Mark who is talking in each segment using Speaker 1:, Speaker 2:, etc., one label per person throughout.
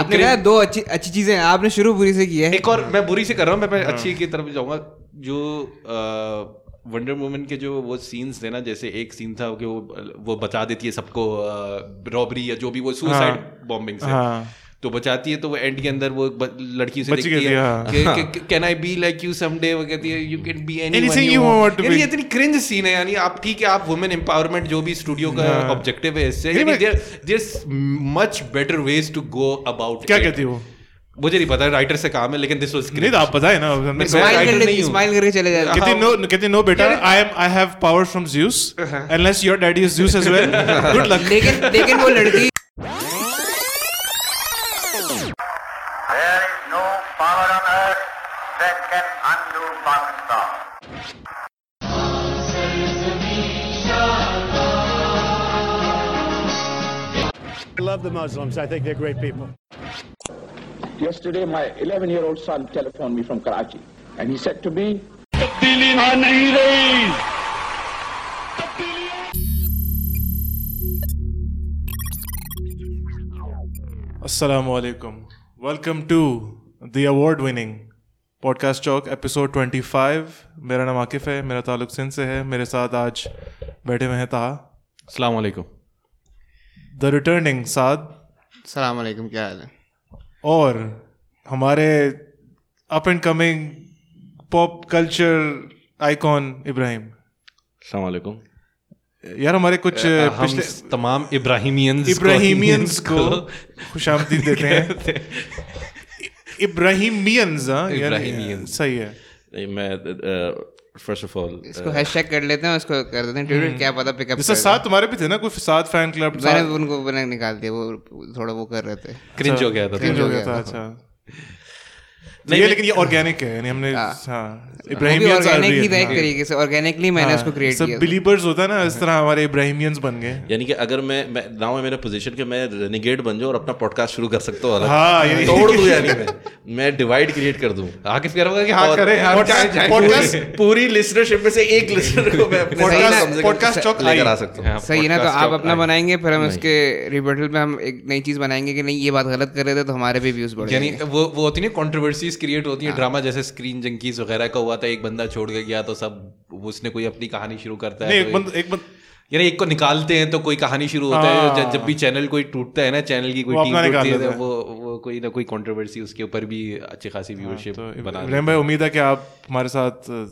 Speaker 1: आपने कहा दो अच्छी अच्छी चीजें हैं, आपने शुरू बुरी से की है
Speaker 2: एक और मैं बुरी से कर रहा हूँ मैं
Speaker 3: हाँ।
Speaker 2: मैं अच्छी की तरफ जाऊंगा जो वंडर वुमन के जो वो सीन्स थे ना जैसे एक सीन था कि वो वो बचा देती है सबको रॉबरी या जो भी वो सुसाइड बॉम्बिंग से
Speaker 3: हाँ।
Speaker 2: तो बचाती है तो वो एंड के अंदर वो ब- लड़की से
Speaker 3: बच
Speaker 2: देखती
Speaker 3: गई थी, हाँ।
Speaker 2: है can I be like you someday वो कहती है you can be
Speaker 3: Anything you want to be."
Speaker 2: ये इतनी क्रिंज सीन है यानी आप ठीक है आप वुमेन एम्पावरमेंट जो भी स्टूडियो का ऑब्जेक्टिव है इससे
Speaker 3: हाँ। नहीं, मैं-
Speaker 2: there much better ways to go about
Speaker 3: क्या कहती है वो
Speaker 2: मुझे नहीं पता राइटर से काम है लेकिन दिस वाज
Speaker 3: नहीं तो आप बताए ना हमने
Speaker 2: मैं
Speaker 1: स्माइल
Speaker 2: writer नहीं
Speaker 1: करके
Speaker 2: हूँ।
Speaker 1: स्माइल करके चले जाते
Speaker 3: कहती नो कहती नो बेटा
Speaker 2: यार- Uh-huh.
Speaker 3: I am I have power from Zeus unless your daddy is Zeus as well good luck
Speaker 1: लेकिन लेकिन वो लड़की
Speaker 4: There is no power on earth that can undo Pakistan.
Speaker 5: I love the Muslims. I think they're great people.
Speaker 6: Yesterday, my 11 year old son telephoned me from Karachi and he said to me,
Speaker 3: अस्सलाम वालेकुम welcome to the award winning podcast Chowk episode 25 मेरा नाम आकिफ है मेरा ताल्लुक सिंध से है मेरे साथ आज बैठे हुए हैं ताहा
Speaker 2: अस्सलाम वालेकुम
Speaker 3: द रिटर्निंग साद
Speaker 1: सलाम वालेकुम क्या हाल है
Speaker 3: और हमारे up and coming pop culture icon Ibrahim
Speaker 2: वालेकुम
Speaker 3: यार हमारे कुछ
Speaker 2: Uh, हम
Speaker 3: पिछले
Speaker 2: तमाम इब्राहिमियंस
Speaker 3: इब्राहिमियंस को खुश आमदीद देते हैं इब्राहिमियंस हाँ, यार,
Speaker 2: इब्राहिमियंस।
Speaker 3: सही है
Speaker 7: फर्स्ट ऑफ ऑल
Speaker 1: इसको हैशटैग कर लेते हैं उसको कर देते हैं
Speaker 2: हम्म।
Speaker 1: ट्विटर क्या पता पिकअप
Speaker 3: जैसे सात तुम्हारे भी थे ना कुछ सात फैन क्लब
Speaker 1: मैंने उनको बना निकाल दिया वो थोड़ा वो कर रहे थे
Speaker 2: क्रिंज हो गया था
Speaker 3: हो गया था अच्छा नहीं लेकिन ये ऑर्गेनिक है यानी हमने हाँ इब्राहिमियंस
Speaker 1: ऑर्गेनिक ही था एक तरीके से ऑर्गेनिकली मैंने
Speaker 2: हाँ,
Speaker 1: उसको क्रिएट
Speaker 3: सब
Speaker 1: किया था।
Speaker 3: बिलीवर्स होता है ना इस तरह हमारे इब्राहिमियंस बन गए
Speaker 7: यानी कि अगर मैं मैं नाउ है मेरा पोजीशन कि मैं रेनिगेट बन जाऊं और अपना पॉडकास्ट शुरू कर सकता हूं अलग।
Speaker 3: हाँ, ये-
Speaker 7: तोड़ दूं यानी मैं मैं डिवाइड क्रिएट कर दूं
Speaker 2: आकिफ कह रहा होगा कि हाँ
Speaker 7: और-
Speaker 2: करें यार
Speaker 3: podcast-
Speaker 2: जाए- जाए।
Speaker 3: podcast-
Speaker 7: पूरी लिसनरशिप में से एक लिसनर को मैं अपने
Speaker 1: सही
Speaker 7: साथ
Speaker 1: ना-
Speaker 7: कम से कम
Speaker 3: podcast चौक
Speaker 7: लेकर
Speaker 3: आई।
Speaker 7: आ सकता हूं
Speaker 2: हाँ,
Speaker 1: सही है ना तो
Speaker 2: podcast
Speaker 1: आप
Speaker 2: का-
Speaker 1: अपना बनाएंगे फिर हम उसके रिबटल में हम एक नई चीज बनाएंगे कि नहीं ये बात गलत कर रहे थे तो हमारे भी व्यूज बढ़
Speaker 2: यानी वो वो होती है कंट्रोवर्सीज क्रिएट होती
Speaker 3: हाँ।
Speaker 2: है ड्रामा जैसे स्क्रीन जंकीज वगैरह का हुआ था एक बंदा छोड़ के गया तो सब उसने कोई अपनी कहानी शुरू करता
Speaker 3: नहीं
Speaker 2: है
Speaker 3: एक
Speaker 2: तो
Speaker 3: बंद एक बंद
Speaker 2: यानी एक को निकालते हैं तो कोई कहानी शुरू होता है
Speaker 3: हाँ।
Speaker 2: ज- जब भी चैनल कोई टूटता है ना चैनल की कोई
Speaker 3: वो
Speaker 2: टीम
Speaker 3: अपना निकाल
Speaker 2: टूटती है तो
Speaker 3: लेता है।
Speaker 2: वो वो कोई ना कोई कंट्रोवर्सी उसके ऊपर भी अच्छी खासी व्यूअरशिप
Speaker 3: तो
Speaker 2: बना
Speaker 3: इब्राहिम भाई उम्मीद है कि आप हमारे साथ uh,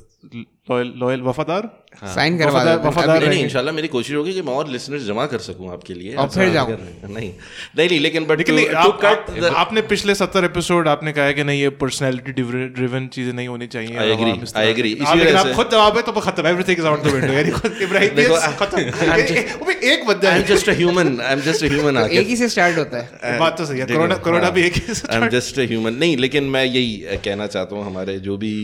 Speaker 3: लॉयल लॉयल वफादार
Speaker 1: गई साइन करवा
Speaker 3: वफादार-
Speaker 1: देते हैं।
Speaker 3: वफादार
Speaker 7: नहीं
Speaker 1: अभी-
Speaker 7: नहीं इंशाल्लाह मेरी कोशिश होगी कि मैं और लिसनर्स जमा कर सकूं आपके लिए
Speaker 1: और फिर
Speaker 7: ऐसा
Speaker 1: जाऊं।
Speaker 7: कर- नहीं नहीं नहीं लेकिन बट
Speaker 3: लेकिन
Speaker 7: टू
Speaker 3: नहीं, तो आप,
Speaker 7: कट
Speaker 3: आप, आपने पिछले सत्तर एपिसोड आपने कहा है कि नहीं ये पर्सनैलिटी ड्रिवन चीजें नहीं होनी चाहिए
Speaker 7: I agree,
Speaker 3: आप इस तरह-
Speaker 7: I agree.
Speaker 3: आप
Speaker 7: इसी
Speaker 3: लेकिन
Speaker 7: वजह
Speaker 3: आप
Speaker 7: से-
Speaker 3: खुद जवाब है तो खत्म everything is out the window यानी खुद इब्राहिम
Speaker 7: देखो, हाँ
Speaker 3: yes,
Speaker 7: I-
Speaker 3: खत्म ए- ए- वो भी एक बंदा
Speaker 7: आई एम
Speaker 3: है
Speaker 7: just a human I am just a human
Speaker 1: तो एक ही से स्टार्ट होता है
Speaker 7: हाँ
Speaker 3: बात तो सही है कोरोना कोरोना भी एक
Speaker 7: आई एम जस्ट ह्यूमन नहीं लेकिन मैं यही अ, कहना चाहता हूँ हमारे जो भी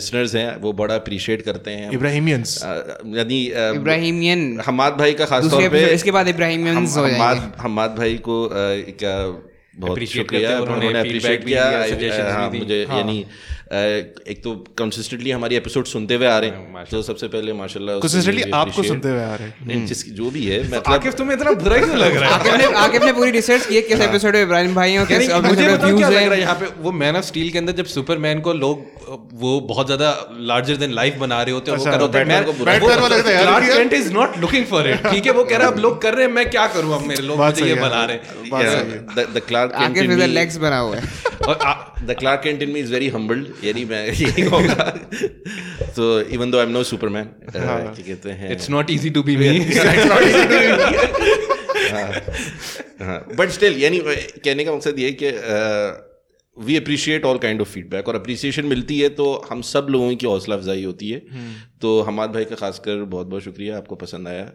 Speaker 7: लिसनर्स हैं वो बड़ा अप्रिशिएट करते हैं
Speaker 3: इब्राहिमियंस
Speaker 7: अ, यानी अ,
Speaker 1: इब्राहिमियन
Speaker 2: हाँ,
Speaker 7: हमाद भाई का खास
Speaker 2: तो
Speaker 1: दूसरे
Speaker 7: तौर पे
Speaker 1: episode- इसके बाद इब्राहिमियंस हो जाएंगे।
Speaker 7: हमाद हमाद भाई को अ, एक, अ, बहुत
Speaker 2: Appreciate
Speaker 7: शुक्रिया
Speaker 2: करते हैं, उन्होंने
Speaker 7: उन्होंने
Speaker 2: feedback
Speaker 7: अप्रिशिएट
Speaker 2: भी
Speaker 7: किया
Speaker 2: दिया,
Speaker 7: I-
Speaker 2: suggestions
Speaker 7: अ,
Speaker 2: भी
Speaker 7: हाँ,
Speaker 2: दी।
Speaker 7: मुझे यानी अ, एक तो कंसिस्टेंटली हमारी एपिसोड सुनते हुए आ रहे हैं तो सबसे पहले माशाल्लाह उसके लिए
Speaker 3: कंसिस्टेंटली
Speaker 7: भी
Speaker 3: आपको
Speaker 7: appreciate।
Speaker 3: सुनते हुए आ रहे हैं
Speaker 7: नहीं, जिस- जो भी है मतलब
Speaker 2: आकिफ तुम्हें इतना बुरा क्यों लग रहा है
Speaker 1: आकिब ने आकिब ने पूरी रिसर्च की है किस एपिसोड में इब्राहिम भाई हैं और किस
Speaker 2: यानी
Speaker 1: और
Speaker 2: मुझे
Speaker 1: किस
Speaker 2: बताओ
Speaker 1: व्यूज
Speaker 2: क्या लग रहा है
Speaker 1: हैं
Speaker 2: यहाँ पे वो मैन ऑफ स्टील के अंदर जब सुपरमैन को लोग अ, वो बहुत ज्यादा लार्जर देन लाइफ बना रहे होते हैं और
Speaker 3: अच्छा,
Speaker 2: वो कर रहे
Speaker 7: बैटमैन को बुरा-
Speaker 3: बैटमैन वाला लगता है यार, ये-
Speaker 2: is not looking for it ठीक है वो कह रहा है अब लोग कर रहे हैं मैं क्या करूं अब मेरे लोग
Speaker 3: बात
Speaker 2: मुझे
Speaker 3: सही
Speaker 2: ये
Speaker 3: है।
Speaker 2: बना रहे हैं
Speaker 3: बात
Speaker 7: yeah,
Speaker 3: सही है।
Speaker 7: the- the Clark Kent
Speaker 1: Akib
Speaker 7: in
Speaker 1: इधर
Speaker 7: me-
Speaker 1: लेग्स बना हुआ है
Speaker 7: और the Clark Kent in me is very humbled यानी मैं यही होगा तो even though I am no Superman uh, क्या कहते हैं
Speaker 2: it's not easy to be me
Speaker 7: हाँ। बट स्टिल हाँ। यानी कहने का मकसद ये है uh, कि we appreciate all kind of feedback और अप्रिसिएशन मिलती है तो हम सब लोगों की हौसला अफजाई होती है तो हमाद भाई का खासकर बहुत बहुत शुक्रिया आपको पसंद आया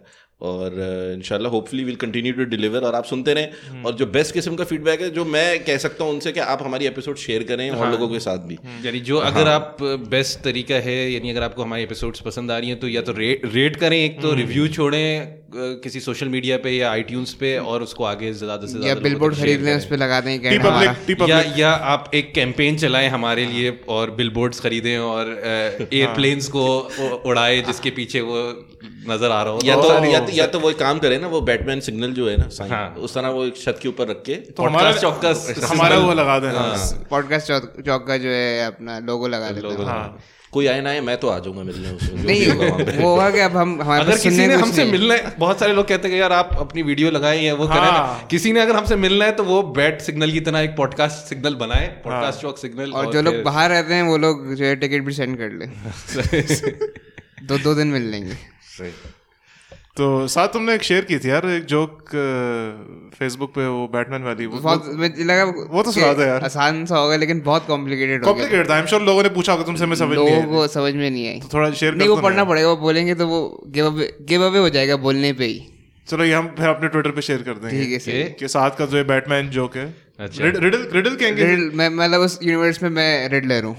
Speaker 7: और uh, इंशाल्लाह hopefully will continue to deliver और आप सुनते रहें और जो बेस्ट किस्म का फीडबैक है जो मैं कह सकता हूँ उनसे कि आप हमारी एपिसोड शेयर करें और लोगों के साथ भी
Speaker 2: यानी जो
Speaker 3: हाँ।
Speaker 2: अगर आप
Speaker 3: हम्म।
Speaker 2: बेस्ट तरीका है यानी अगर आपको हमारे एपिसोड्स पसंद आ रही हैं तो या तो रेट रेट करें एक तो रिव्यू छोड़ें अ, किसी सोशल मीडिया पे या आई पे और उसको आगे ज्यादा से
Speaker 1: या
Speaker 2: ज्यादा
Speaker 1: बिलबोर्ड खरीद लें उस पर लगा दें कहना हमारा
Speaker 3: पब्लिक टी
Speaker 2: या
Speaker 3: पब्लिक
Speaker 2: या आप एक कैंपेन चलाएं हमारे लिए और बिलबोर्ड्स खरीदें और
Speaker 3: हाँ।
Speaker 2: एयरप्लेन्स को उ- उड़ाएं जिसके पीछे वो नजर आ रहा हो
Speaker 7: या
Speaker 2: तो
Speaker 7: तो या तो या तो वो एक काम करे ना वो बैटमैन सिग्नल जो है ना sign,
Speaker 2: हाँ।
Speaker 7: उस तरह वो एक छत के ऊपर रख के
Speaker 3: तो हमारा
Speaker 2: podcast चौकस-
Speaker 3: तो हमारा वो लगा देना
Speaker 7: हाँ।
Speaker 1: पॉडकास्ट चौक- चौक का जो है अपना लोगो लगा देते हैं
Speaker 3: हाँ
Speaker 7: कोई आए ना आए मैं तो आ जाऊंगा मिलने उसको जो भी होगा वहाँ पे।
Speaker 1: नहीं वो होगा कि अब हम हमारे
Speaker 2: अगर
Speaker 1: पास
Speaker 2: किसी
Speaker 1: सुनने
Speaker 2: ने
Speaker 1: कुछ
Speaker 2: हमसे
Speaker 1: नहीं है।
Speaker 2: मिलना है बहुत सारे लोग कहते हैं कि यार आप अपनी वीडियो लगाएं या वो करें ना
Speaker 3: हाँ।
Speaker 2: किसी ने अगर हमसे मिलना है तो वो बैट सिग्नल की तरह एक पॉडकास्ट सिग्नल बनाए
Speaker 3: हाँ।
Speaker 2: पॉडकास्ट चौक सिग्नल
Speaker 1: और जो लोग बाहर रहते हैं वो लोग जो है टिकट भी सेंड कर लें दो दो दिन मिल लेंगे
Speaker 3: तो साथ तुमने एक शेयर की थी यार एक जोक फेसबुक पे वो बैटमैन वाली वो
Speaker 1: बहुत मुझे लगा
Speaker 3: वो तो
Speaker 1: कि
Speaker 3: सुना दो यार।
Speaker 1: आसान सा होगा लेकिन बहुत कॉम्प्लिकेटेड होगा
Speaker 3: कॉम्प्लिकेटेड था आई एम श्योर लोगों ने पूछा होगा तुमसे मैं समझ
Speaker 1: लोगों
Speaker 3: नहीं
Speaker 1: को समझ में नहीं आई
Speaker 3: तो थोड़ा शेयर
Speaker 1: नहीं वो पढ़ना पड़ेगा वो बोलेंगे तो वो गिव अवे गिव अवे हो जाएगा बोलने पे ही
Speaker 3: चलो ये हम फिर अपने ट्विटर पे शेयर कर देंगे
Speaker 1: ठीक है सर
Speaker 3: कि साथ का जो बैटमैन जोक है
Speaker 2: अच्छा।
Speaker 3: रिड- रिडल रिडल कहेंगे
Speaker 1: रिडल- मैं मतलब उस यूनिवर्स में मैं रेडलर हूँ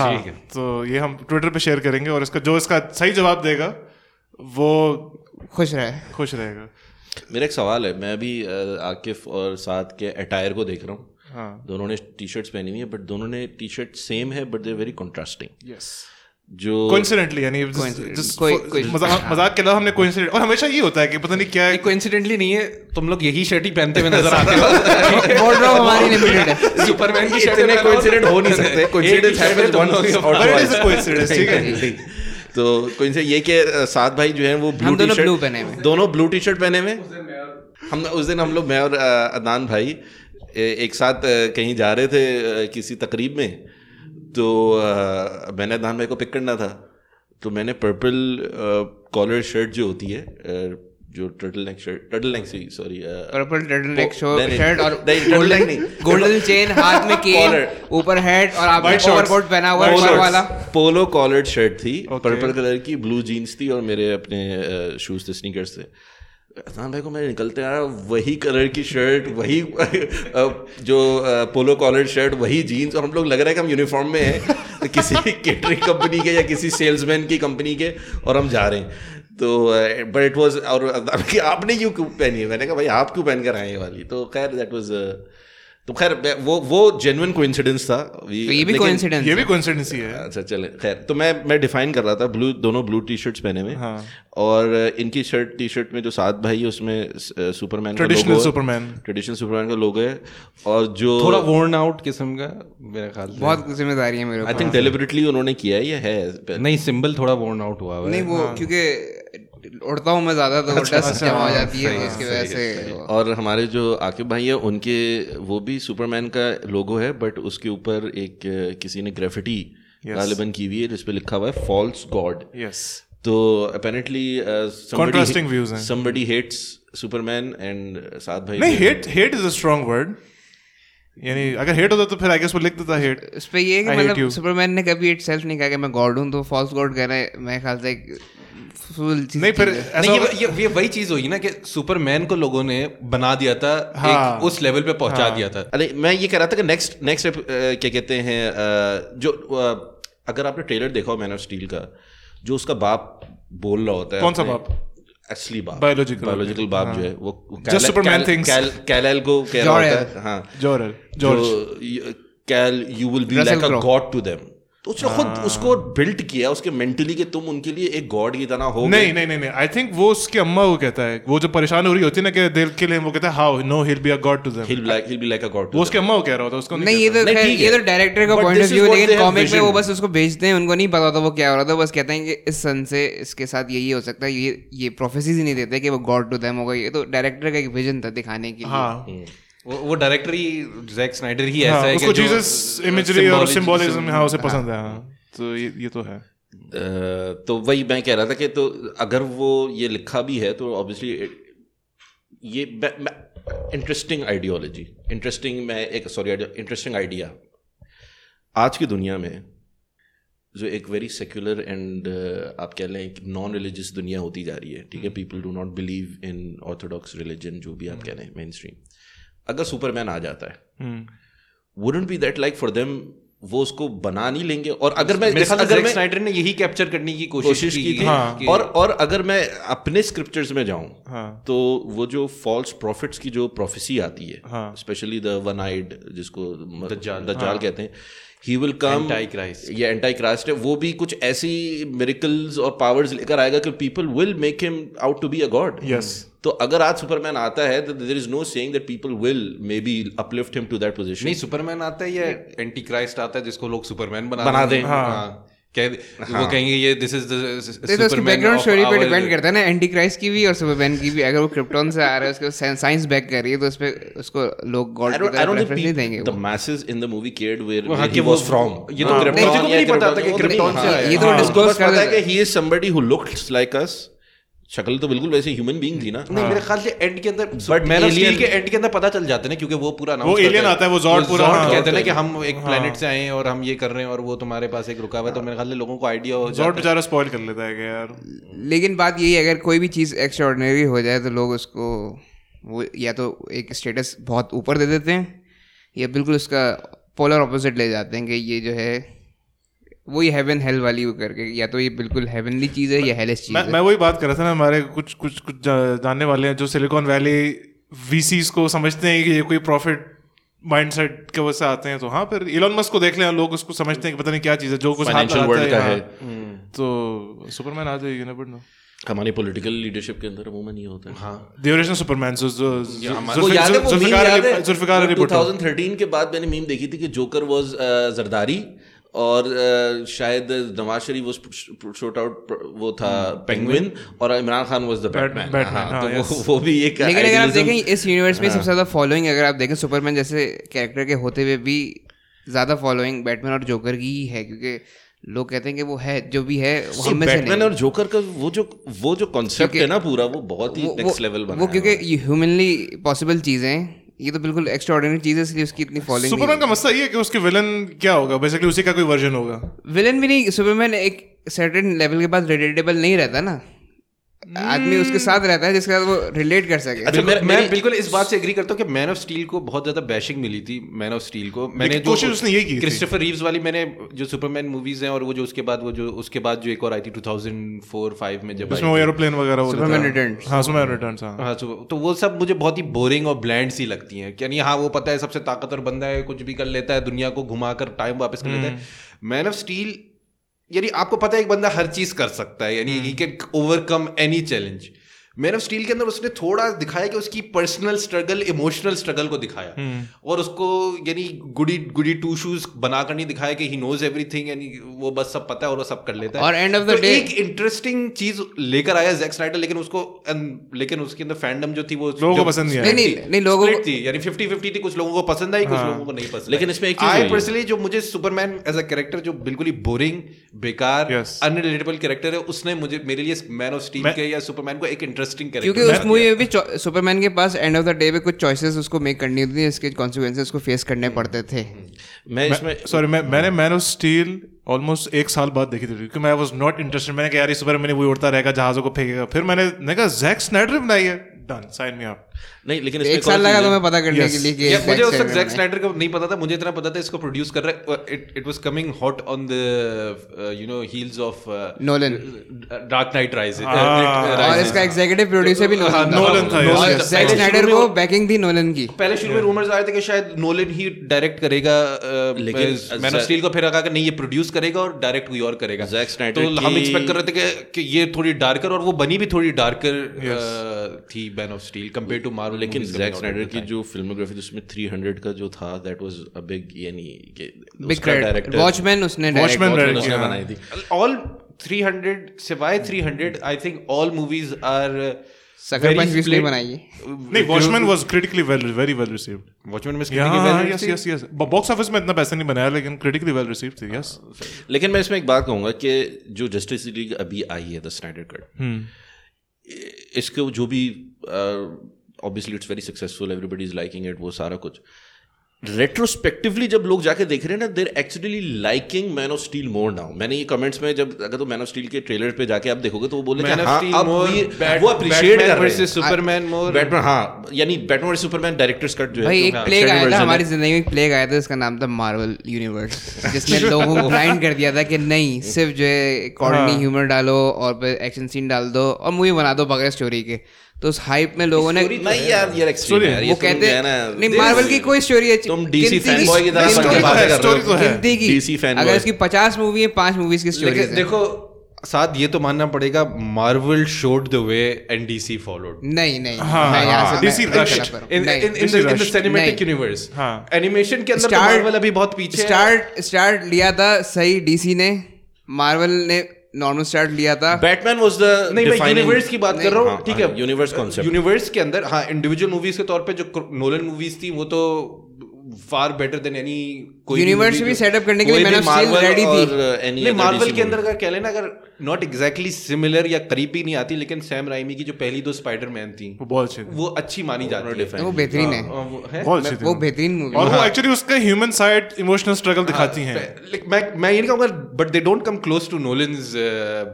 Speaker 3: हाँ
Speaker 2: ठीक है।
Speaker 3: तो ये हम ट्विटर पे शेयर करेंगे और इसका जो इसका सही जवाब देगा वो
Speaker 1: खुश रहे
Speaker 3: खुश रहेगा
Speaker 2: तो
Speaker 7: मेरा एक सवाल है मैं अभी अ, आकिफ और साथ के अटायर को देख रहा हूँ
Speaker 3: हाँ
Speaker 7: दोनों ने टी शर्ट्स पहनी हुई है बट दोनों ने टी शर्ट सेम है but they very contrasting
Speaker 3: yes
Speaker 7: जो
Speaker 3: कोइंसिडेंटली यानी
Speaker 1: Coincidentally.
Speaker 3: just-
Speaker 1: कोई-
Speaker 3: for-
Speaker 1: कोई-
Speaker 3: मजाक
Speaker 2: हाँ।
Speaker 3: मजाक के अलावा हमने कोइंसिडेंट और हमेशा ये होता है कि पता नहीं क्या है
Speaker 2: कोइंसिडेंटली नहीं है तुम लोग यही शर्ट ही पहनते हुए नजर आते हो
Speaker 1: बोर्डरों हमारी लिमिटेड है
Speaker 2: सुपरमैन की शर्ट
Speaker 7: इतने कोइंसिडेंट हो नहीं सकते कोइंसिडेंस हैपेंस वंस और
Speaker 3: But it is a
Speaker 7: twice
Speaker 3: coincidence, ठीक है
Speaker 7: तो कोइंसिडेंट ये कि अ, साथ भाई जो है वो ब्लू
Speaker 1: दोनों
Speaker 7: टी-शर्ट-
Speaker 1: blue पहने हुए हैं।
Speaker 7: दोनों ब्लू टी शर्ट पहने हुए हैं। हम उस दिन हम लोग मैं और अ, अदनान भाई ए- एक साथ अ, कहीं जा रहे थे अ, किसी तकरीब में तो अ, मैंने अदनान भाई को पिक करना था तो मैंने पर्पल कॉलर शर्ट जो होती है अ, जो turtle neck shirt turtle neck सी सॉरी
Speaker 1: पर्पल टर्टल नेक
Speaker 7: वो- नहीं, नहीं,
Speaker 1: शर्ट और
Speaker 7: नहीं, turtleneck
Speaker 1: गोल्डन
Speaker 7: नहीं।
Speaker 1: गोल्डन चेन हाथ में केन
Speaker 7: Collar.
Speaker 1: ऊपर हेड और आपने
Speaker 3: White shorts.
Speaker 1: ओवरकोट पहना हुआ है
Speaker 7: पोलो
Speaker 1: ऊपर वाला
Speaker 7: पोलो कॉलर्ड शर्ट थी
Speaker 3: Okay.
Speaker 7: पर्पल कलर की ब्लू जीन्स थी और मेरे अपने शूज थे स्नीकर्स थे असान भाई को मैं निकलते आया वही कलर की शर्ट वही अ, जो पोलो कॉलर शर्ट वही जीन्स और हम लोग लग रहा है कि हम यूनिफॉर्म में हैं तो किसी केटरिंग कंपनी के या किसी सेल्समैन की कंपनी के और हम जा रहे हैं तो बट इट वाज और अदनान कि आपने क्यों क्यों पहनी है मैंने कहा भाई आप क्यों पहन कर आए ये वाली तो खैर दैट वाज तो खैर वो वो जेन्युइन कोइंसिडेंस था We-
Speaker 1: तो ये भी
Speaker 7: लेकिन-
Speaker 1: कोइंसिडेंस
Speaker 3: ये भी कोइंसिडेंसी
Speaker 2: हाँ।
Speaker 3: है
Speaker 7: अच्छा चले खैर तो मैं मैं डिफाइन कर रहा था ब्लू दोनों ब्लू टी शर्ट्स पहने हुए
Speaker 3: हाँ।
Speaker 7: और अ, इनकी शर्ट टी शर्ट में जो सात भाई है उसमें अ, सुपरमैन का
Speaker 3: Traditional
Speaker 7: logo है।
Speaker 3: Superman.
Speaker 7: ट्रेडिशनल सुपरमैन का लोगो है और जो
Speaker 2: थोड़ा वर्न आउट किस्म का मेरे ख्याल से
Speaker 1: बहुत जिम्मेदारी है मेरे
Speaker 7: आई
Speaker 1: ऊपर
Speaker 7: थिंक
Speaker 3: हाँ।
Speaker 7: डेलिबरेटली उन्होंने किया है ये है पहले।
Speaker 2: नहीं सिंबल थोड़ा वर्न आउट हुआ हुआ
Speaker 1: नहीं
Speaker 2: है
Speaker 1: वो क्योंकि उड़ता हूँ मैं ज्यादा तो डस्ट जमा हो जाती है तो इसकी वजह से वो-
Speaker 7: और हमारे जो आकिब भाई है उनके वो भी सुपरमैन का लोगो है बट उसके ऊपर एक अ, किसी ने ग्रेफिटी गालिबन की हुई है जिस पे लिखा हुआ है फॉल्स गॉड
Speaker 3: यस
Speaker 7: तो अपेरेंटली
Speaker 3: Contrasting views हैं।
Speaker 7: somebody hates superman एंड साथ भाई
Speaker 3: नहीं hate hate is a strong word यानी अगर हेट होता तो फिर आई गेस वो लिख देता हेट
Speaker 1: उस पे ये है कि
Speaker 3: I hate
Speaker 1: मतलब
Speaker 3: you.
Speaker 1: सुपरमैन ने कभी इटसेल्फ नहीं कहा कि मैं गॉड हूँ तो फॉल्स गॉड कह रहे हैं मेरे ख्याल से एक फुल चीज
Speaker 3: नहीं फिर
Speaker 2: नहीं ये,
Speaker 3: ऐसा
Speaker 2: ये, ये वही चीज हुई ना कि सुपरमैन को लोगों ने बना दिया था
Speaker 3: हाँ।
Speaker 2: एक उस लेवल पे पहुंचा दिया था
Speaker 7: अरे मैं ये कह रहा था कि नेक्स्ट नेक्स्ट क्या कहते हैं अ, जो अ, अगर आपने ट्रेलर देखा हो मैन ऑफ स्टील का जो उसका बाप बोल रहा होता है
Speaker 3: कौन सा
Speaker 7: अपने-
Speaker 3: बाप?
Speaker 7: असली बाप
Speaker 3: Biological. हाँ।
Speaker 7: बायोलॉजिकल बाप जो है वो वो
Speaker 3: Just
Speaker 7: Kal-
Speaker 3: Superman
Speaker 7: Kal-
Speaker 3: thinks.
Speaker 7: Kal- Kalel को कह रहा होता है हाँ
Speaker 3: George George
Speaker 7: George Kal you will be
Speaker 1: Russell
Speaker 7: like a
Speaker 1: Crowe.
Speaker 7: God to them तो उसने
Speaker 3: हाँ।
Speaker 7: खुद उसको बिल्ट किया उसके मेंटली कि तुम उनके लिए एक गॉड की तरह हो
Speaker 3: नहीं नहीं नहीं नहीं आई थिंक वो उसकी अम्मा को कहता है वो जो परेशान हो रही होती है ना कि दिल के लिए वो कहता है how no he'll be a god to them
Speaker 7: he'll be like he'll be like a god to
Speaker 3: वो
Speaker 7: them.
Speaker 3: उसके अम्मा को कह रहा होता उसको
Speaker 1: नहीं ये तो
Speaker 7: नहीं,
Speaker 1: खैर
Speaker 7: ठीक
Speaker 1: ये
Speaker 7: है।
Speaker 1: तो डायरेक्टर का
Speaker 7: But
Speaker 1: point of
Speaker 7: this is
Speaker 1: view
Speaker 7: what
Speaker 1: लेकिन
Speaker 7: they have
Speaker 1: कॉमिक में वो
Speaker 7: visioned.
Speaker 1: बस उसको भेजते हैं उनको नहीं पता होता वो क्या हो रहा था बस कहते हैं कि इस सन से इसके साथ यही हो सकता है ये ये प्रोफेसीज ही नहीं देते कि वो गॉड टू देम होगा ये तो डायरेक्टर का एक विजन था दिखाने के लिए
Speaker 3: हाँ
Speaker 7: Hmm.
Speaker 2: वो, वो डायरेक्टर ही जैक स्नाइडर ही ऐसा है
Speaker 3: हाँ,
Speaker 2: कि
Speaker 3: उसको
Speaker 2: जो-
Speaker 3: जीसस इमेजरी और
Speaker 2: symbology-
Speaker 3: सिंबोलिज्म हाँ उसे पसंद है हाँ तो ये ये तो है
Speaker 7: अ, तो वही मैं कह रहा था कि तो अगर वो ये लिखा भी है तो ऑब्वियसली ये इंटरेस्टिंग आइडियोलॉजी इंटरेस्टिंग मैं एक सॉरी इंटरेस्टिंग आइडिया आज की दुनिया में जो एक वेरी सेक्युलर एंड आप कह लें एक नॉन रिलीजियस दुनिया होती जा रही है ठीक
Speaker 2: हम्म।
Speaker 7: है people do not believe in orthodox religion जो भी आप कह लें मेन स्ट्रीम अगर सुपरमैन आ जाता है
Speaker 3: हम्म
Speaker 7: wouldn't be that like for them वो उसको बना नहीं लेंगे और अगर मैं
Speaker 2: मेरे ख्याल से
Speaker 7: अगर
Speaker 2: Zack
Speaker 7: मैं
Speaker 2: Snyder ने यही कैप्चर करने की कोशिश,
Speaker 7: कोशिश की थी
Speaker 3: हाँ।
Speaker 2: कि-
Speaker 7: और और अगर मैं अपने स्क्रिप्चर्स में जाऊं
Speaker 3: हाँ।
Speaker 7: तो वो जो फॉल्स प्रॉफिट्स की जो प्रोफेसी आती है
Speaker 3: हाँ।
Speaker 7: स्पेशली द वन आइड जिसको
Speaker 2: दज्जाल। हाँ।
Speaker 7: दज्जाल कहते हैं ही विल कम
Speaker 2: Antichrist।
Speaker 7: ये एंटी क्राइस्ट है वो भी कुछ ऐसी मिरिकल्स और पावर्स लेकर आएगा कि people will make him out to be a god
Speaker 3: Yes.
Speaker 7: तो अगर आज सुपरमैन आता है तो there is no saying that people will may be uplift him to that
Speaker 2: नहीं
Speaker 7: पोजीशन
Speaker 2: सुपरमैन आता है या एंटी क्राइस्ट आता है जिसको लोग सुपरमैन बना
Speaker 7: बना
Speaker 2: देंगे।
Speaker 7: दें।
Speaker 2: हाँ। कह दे- वो कहेंगे ये दिस इज
Speaker 1: ये तो उसकी
Speaker 2: सुपरमैन
Speaker 1: बैकग्राउंड
Speaker 2: of
Speaker 1: स्टोरी पे
Speaker 2: our-
Speaker 1: डिपेंड करता है ना एंटी क्राइस्ट की भी और सुपरमैन की भी अगर वो क्रिप्टॉन से आ रहा है उसके साइंस बैक कर रही है तो उस पे उसको लोग गॉड
Speaker 7: I
Speaker 1: की
Speaker 7: don't, I
Speaker 1: तरह
Speaker 7: don't think
Speaker 1: प्रेफरेंस नहीं देंगे
Speaker 7: people-
Speaker 1: वो।
Speaker 7: the masses in the movie cared where,
Speaker 2: वो
Speaker 7: where
Speaker 2: हाँ,
Speaker 7: he
Speaker 2: कि वो
Speaker 7: was from. हाँ,
Speaker 2: ये तो क्रिप्टॉन-
Speaker 7: नहीं,
Speaker 2: किसी को भी
Speaker 7: या
Speaker 2: नहीं पता था कि
Speaker 7: वो
Speaker 2: क्रिप्टॉन
Speaker 7: नहीं,
Speaker 2: से
Speaker 7: हाँ,
Speaker 2: आया है।
Speaker 1: ये तो
Speaker 7: हाँ,
Speaker 1: disclose
Speaker 7: उनको बस
Speaker 1: कर
Speaker 7: पता है
Speaker 1: देते
Speaker 7: कि he is somebody who looked like us. शक्ल तो बिल्कुल वैसे ह्यूमन बीइंग थी ना हाँ।
Speaker 2: नहीं मेरे ख्याल से एंड के अंदर
Speaker 7: But
Speaker 2: मैन ऑफ
Speaker 7: alien-
Speaker 2: के एंड के अंदर पता चल जाते हैं ना, क्योंकि वो पूरा
Speaker 3: वो alien आता है, वो Zord पूरा, हाँ,
Speaker 2: कहते हैं ना
Speaker 7: Zord
Speaker 2: कि हम एक planet से आए हैं और हम ये कर रहे हैं और वो तुम्हारे पास एक रुका हुआ है तो मेरे ख्याल से लोगों को आइडिया हो
Speaker 3: जॉर्ड
Speaker 2: जाता है
Speaker 3: बेचारा स्पॉइल कर लेता है कि यार
Speaker 1: लेकिन बात यही है अगर कोई भी चीज़ एक्स्ट्राऑर्डिनरी हो जाए तो लोग उसको वो या तो एक स्टेटस बहुत ऊपर दे देते हैं या बिल्कुल उसका पोलर ऑपोजिट ले जाते हैं कि ये जो है वो ये हेवन हेल वाली वो करके या तो ये बिल्कुल हेवनली चीज़ है या हेलेस चीज़
Speaker 3: मैं
Speaker 1: है
Speaker 3: मैं वही बात कर रहा था ना हमारे कुछ कुछ कुछ जा- जानने वाले हैं जो सिलिकॉन वैली वीसीस को समझते हैं कि ये कोई प्रॉफिट माइंडसेट के वजह से आते हैं तो हाँ फिर इलॉन मस्क को देख लें लोग उसको समझते हैं कि पता नहीं क्या चीज़ है जो कुछ हाथ
Speaker 7: Financial
Speaker 3: लगाता
Speaker 7: world का है।
Speaker 3: हाँ। तो सुपरमैन आ जाएगी ना बट नो
Speaker 7: हमारी पॉलिटिकल लीडरशिप के अंदर अमूमन ये होता है
Speaker 3: द ओरिजिनल सुपरमैन सो
Speaker 7: वो याद है वो meme
Speaker 3: जुल्फिकार
Speaker 7: याद
Speaker 3: अली
Speaker 7: है
Speaker 3: जुल्फिकार अली
Speaker 7: वो
Speaker 3: भुट्टो
Speaker 7: 2013 के बाद मैंने मीम देखी थी कि जोकर वाज जरदारी और uh, शायद Nawaz Sharif was shot out वो था पेंगुइन और Imran Khan was the Batman
Speaker 3: Batman, हाँ,
Speaker 7: तो वो
Speaker 3: yes.
Speaker 7: वो भी एक
Speaker 1: लेकिन अगर आप
Speaker 7: idealism-
Speaker 1: देखें इस यूनिवर्स में सबसे ज़्यादा फॉलोइंग अगर आप देखें सुपरमैन जैसे कैरेक्टर के होते हुए भी ज़्यादा फॉलोइंग बैटमैन और जोकर की ही है क्योंकि लोग कहते हैं कि वो है जो भी है वो हम में से नहीं
Speaker 7: बैटमैन
Speaker 1: है।
Speaker 7: और जोकर का वो जो वो जो कॉन्सेप्ट है
Speaker 1: क्योंकि-
Speaker 7: ना पूरा वो बहुत ही
Speaker 1: वो- वो-
Speaker 7: नेक्स्ट लेवल बना
Speaker 1: वो
Speaker 7: है
Speaker 1: क्योंकि ह्यूमनली पॉसिबल चीजें हैं ये तो बिल्कुल एक्स्ट्राऑर्डिनरी चीज है इसलिए उसकी इतनी
Speaker 3: सुपरमैन
Speaker 1: फॉलोइंग
Speaker 3: का मसला ये है कि उसके विलन क्या होगा बेसिकली उसी का कोई वर्जन होगा
Speaker 1: विलन भी नहीं सुपरमैन एक सर्टेन लेवल के बाद रिलेटेबल नहीं रहता ना आदमी उसके साथ रहता है जिसके साथ वो रिलेट कर सके
Speaker 7: अच्छा, मेरा-
Speaker 2: मैं
Speaker 7: मेरी-
Speaker 2: बिल्कुल इस बात से एग्री करता हूँ कि मैन ऑफ स्टील को बहुत ज्यादा बैशिंग मिली थी मैन ऑफ स्टील को मैंने
Speaker 3: लेकिन कोशिश उसने यही की थी।
Speaker 2: क्रिस्टोफर रीव्स वाली मैंने जो सुपरमैन मूवीज हैं और वो जो उसके बाद वो जो उसके बाद जो एक और आई थी 2004 5 में जब आई
Speaker 3: जिसमें वो एरोप्लेन वगैरह वो
Speaker 1: Superman
Speaker 3: रहता है।
Speaker 1: Returns.
Speaker 3: हाँ सुपरमैन रिटर्न्स हाँ
Speaker 2: हाँ तो तो वो सब मुझे बहुत ही बोरिंग और ब्लैंड सी लगती हैं यानी हाँ वो पता है सबसे ताकतवर बंदा है कुछ भी कर लेता है दुनिया को घुमा कर टाइम वापस कर लेता है
Speaker 7: हम्म।
Speaker 2: मैन ऑफ स्टील यानी आपको पता है एक बंदा हर चीज कर सकता है यानी
Speaker 7: हम्म।
Speaker 2: He can overcome any challenge man of steel के अंदर उसने थोड़ा दिखाया कि उसकी पर्सनल स्ट्रगल इमोशनल स्ट्रगल को दिखाया
Speaker 7: हम्म।
Speaker 2: और उसको यानी गुडी गुडी टू शूज बनाकर नहीं दिखाया कि ही नोज एवरीथिंग यानी वो बस सब पता है और वो सब कर लेता है
Speaker 1: और end of the
Speaker 2: तो
Speaker 1: day-
Speaker 2: एक इंटरेस्टिंग चीज लेकर आया जैक स्नाइडर लेकिन उसको and- लेकिन उसके अंदर फैंडम जो थी वो
Speaker 3: लोगों को पसंद नहीं आई।
Speaker 1: नहीं, नहीं, नहीं, लोगों को-
Speaker 2: को थी यानी 50-50 थी कुछ लोगों को पसंद आई कुछ लोगों को नहीं पसंद
Speaker 7: लेकिन
Speaker 2: आई।
Speaker 7: इसमें एक चीज़
Speaker 2: हाँ। I
Speaker 7: हुई है।
Speaker 2: personally जो मुझे सुपरमैन एज अ कैरेक्टर जो बिल्कुल ही बोरिंग बेकार
Speaker 3: Yes.
Speaker 2: अनरिलेटेबल कैरेक्टर है उसने मुझे मेरे लिए मैन ऑफ स्टील
Speaker 3: मैं-
Speaker 2: के या सुपरमैन को एक इंटरेस्टिंग
Speaker 1: क्योंकि उस मूवी में भी सुपरमैन के पास एंड ऑफ द डे पे कुछ चॉइसेस उसको मेक करनी होती थी इसके कॉन्सिक्वेंसेस उसको फेस करने पड़ते थे
Speaker 7: मैं इसमें
Speaker 3: सॉरी मैं मैंने मैन ऑफ स्टील ऑलमोस्ट एक साल बाद देखी थी क्योंकि मैं वाज नॉट इंटरेस्टेड मैंने कहा यार इस बार मैंने वही उड़ता रहेगा जहाजों को फेंकेगा फिर मैंने मैंने कहा जैक स्नाइडर बनाई है डन साइन मी अप
Speaker 7: नहीं लेकिन इसमें
Speaker 1: तो एक साल
Speaker 7: और
Speaker 1: लगा
Speaker 7: चीज़ है।
Speaker 1: तुम्हें पता करने
Speaker 3: Yes.
Speaker 1: के लिए कि
Speaker 2: या मुझे
Speaker 1: Zack
Speaker 2: उस वक्त
Speaker 1: Snyder
Speaker 2: जैक
Speaker 1: ने-
Speaker 2: स्नाइडर का नहीं पता था मुझे इतना पता था इसको प्रोड्यूस कर रहा है it was coming hot on the you know heels of
Speaker 1: Nolan।
Speaker 2: Dark knight
Speaker 3: हाँ।
Speaker 1: और
Speaker 2: राइजेस
Speaker 1: इसका एग्जीक्यूटिव प्रोड्यूसर भी
Speaker 2: हाँ,
Speaker 1: नोलन
Speaker 3: Nolan था, yes,
Speaker 1: और
Speaker 3: yes.
Speaker 1: जैक
Speaker 2: पहले
Speaker 1: स्नाइडर
Speaker 2: शुरू में
Speaker 1: को
Speaker 2: वो-
Speaker 1: बैकिंग थी नोलन की
Speaker 2: पहले शुरू में रूमर्स आए थे कि शायद नोलन ही डायरेक्ट करेगा uh,
Speaker 7: लेकिन
Speaker 2: लेकिन मैन ऑफ
Speaker 7: Zack-
Speaker 2: स्टील को फिर लगा कि नहीं ये प्रोड्यूस करेगा और डायरेक्ट कोई और करेगा
Speaker 7: Zack Snyder
Speaker 2: तो हम
Speaker 7: की-
Speaker 2: एक्सपेक्ट कर रहे थे कि, कि ये थोड़ी डार्कर और वो बनी भी थोड़ी डार्कर थी man of steel compare to Marvel
Speaker 7: लेकिन जैक स्नाइडर की जो फिल्मोग्राफी थी उसमें 300 का जो था दैट वाज अ बिग यानी कि
Speaker 1: बिग
Speaker 7: उसका
Speaker 1: क्रेडिट
Speaker 7: डायरेक्टर
Speaker 1: वॉचमैन उसने direct
Speaker 3: Watchmen
Speaker 1: किया।
Speaker 3: direct
Speaker 7: उसने
Speaker 3: हाँ।
Speaker 7: बनाई थी
Speaker 2: ऑल 300 सिवाय 300 I think all movies are uh,
Speaker 1: Sucker Punch भी उसने बनाई है।
Speaker 3: नहीं Watchmen was critically well very well received
Speaker 2: Watchmen में
Speaker 3: yes yes yes box office में इतना पैसा नहीं बनाया लेकिन क्रिटिकली वेल रिसीव्ड थी यस
Speaker 7: लेकिन मैं इसमें एक बात कहूंगा कि जो जस्टिस लीग अभी आई है द स्नाइडर कट
Speaker 2: हम्म।
Speaker 7: इसके जो भी obviously it's very successful everybody is liking it वो सारा कुछ रेट्रोस्पेक्टिवली जब लोग जाके देख रहे हैं ना they're actually liking man of steel more now मैंने ये कमेंट्स में जब अगर तो मैन ऑफ स्टील के ट्रेलर पे जाके आप देखोगे तो वो बोले
Speaker 2: Man
Speaker 7: कि
Speaker 2: of
Speaker 7: हाँ,
Speaker 2: Steel
Speaker 7: अब
Speaker 2: more,
Speaker 7: ये-
Speaker 2: Bat-
Speaker 7: वो अप्रिशिएट
Speaker 2: Batman
Speaker 7: कर रहे
Speaker 2: versus
Speaker 7: हैं
Speaker 2: Superman more.
Speaker 7: बैटमैन हाँ यानी Batman versus Superman director's cut जो है
Speaker 1: भाई
Speaker 7: जो
Speaker 1: एक
Speaker 7: हाँ,
Speaker 1: प्लेग
Speaker 7: extended
Speaker 1: आया था
Speaker 7: version
Speaker 1: हमारी
Speaker 7: है।
Speaker 1: जिंदगी में एक प्लेग आया था इसका नाम था मार्वल यूनिवर्स जिसने लोगों को ब्लाइंड कर दिया था कि नहीं सिर्फ जो है कॉमेडी ह्यूमर डालो और एक्शन सीन डाल दो और मूवी बना दो बगैर स्टोरी के तो उस हाइप में लोगों ने
Speaker 7: नहीं तो यार ये एक्सट्रीम
Speaker 3: Sorry,
Speaker 7: यार ये
Speaker 1: वो
Speaker 7: तो
Speaker 1: कहते
Speaker 7: जो है ना
Speaker 1: नहीं मार्वल की कोई स्टोरी अच्छी
Speaker 7: तुम DC
Speaker 1: गिनती
Speaker 7: fanboy की तरह
Speaker 1: गिनती
Speaker 3: बन के बातें
Speaker 1: की-
Speaker 3: कर रहे हो। Story तो है।
Speaker 1: गिनती की
Speaker 7: DC fanboy।
Speaker 1: अगर इसकी पचास मूवी है पांच मूवीज की स्टोरी
Speaker 2: लेकिन देखो साथ ये तो मानना पड़ेगा Marvel showed the way and DC followed
Speaker 1: नहीं नहीं
Speaker 3: हाँ,
Speaker 1: मैं यहाँ
Speaker 3: हाँ,
Speaker 1: से- मैं-
Speaker 3: DC
Speaker 1: मैं
Speaker 3: rushed.
Speaker 1: खिलाफ करूँ।
Speaker 2: इन
Speaker 1: नहीं।
Speaker 2: In in the
Speaker 3: Rush.
Speaker 2: Cinematic
Speaker 1: नहीं।
Speaker 2: यूनिवर्स
Speaker 3: हाँ।
Speaker 2: एनिमेशन के अंदर तो
Speaker 1: Star-
Speaker 2: मार्वल अभी बहुत पीछे है
Speaker 1: स्टार्ट स्टार्ट लिया था सही डीसी ने मार्वल ने नॉर्मल स्टार्ट लिया था
Speaker 7: बैटमैन वाज द
Speaker 2: नहीं मैं यूनिवर्स की बात कर रहा हूँ
Speaker 7: हाँ,
Speaker 2: ठीक
Speaker 7: हाँ,
Speaker 2: है
Speaker 7: universe concept.
Speaker 2: यूनिवर्स के अंदर हाँ इंडिविजुअल मूवीज के तौर पे जो नोलन मूवीज थी वो तो फार बेटर देन एनी कोई
Speaker 1: Universe
Speaker 2: movie
Speaker 1: भी
Speaker 2: जो-
Speaker 1: set up करने के लिए Man of Steel ready थी
Speaker 2: नहीं मार्वल के अंदर का कह लेना अगर नॉट एग्जैक्टली सिमिलर या करीब ही नहीं आती लेकिन सैम राइमी की जो पहली दो स्पाइडरमैन थी
Speaker 3: वो बहुत अच्छी थी
Speaker 2: वो अच्छी मानी जाती है
Speaker 1: वो बेहतरीन
Speaker 2: अ,
Speaker 1: है
Speaker 2: वो है
Speaker 3: बहुत अच्छी थी
Speaker 1: वो बेहतरीन मूवी
Speaker 3: हाँ। और वो एक्चुअली उसका ह्यूमन साइड इमोशनल स्ट्रगल दिखाती हैं
Speaker 2: लाइक मैं मैं ये नहीं कहूंगा but they don't come close to Nolan's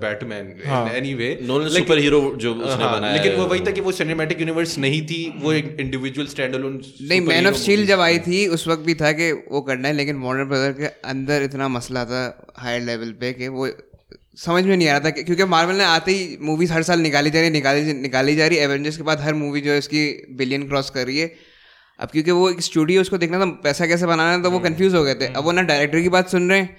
Speaker 2: Batman in any way
Speaker 7: Nolan super hero जो उसने
Speaker 2: हाँ,
Speaker 7: बनाया
Speaker 2: लेकिन
Speaker 7: है,
Speaker 2: वो वही था कि वो सिनेमैटिक यूनिवर्स नहीं थी वो एक इंडिविजुअल स्टैंड अलोन
Speaker 1: नहीं मैन ऑफ स्टील जब आई थी उस वक्त भी था कि वो करना है लेकिन मॉडर्न ब्रदर के अंदर इतना मसला था हायर लेवल पे कि वो समझ में नहीं आ रहा था कि- क्योंकि मार्वल ने आते ही मूवीज हर साल निकाली जा रही निकाली निकाली जा रही एवेंजर्स के बाद हर मूवी जो है इसकी बिलियन क्रॉस कर रही है अब क्योंकि वो एक स्टूडियो उसको देखना था पैसा कैसे बनाना है तो वो कंफ्यूज हो गए थे अब वो ना डायरेक्टर की बात सुन रहे हैं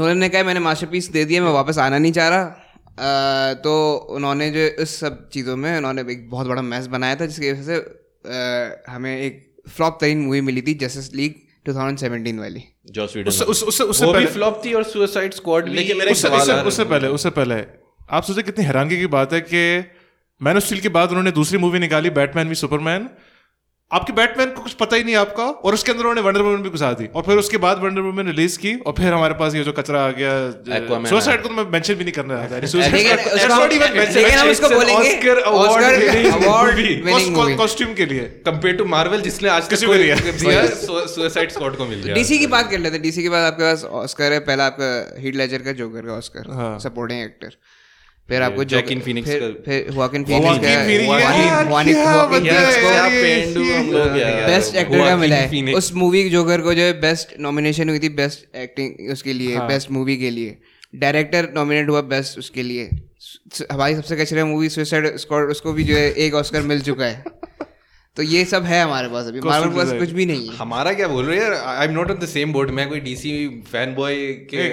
Speaker 1: नोलन ने कहा मैंने मास्टरपीस दे दिया मैं वापस आना नहीं चाह रहा अ, तो उन्होंने जो इस सब चीज़ों में उन्होंने एक बहुत बड़ा मैच बनाया था जिसकी वजह से अ, हमें एक फ्लॉप तरीन मूवी मिली थी जस्टिस लीग 2017 वाली
Speaker 7: जॉस
Speaker 3: उससे
Speaker 7: वीडन
Speaker 3: उससे उससे उससे
Speaker 2: वो भी
Speaker 3: पहले
Speaker 2: फ्लॉप थी और सुसाइड स्क्वाड भी
Speaker 7: लेकिन मेरा एक
Speaker 3: उससे
Speaker 7: सवाल
Speaker 3: उससे
Speaker 7: आ रहा है।
Speaker 3: उससे पहले उससे पहले आप सोचे कितनी हैरानगी की बात है कि मैन ऑफ स्टील के बाद उन्होंने दूसरी मूवी निकाली बैटमैन भी सुपरमैन आपके बैटमैन को कुछ पता ही नहीं आपका और उसके अंदर उन्होंने वंडर वुमन भी घुसा दी और फिर उसके बाद वंडर वुमन रिलीज की और फिर हमारे पास ये जो कचरा आ गया
Speaker 7: Aquaman
Speaker 3: सुसाइड
Speaker 7: आया।
Speaker 3: को तो मैं मेंशन भी नहीं करना चाहता
Speaker 1: लेकिन
Speaker 3: Suicide
Speaker 1: उसको हम-
Speaker 3: Squad- That's not even mentioned.
Speaker 1: लेकिन हम
Speaker 2: It's
Speaker 1: उसको
Speaker 2: an
Speaker 1: बोलेंगे
Speaker 2: Oscar award winning
Speaker 1: Oscar award
Speaker 2: movie.
Speaker 1: Winning
Speaker 3: cost-
Speaker 1: movie
Speaker 3: costume के लिए
Speaker 2: कंपेयर टू मार्वल जिसने आज तक
Speaker 3: किसी को
Speaker 2: कोई
Speaker 3: दिया।
Speaker 2: दिया सुसाइड स्क्वाड को मिल गया
Speaker 1: डीसी की बात कर लेते हैं डीसी के बाद आपके पास ऑस्कर है पहला आपका हीट लेजर का जोकर का ऑस्कर
Speaker 3: हाँ।
Speaker 1: सपोर्टिंग एक्टर फिर आपको
Speaker 2: Joaquin Phoenix
Speaker 1: फिर,
Speaker 2: का-
Speaker 1: फिर Joaquin
Speaker 3: Joaquin Phoenix,
Speaker 1: Phoenix
Speaker 3: यार, क्या बंदा है
Speaker 1: का
Speaker 3: यार।
Speaker 1: बेस्ट एक्टर का
Speaker 2: Joaquin
Speaker 1: मिला है
Speaker 2: Phoenix।
Speaker 1: उस मूवी जोकर को जो है बेस्ट नॉमिनेशन हुई थी बेस्ट एक्टिंग उसके लिए
Speaker 3: हाँ।
Speaker 1: बेस्ट मूवी के लिए डायरेक्टर नॉमिनेट हुआ बेस्ट उसके लिए स- हमारी सबसे कचरे मूवी सुसाइड स्क्वाड उसको भी जो है एक ऑस्कर मिल चुका है तो ये सब है हमारे पास अभी
Speaker 3: Costume
Speaker 1: हमारे पास
Speaker 3: design.
Speaker 1: कुछ भी नहीं है
Speaker 2: हमारा क्या बोल रहे हैं I am not on the same board मैं कोई डीसी फैन बॉय के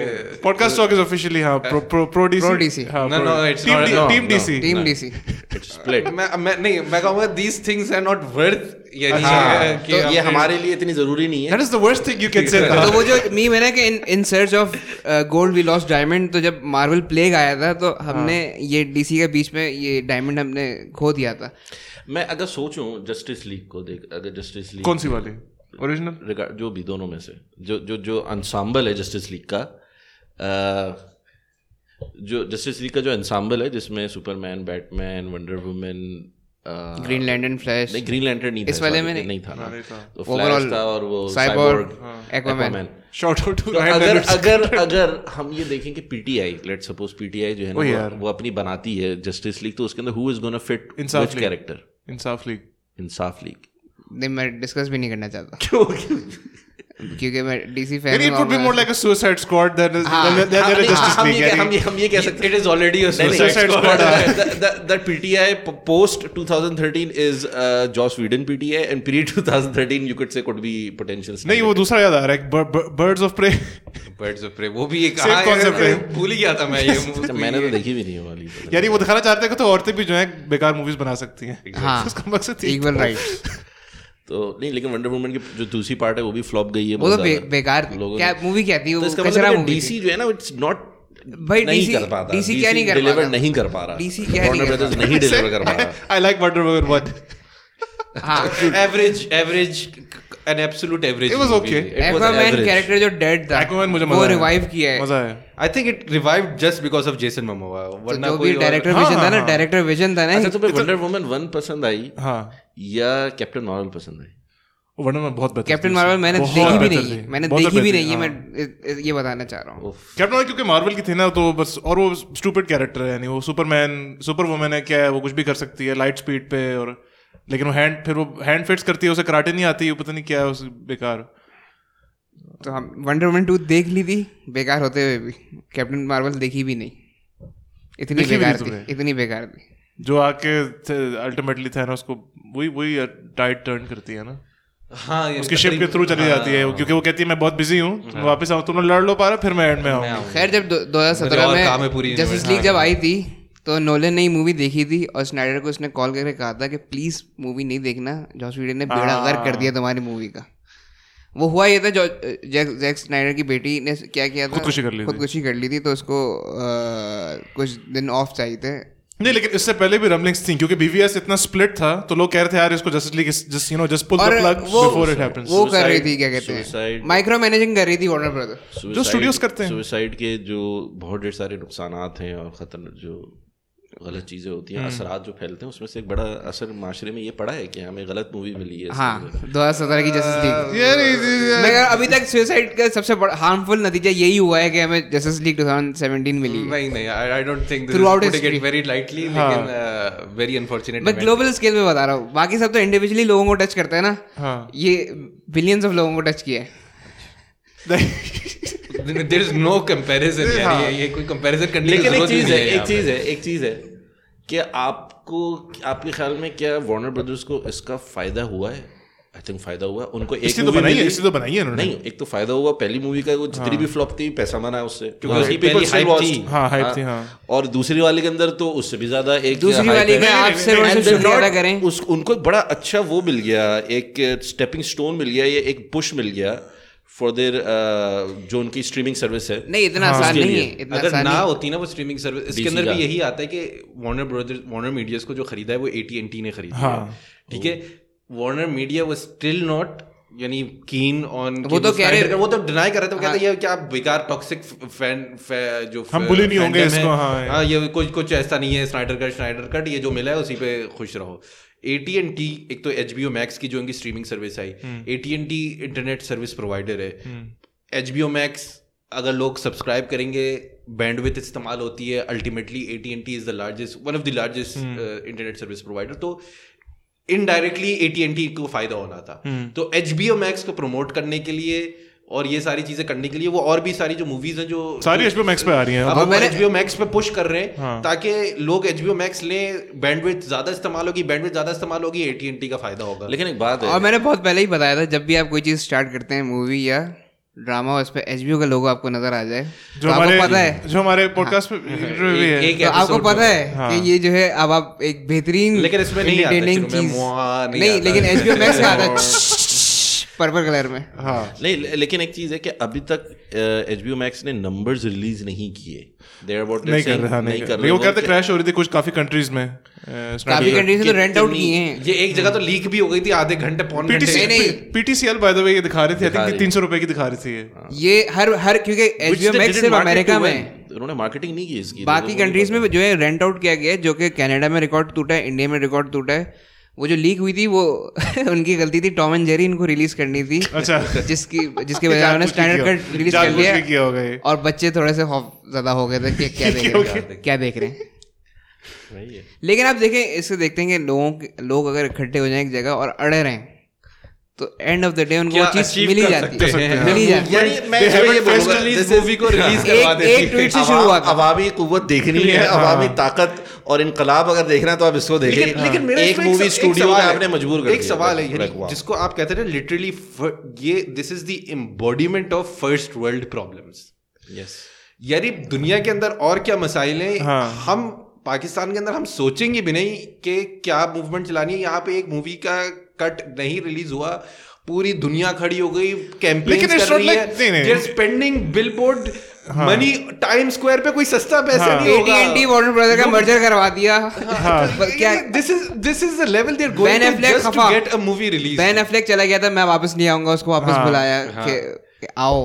Speaker 3: पॉडकास्ट टॉक इज ऑफिशियली हां pro pro pro
Speaker 1: Pro
Speaker 3: DC
Speaker 1: DC.
Speaker 2: No, no, it's not- no,
Speaker 3: team
Speaker 2: no.
Speaker 3: DC
Speaker 1: team DC
Speaker 7: split
Speaker 2: मैं मैं नहीं मैं कहूंगा these things are not worth यानी अ, कि
Speaker 7: हाँ। तो ये
Speaker 2: हम-
Speaker 7: हमारे लिए इतनी जरूरी नहीं है
Speaker 3: that is the worst thing you can say
Speaker 1: तो वो जो मीम है ना कि in in search of gold we lost diamond तो जब मार्वल प्लेग आया था तो
Speaker 3: हाँ।
Speaker 1: हमने ये डीसी के बीच में ये डायमंड हमने खो दिया था
Speaker 7: मैं अगर सोचूं जस्टिस लीग को देख अगर जस्टिस लीग
Speaker 3: कौन सी वाली ओरिजिनल
Speaker 7: रिगार्ड जो भी दोनों में से जो जो जो ensemble है जस्टिस लीग का अ, जो जस्टिस लीग का जो ensemble है जिसमें सुपरमैन बैटमैन वंडर वुमेन
Speaker 3: हाँ।
Speaker 1: ग्रीन लैंडन फ्लैश
Speaker 7: नहीं ग्रीन लैंटर्न नहीं था
Speaker 1: इस वाले में
Speaker 7: नहीं,
Speaker 1: नहीं।
Speaker 7: नहीं था ना
Speaker 3: था।
Speaker 7: तो
Speaker 1: Overall,
Speaker 7: फ्लैश था और वो
Speaker 1: Cyborg,
Speaker 7: cyborg
Speaker 1: Aquaman.
Speaker 3: Short out to
Speaker 7: तो अगर अगर अगर हम ये देखें कि पीटीआई लेट सपोज पीटीआई जो है
Speaker 3: ओ
Speaker 7: ना
Speaker 3: यार।
Speaker 7: वो, वो अपनी बनाती है जस्टिस लीग तो उसके अंदर हु इज गोना फिट
Speaker 3: इंसाफ
Speaker 7: व्हिच
Speaker 3: लीग।
Speaker 7: कैरेक्टर
Speaker 3: इंसाफ लीग
Speaker 7: इंसाफ लीग
Speaker 1: नहीं मैं डिस्कस भी नहीं करना चाहता
Speaker 7: क्यों
Speaker 1: क्योंकि मैं DC fan
Speaker 3: Maybe it would be more like a Suicide Squad than a,
Speaker 1: हाँ,
Speaker 3: than, than, than a
Speaker 7: नहीं,
Speaker 3: Justice
Speaker 7: हम
Speaker 3: League.
Speaker 7: ये कह- हम
Speaker 3: यानी-
Speaker 7: ये हम ये कह सकते
Speaker 2: It is already a
Speaker 7: नहीं,
Speaker 2: suicide
Speaker 3: Suicide
Speaker 2: squad.
Speaker 3: Squad.
Speaker 7: that PTI p- post 2013 is uh, Joss Whedon PTI and pre 2013 you could say could be potential.
Speaker 3: नहीं वो दूसरा याद आ रहा है ब- ब- Birds of Prey
Speaker 2: Birds of Prey, वो भी एक
Speaker 3: Same
Speaker 2: हाँ,
Speaker 3: concept
Speaker 2: यार,
Speaker 3: है।
Speaker 2: भूल ही गया था मैं ये
Speaker 7: अच्छा,
Speaker 2: movie।
Speaker 7: मैंने तो देखी भी नहीं है वाली
Speaker 3: यानी वो दिखाना चाहते हैं कि तो औरतें भी जो है बेकार मूवीज बना सकती हैं
Speaker 1: हाँ।
Speaker 3: उसका मकसद यही
Speaker 1: इक्वल
Speaker 3: था।
Speaker 1: राइट
Speaker 7: तो नहीं लेकिन वंडर वुमन की जो दूसरी पार्ट है वो भी फ्लॉप गई है
Speaker 1: वो
Speaker 7: बहुत
Speaker 1: तो बे-
Speaker 7: ज्यादा।
Speaker 1: बेकार थी।
Speaker 7: लोगों
Speaker 1: क्या
Speaker 7: ने-
Speaker 1: मूवी क्या थी
Speaker 7: तो
Speaker 1: वो
Speaker 7: इसका
Speaker 1: कचरा
Speaker 7: मतलब
Speaker 1: मूवी
Speaker 7: डीसी जो है ना इट्स नॉट
Speaker 1: भाई
Speaker 7: नहीं
Speaker 1: DC
Speaker 7: कर पाता
Speaker 1: DC क्या नहीं कर
Speaker 7: डिलीवर
Speaker 1: पाता?
Speaker 7: नहीं कर पा रहा
Speaker 1: DC क्या नहीं
Speaker 7: Warner
Speaker 1: कर
Speaker 7: Brothers
Speaker 1: पाता?
Speaker 7: नहीं डिलीवर कर पा रहा
Speaker 3: I like Wonder Woman one.
Speaker 1: हाँ
Speaker 2: average average an absolute average
Speaker 3: It was
Speaker 2: movie
Speaker 3: okay.
Speaker 7: It was
Speaker 1: Aquaman
Speaker 7: average.
Speaker 1: Character जो डेड था
Speaker 3: Aquaman मुझे मजा
Speaker 1: वो
Speaker 3: आया।
Speaker 1: रिवाइव किया है
Speaker 3: मजा आया
Speaker 2: I think it revived just because of Jason Momoa
Speaker 1: तो
Speaker 2: वरना
Speaker 1: जो भी
Speaker 2: कोई
Speaker 1: डायरेक्टर
Speaker 3: हाँ,
Speaker 1: विजन था
Speaker 3: हाँ,
Speaker 1: ना
Speaker 3: हाँ।
Speaker 1: डायरेक्टर
Speaker 7: तो
Speaker 1: विजन था ना
Speaker 7: अच्छा तुम्हें वंडर वुमन 1 पसंद आई
Speaker 3: हाँ
Speaker 7: या कैप्टन मार्वल पसंद आई
Speaker 3: वरना मैं बहुत बेहतर
Speaker 7: अच्छा।
Speaker 1: कैप्टन मार्वल मैंने
Speaker 3: बहुत
Speaker 1: देखी भी
Speaker 3: बेहतर
Speaker 1: नहीं है
Speaker 3: थी।
Speaker 1: मैंने
Speaker 3: बहुत
Speaker 1: देखी भी
Speaker 3: बेहतर
Speaker 1: नहीं है
Speaker 3: थी,
Speaker 1: मैं
Speaker 3: हाँ।
Speaker 1: ये- ये बताना चाह रहा हूँ
Speaker 3: कैप्टन मार्वल क्योंकि मार्वल की थी ना तो बस और वो स्टूपिड कैरेक्टर है यानी वो सुपरमैन सुपर वुमेन है क्या है वो कुछ भी कर सकती है लाइट स्पीड पे और लेकिन वो हैंड फिर वो हैंड फिट्स करती है उसे कराटे नहीं आती वो पता नहीं क्या है उस बेकार
Speaker 1: तो हम वंडर वुमन टू देख ली थी बेकार होते हुए भी कैप्टन मार्वल देखी भी नहीं इतनी
Speaker 3: देखी भी
Speaker 1: बेकार
Speaker 3: नहीं
Speaker 1: थी
Speaker 3: तुमने?
Speaker 1: इतनी बेकार थी
Speaker 3: जो आके अल्टीमेटली थैनोस को वही वही टाइट टर्न करती है ना
Speaker 2: हाँ ये
Speaker 3: उसके शिप के थ्रू चली जाती है वो, क्योंकि वो कहती है मैं बहुत बिजी हूँ तुम वापस आओ तुम लोग लड़ लो पा रहे फिर मैं एंड में
Speaker 2: मैं
Speaker 3: आऊँ
Speaker 2: आऊंगा।
Speaker 1: खैर जब दो-
Speaker 2: मेरे
Speaker 1: 2017
Speaker 2: मतलब और काम है पूरी
Speaker 1: में जस्टिस
Speaker 2: universe, हाँ।
Speaker 1: लीग जब आई थी तो नोलन ने मूवी देखी थी और स्नाइडर को उसने कॉल करके कहा था कि प्लीज मूवी नहीं देखना जॉस वीडन ने बेड़ा
Speaker 2: हाँ।
Speaker 1: गर्क कर दिया तुम्हारी मूवी का वो हुआ ये था जो जैक जैक स्नाइडर की बेटी ने क्या किया था
Speaker 3: खुदकुशी कर ली थी।
Speaker 1: खुदकुशी कर ली थी तो उसको अ, कुछ दिन ऑफ चाहिए थे
Speaker 3: नहीं लेकिन इससे पहले भी रमलिंग्स थी क्योंकि बीवीएस इतना स्प्लिट था तो लोग कह रहे थे यार इसको Justice League just you know just pull the
Speaker 1: और
Speaker 3: प्लग
Speaker 1: वो
Speaker 3: बिफोर इट हैपेंस
Speaker 1: वो कर रही
Speaker 7: Suicide-
Speaker 1: थी क्या कहते हैं
Speaker 7: suicide-
Speaker 1: माइक्रो मैनेजिंग कर रही थी वार्नर ब्रदर
Speaker 3: जो studios करते हैं।
Speaker 7: सुसाइड के जो बहुत ढेर सारे नुकसान हैं और खतर जो गलत चीज़ें होती हैं असरात जो फैलते हैं उसमें से एक बड़ा असर माशरे में ये पड़ा है कि हमें गलत मूवी मिली है
Speaker 1: हाँ दो हजार सत्रह की जस्टिस लीग मैं कह रहा, अभी तक सुसाइड का सबसे बड़ा हार्मफुल नतीजा यही हुआ है कि हमें जस्टिस लीग 2017 मिली
Speaker 7: हम्म,
Speaker 1: है।
Speaker 2: नहीं नहीं I don't think this
Speaker 1: Throughout
Speaker 2: is
Speaker 1: history.
Speaker 2: Get very lightly
Speaker 3: हाँ।
Speaker 2: लेकिन uh, वेरी अनफॉर्चूनेट
Speaker 1: मैं ग्लोबल स्केल पे बता रहा हूँ बाकी सब तो इंडिविजुअली लोगों को टच करता है ना
Speaker 3: हाँ।
Speaker 1: ये बिलियंस ऑफ लोगों को टच किया है
Speaker 2: देयर इज नो कंपैरिजन
Speaker 3: हाँ।
Speaker 2: यार ये ये कोई कंपैरिजन करने की
Speaker 7: लेकिन एक
Speaker 2: जरूरत ही
Speaker 7: चीज है
Speaker 2: नहीं है
Speaker 7: एक चीज है एक चीज है कि आपको आपके ख्याल में क्या वार्नर ब्रदर्स को इसका फायदा हुआ है आई थिंक फायदा हुआ उनको एक
Speaker 3: इसलिए तो
Speaker 7: movie
Speaker 3: बनाई है
Speaker 7: मिली-
Speaker 3: इसलिए तो बनाई है उन्होंने
Speaker 7: नहीं एक तो फायदा हुआ पहली मूवी का वो जितनी भी फ्लॉप थी पैसा बना उससे
Speaker 2: हाँ,
Speaker 7: क्योंकि
Speaker 2: पहली
Speaker 7: पहली
Speaker 2: hype
Speaker 7: हाइप
Speaker 2: थी।
Speaker 7: थी
Speaker 3: हाँ, hype थी, हाँ।
Speaker 7: और दूसरी वाले के अंदर तो उससे भी ज्यादा एक
Speaker 1: दूसरी
Speaker 7: hype
Speaker 1: वाली
Speaker 7: है।
Speaker 1: में
Speaker 3: नहीं,
Speaker 1: आप
Speaker 3: नहीं,
Speaker 1: सिर्फ और
Speaker 7: And
Speaker 1: सिर्फ
Speaker 7: they're
Speaker 1: शुक्रिया
Speaker 7: not-
Speaker 1: अदा करें
Speaker 7: उस उनको एक बड़ा अच्छा वो मिल गया एक स्टेपिंग स्टोन मिल गया या एक पुश मिल गया फॉर देयर जो उनकी स्ट्रीमिंग सर्विस है
Speaker 1: नहीं इतना
Speaker 7: हाँ,
Speaker 1: आसान
Speaker 7: उसके
Speaker 1: नहीं है
Speaker 7: लिए।
Speaker 1: इतना
Speaker 2: अगर
Speaker 1: आसान
Speaker 2: ना
Speaker 1: नहीं है।
Speaker 2: होती ना वो स्ट्रीमिंग सर्विस इसके
Speaker 7: DC
Speaker 2: अंदर भी
Speaker 7: का।
Speaker 2: यही आता है कि वार्नर ब्रदर्स वार्नर मीडियाज को जो खरीदा है वो AT&T ने खरीदा
Speaker 3: हाँ।
Speaker 2: है ठीक है Warner Media was still not यानी कीन ऑन
Speaker 1: वो तो कह रहे-
Speaker 2: वो तो डिनाई कर रहे थे वो कहते हैं ये क्या बेकार टॉक्सिक फैन फै- जो
Speaker 3: हम
Speaker 2: फै-
Speaker 3: bully नहीं होंगे
Speaker 2: fandom है।
Speaker 3: इसको, हाँ,
Speaker 2: हाँ ये कुछ कुछ ऐसा नहीं है स्नाइडर कट स्नाइडर कट ये जो मिला है उसी पे खुश रहो AT&T एक तो एच मैक्स की जो इनकी स्ट्रीमिंग सर्विस आई AT&T इंटरनेट सर्विस प्रोवाइडर है एच बी मैक्स अगर लोग सब्सक्राइब करेंगे बैंडविथ इस्तेमाल होती है ultimately A T and T is the largest one of the largest
Speaker 3: हम्म।
Speaker 2: इंटरनेट सर्विस प्रोवाइडर तो indirectly A T and T को फायदा होना था
Speaker 3: हम्म।
Speaker 2: तो एच बी मैक्स को प्रमोट करने के लिए और ये सारी चीजें करने के लिए वो और भी सारी जो मूवीज हैं जो
Speaker 3: सारी
Speaker 1: तो-
Speaker 3: HBO Max पे आ रही हैं।
Speaker 2: अब
Speaker 3: और
Speaker 2: हम
Speaker 1: मैंने-
Speaker 2: HBO Max पे पुश कर रहे हैं
Speaker 3: हाँ।
Speaker 2: ताकि लोग एच बी मैक्स लें बैंडविथ ज्यादा इस्तेमाल होगी बैंडविथ ज्यादा इस्तेमाल होगी एटीएनटी का फायदा होगा
Speaker 7: लेकिन एक बात है
Speaker 1: और मैंने बहुत पहले ही बताया था जब भी आप कोई चीज स्टार्ट करते हैं मूवी या ड्रामा उस पे एच का लोगो आपको नजर आ जाए
Speaker 3: जो
Speaker 1: तो
Speaker 3: हमारे
Speaker 1: आपको पता है हाँ।
Speaker 3: जो हमारे पॉडकास्ट में interview भी है
Speaker 2: एक-
Speaker 1: तो आपको
Speaker 2: episode
Speaker 1: पता
Speaker 2: में-
Speaker 1: है
Speaker 3: हाँ।
Speaker 1: कि ये जो है अब आप एक बेहतरीन
Speaker 2: लेकिन इसमें नहीं आता,
Speaker 1: entertaining
Speaker 2: शुरू में
Speaker 1: चीज़-
Speaker 2: मुआ नहीं
Speaker 1: नहीं
Speaker 2: आता।
Speaker 1: लेकिन एच बी मैक्स का आता है पर्पल कलर में
Speaker 3: हाँ
Speaker 7: नहीं ले- लेकिन एक चीज है कि अभी तक uh, एच बी मैक्स ने नंबर्स रिलीज नहीं किए देयर अबाउट
Speaker 3: नहीं कर रहा नहीं कर रहा वो कहते क्रैश हो रही थी कुछ काफी कंट्रीज में
Speaker 1: काफी कंट्रीज तो रेंट आउट किए हैं
Speaker 2: ये एक जगह तो लीक भी हो गई थी आधे घंटे पौन घंटे
Speaker 1: नहीं, नहीं।
Speaker 3: पीटीसीएल बाय द वे ये दिखा रही थी आई
Speaker 7: दिखा
Speaker 3: थिंक
Speaker 7: रही
Speaker 3: तीन सौ रुपए की दिखा रही थी ये
Speaker 1: ये हर हर क्योंकि एच बी मैक्स सिर्फ अमेरिका में है।
Speaker 7: उन्होंने मार्केटिंग नहीं की इसकी
Speaker 1: बाकी कंट्रीज में जो है रेंट आउट किया गया है जो कि कनाडा में रिकॉर्ड टूटा है इंडिया में रिकॉर्ड टूटा है वो जो लीक हुई थी वो उनकी गलती थी टॉम एंड जेरी इनको रिलीज करनी थी
Speaker 3: अच्छा
Speaker 1: जिसकी जिसके वजह से उन्होंने
Speaker 3: जानबूझ के
Speaker 1: स्टैंडर्ड
Speaker 3: किया।
Speaker 1: कट रिलीज कर
Speaker 3: जानबूझ
Speaker 1: लिया
Speaker 3: के किया होगा ये।
Speaker 1: और बच्चे थोड़े से खौफ ज्यादा हो गए थे कि क्या देख रहे हैं क्या देख रहे हैं लेकिन आप देखें इससे देखते हैं कि लोगों के लोग अगर इकट्ठे हो जाएं एक जगह और अड़े रहें तो एंड ऑफ द डे उनको वो
Speaker 2: क्या
Speaker 1: चीज
Speaker 2: achieve
Speaker 1: मिली
Speaker 2: कर
Speaker 1: जाती
Speaker 2: सकते
Speaker 1: है
Speaker 2: हैं?
Speaker 1: मिली जाती है
Speaker 7: यानी मैं
Speaker 2: They
Speaker 7: जो
Speaker 2: haven't
Speaker 7: ये
Speaker 2: press
Speaker 7: बोलूंगा,
Speaker 2: released
Speaker 7: this is-
Speaker 2: movie को release
Speaker 1: एक-
Speaker 2: करवा देती
Speaker 1: एक tweet से शुरू हुआ
Speaker 7: अवा-
Speaker 1: था।
Speaker 7: अवामी कुवत देखनी है अवामी ताकत और इनकलाब अगर देखना है, तो आप इसको देखिए
Speaker 2: लेकिन लेकिन मेरा
Speaker 7: एक
Speaker 2: इसमें
Speaker 7: मूवी
Speaker 2: स-
Speaker 7: स्टूडियो
Speaker 2: सवाल
Speaker 7: में
Speaker 2: है।
Speaker 7: आपने मजबूर कर
Speaker 2: एक
Speaker 7: दिया, हाँ।
Speaker 2: सवाल है
Speaker 7: like,
Speaker 2: यानी
Speaker 7: like, wow.
Speaker 2: जिसको आप कहते हैं ना लिटरली ये this is the embodiment of first world problems
Speaker 7: Yes.
Speaker 2: यानी दुनिया के अंदर और क्या मसाइल हैं
Speaker 3: हाँ।
Speaker 2: हम पाकिस्तान के अंदर हम सोचेंगे भी नहीं कि क्या मूवमेंट चलानी है यहाँ पे एक मूवी का कट नहीं रिलीज हुआ पूरी दुनिया खड़ी हो गई कैंपेन
Speaker 3: लेकिन it's
Speaker 2: कर
Speaker 3: not
Speaker 2: रही
Speaker 3: like- नहीं,
Speaker 2: है
Speaker 3: नहीं।
Speaker 2: There spending billboard money time square पे कोई सस्ता पैसा
Speaker 3: हाँ।
Speaker 2: नहीं होगा
Speaker 1: AT&T वार्नर ब्रदर का मर्जर करवा दिया पर क्या
Speaker 2: this is this is the level they are
Speaker 1: Ben
Speaker 2: going
Speaker 1: Affleck
Speaker 2: just to
Speaker 1: खफा।
Speaker 2: Get a movie release
Speaker 1: Ben Affleck चला गया था मैं वापस नहीं आऊंगा उसको वापस बुलाया कि कि आओ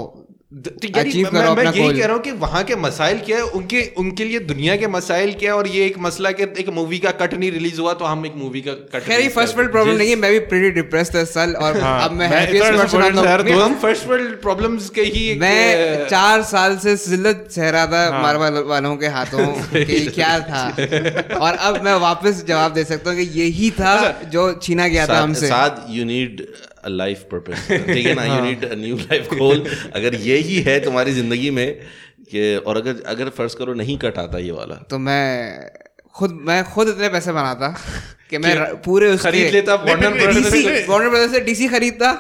Speaker 2: द- तो यार ये-
Speaker 1: Achieve
Speaker 2: मैं,
Speaker 1: करो
Speaker 2: मैं
Speaker 1: अपना
Speaker 2: यही
Speaker 1: goal.
Speaker 2: कह रहा हूँ कि वहाँ के मसाइल क्या है उनके उनके लिए दुनिया के मसाइल क्या है और ये एक मसला है कि एक मूवी का कट नहीं रिलीज हुआ तो हम एक मूवी का कट
Speaker 1: खैर ये फर्स्ट वर्ल्ड प्रॉब्लम नहीं है मैं भी प्रीटी डिप्रेस्ड था इस साल और
Speaker 3: हाँ,
Speaker 1: अब मैं
Speaker 3: मैं
Speaker 1: happiest
Speaker 3: इतना
Speaker 1: person
Speaker 3: disappointed
Speaker 1: बना
Speaker 3: था यार,
Speaker 1: हूं।
Speaker 3: दो-
Speaker 2: हम फर्स्ट वर्ल्ड प्रॉब्लम्स के ही एक,
Speaker 1: मैं
Speaker 2: अ,
Speaker 1: चार साल से जिल्लत सह रहा था
Speaker 2: हाँ।
Speaker 1: मारवा वालों के हाथों कि क्या था और अब मैं वापस जवाब दे सकता हूँ कि यही था
Speaker 2: अच्छा।
Speaker 1: जो छीना गया था हमसे
Speaker 7: साथ you need a life purpose ठीक है ना you need a new life goal अगर ये ही है तुम्हारी जिंदगी में कि और अगर अगर फर्ज करो नहीं कट आता ये वाला
Speaker 1: तो मैं खुद मैं खुद इतने पैसे बनाता कि मैं र- पूरे उसके
Speaker 2: खरीद लेता Warner Brothers
Speaker 1: डीसी
Speaker 2: से-
Speaker 1: वार्नर ब्रदर्स से डीसी खरीदता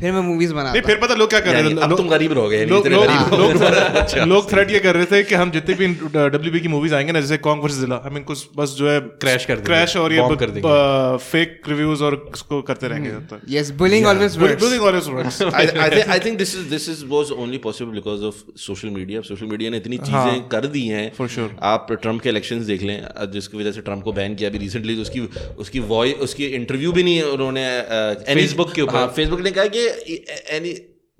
Speaker 1: फिर मैं मूवीज
Speaker 3: नहीं
Speaker 1: बनाता
Speaker 3: फिर पता लोग क्या कर रहे
Speaker 7: यानी
Speaker 3: थे
Speaker 7: अब तुम गरीब रहोगे यानी
Speaker 3: लोग
Speaker 7: इतने
Speaker 3: लोग
Speaker 7: गरीब
Speaker 3: लोग
Speaker 7: रहोगे।
Speaker 3: लोग थ्रेट ये कर रहे थे कि हम जितने भी डब्ल्यू की मूवीज आएंगे ना जैसे कॉन्ग वर्सेस जिला हम इनको बस जो है
Speaker 2: Crash कर देंगे,
Speaker 3: क्रैश और
Speaker 2: bomb कर देंगे।
Speaker 3: ये फेक रिव्यूज और इसको करते रहेंगे जब तक
Speaker 1: yes bullying always
Speaker 3: Building all his works.
Speaker 7: I, I think I think this is this is was only possible because of social media. अब social media ने इतनी चीजें कर दी हैं.
Speaker 3: For sure.
Speaker 7: आप ट्रम्प के इलेक्शंस देख लें अ, जिसकी वजह से ट्रम्प को बैन किया अभी रिसेंटली उसकी उसकी वॉइस उसकी इंटरव्यू भी नहीं उन्होंने uh,
Speaker 2: Facebook के ऊपर।
Speaker 7: फेसबुक हाँ, ने कहा कि एनी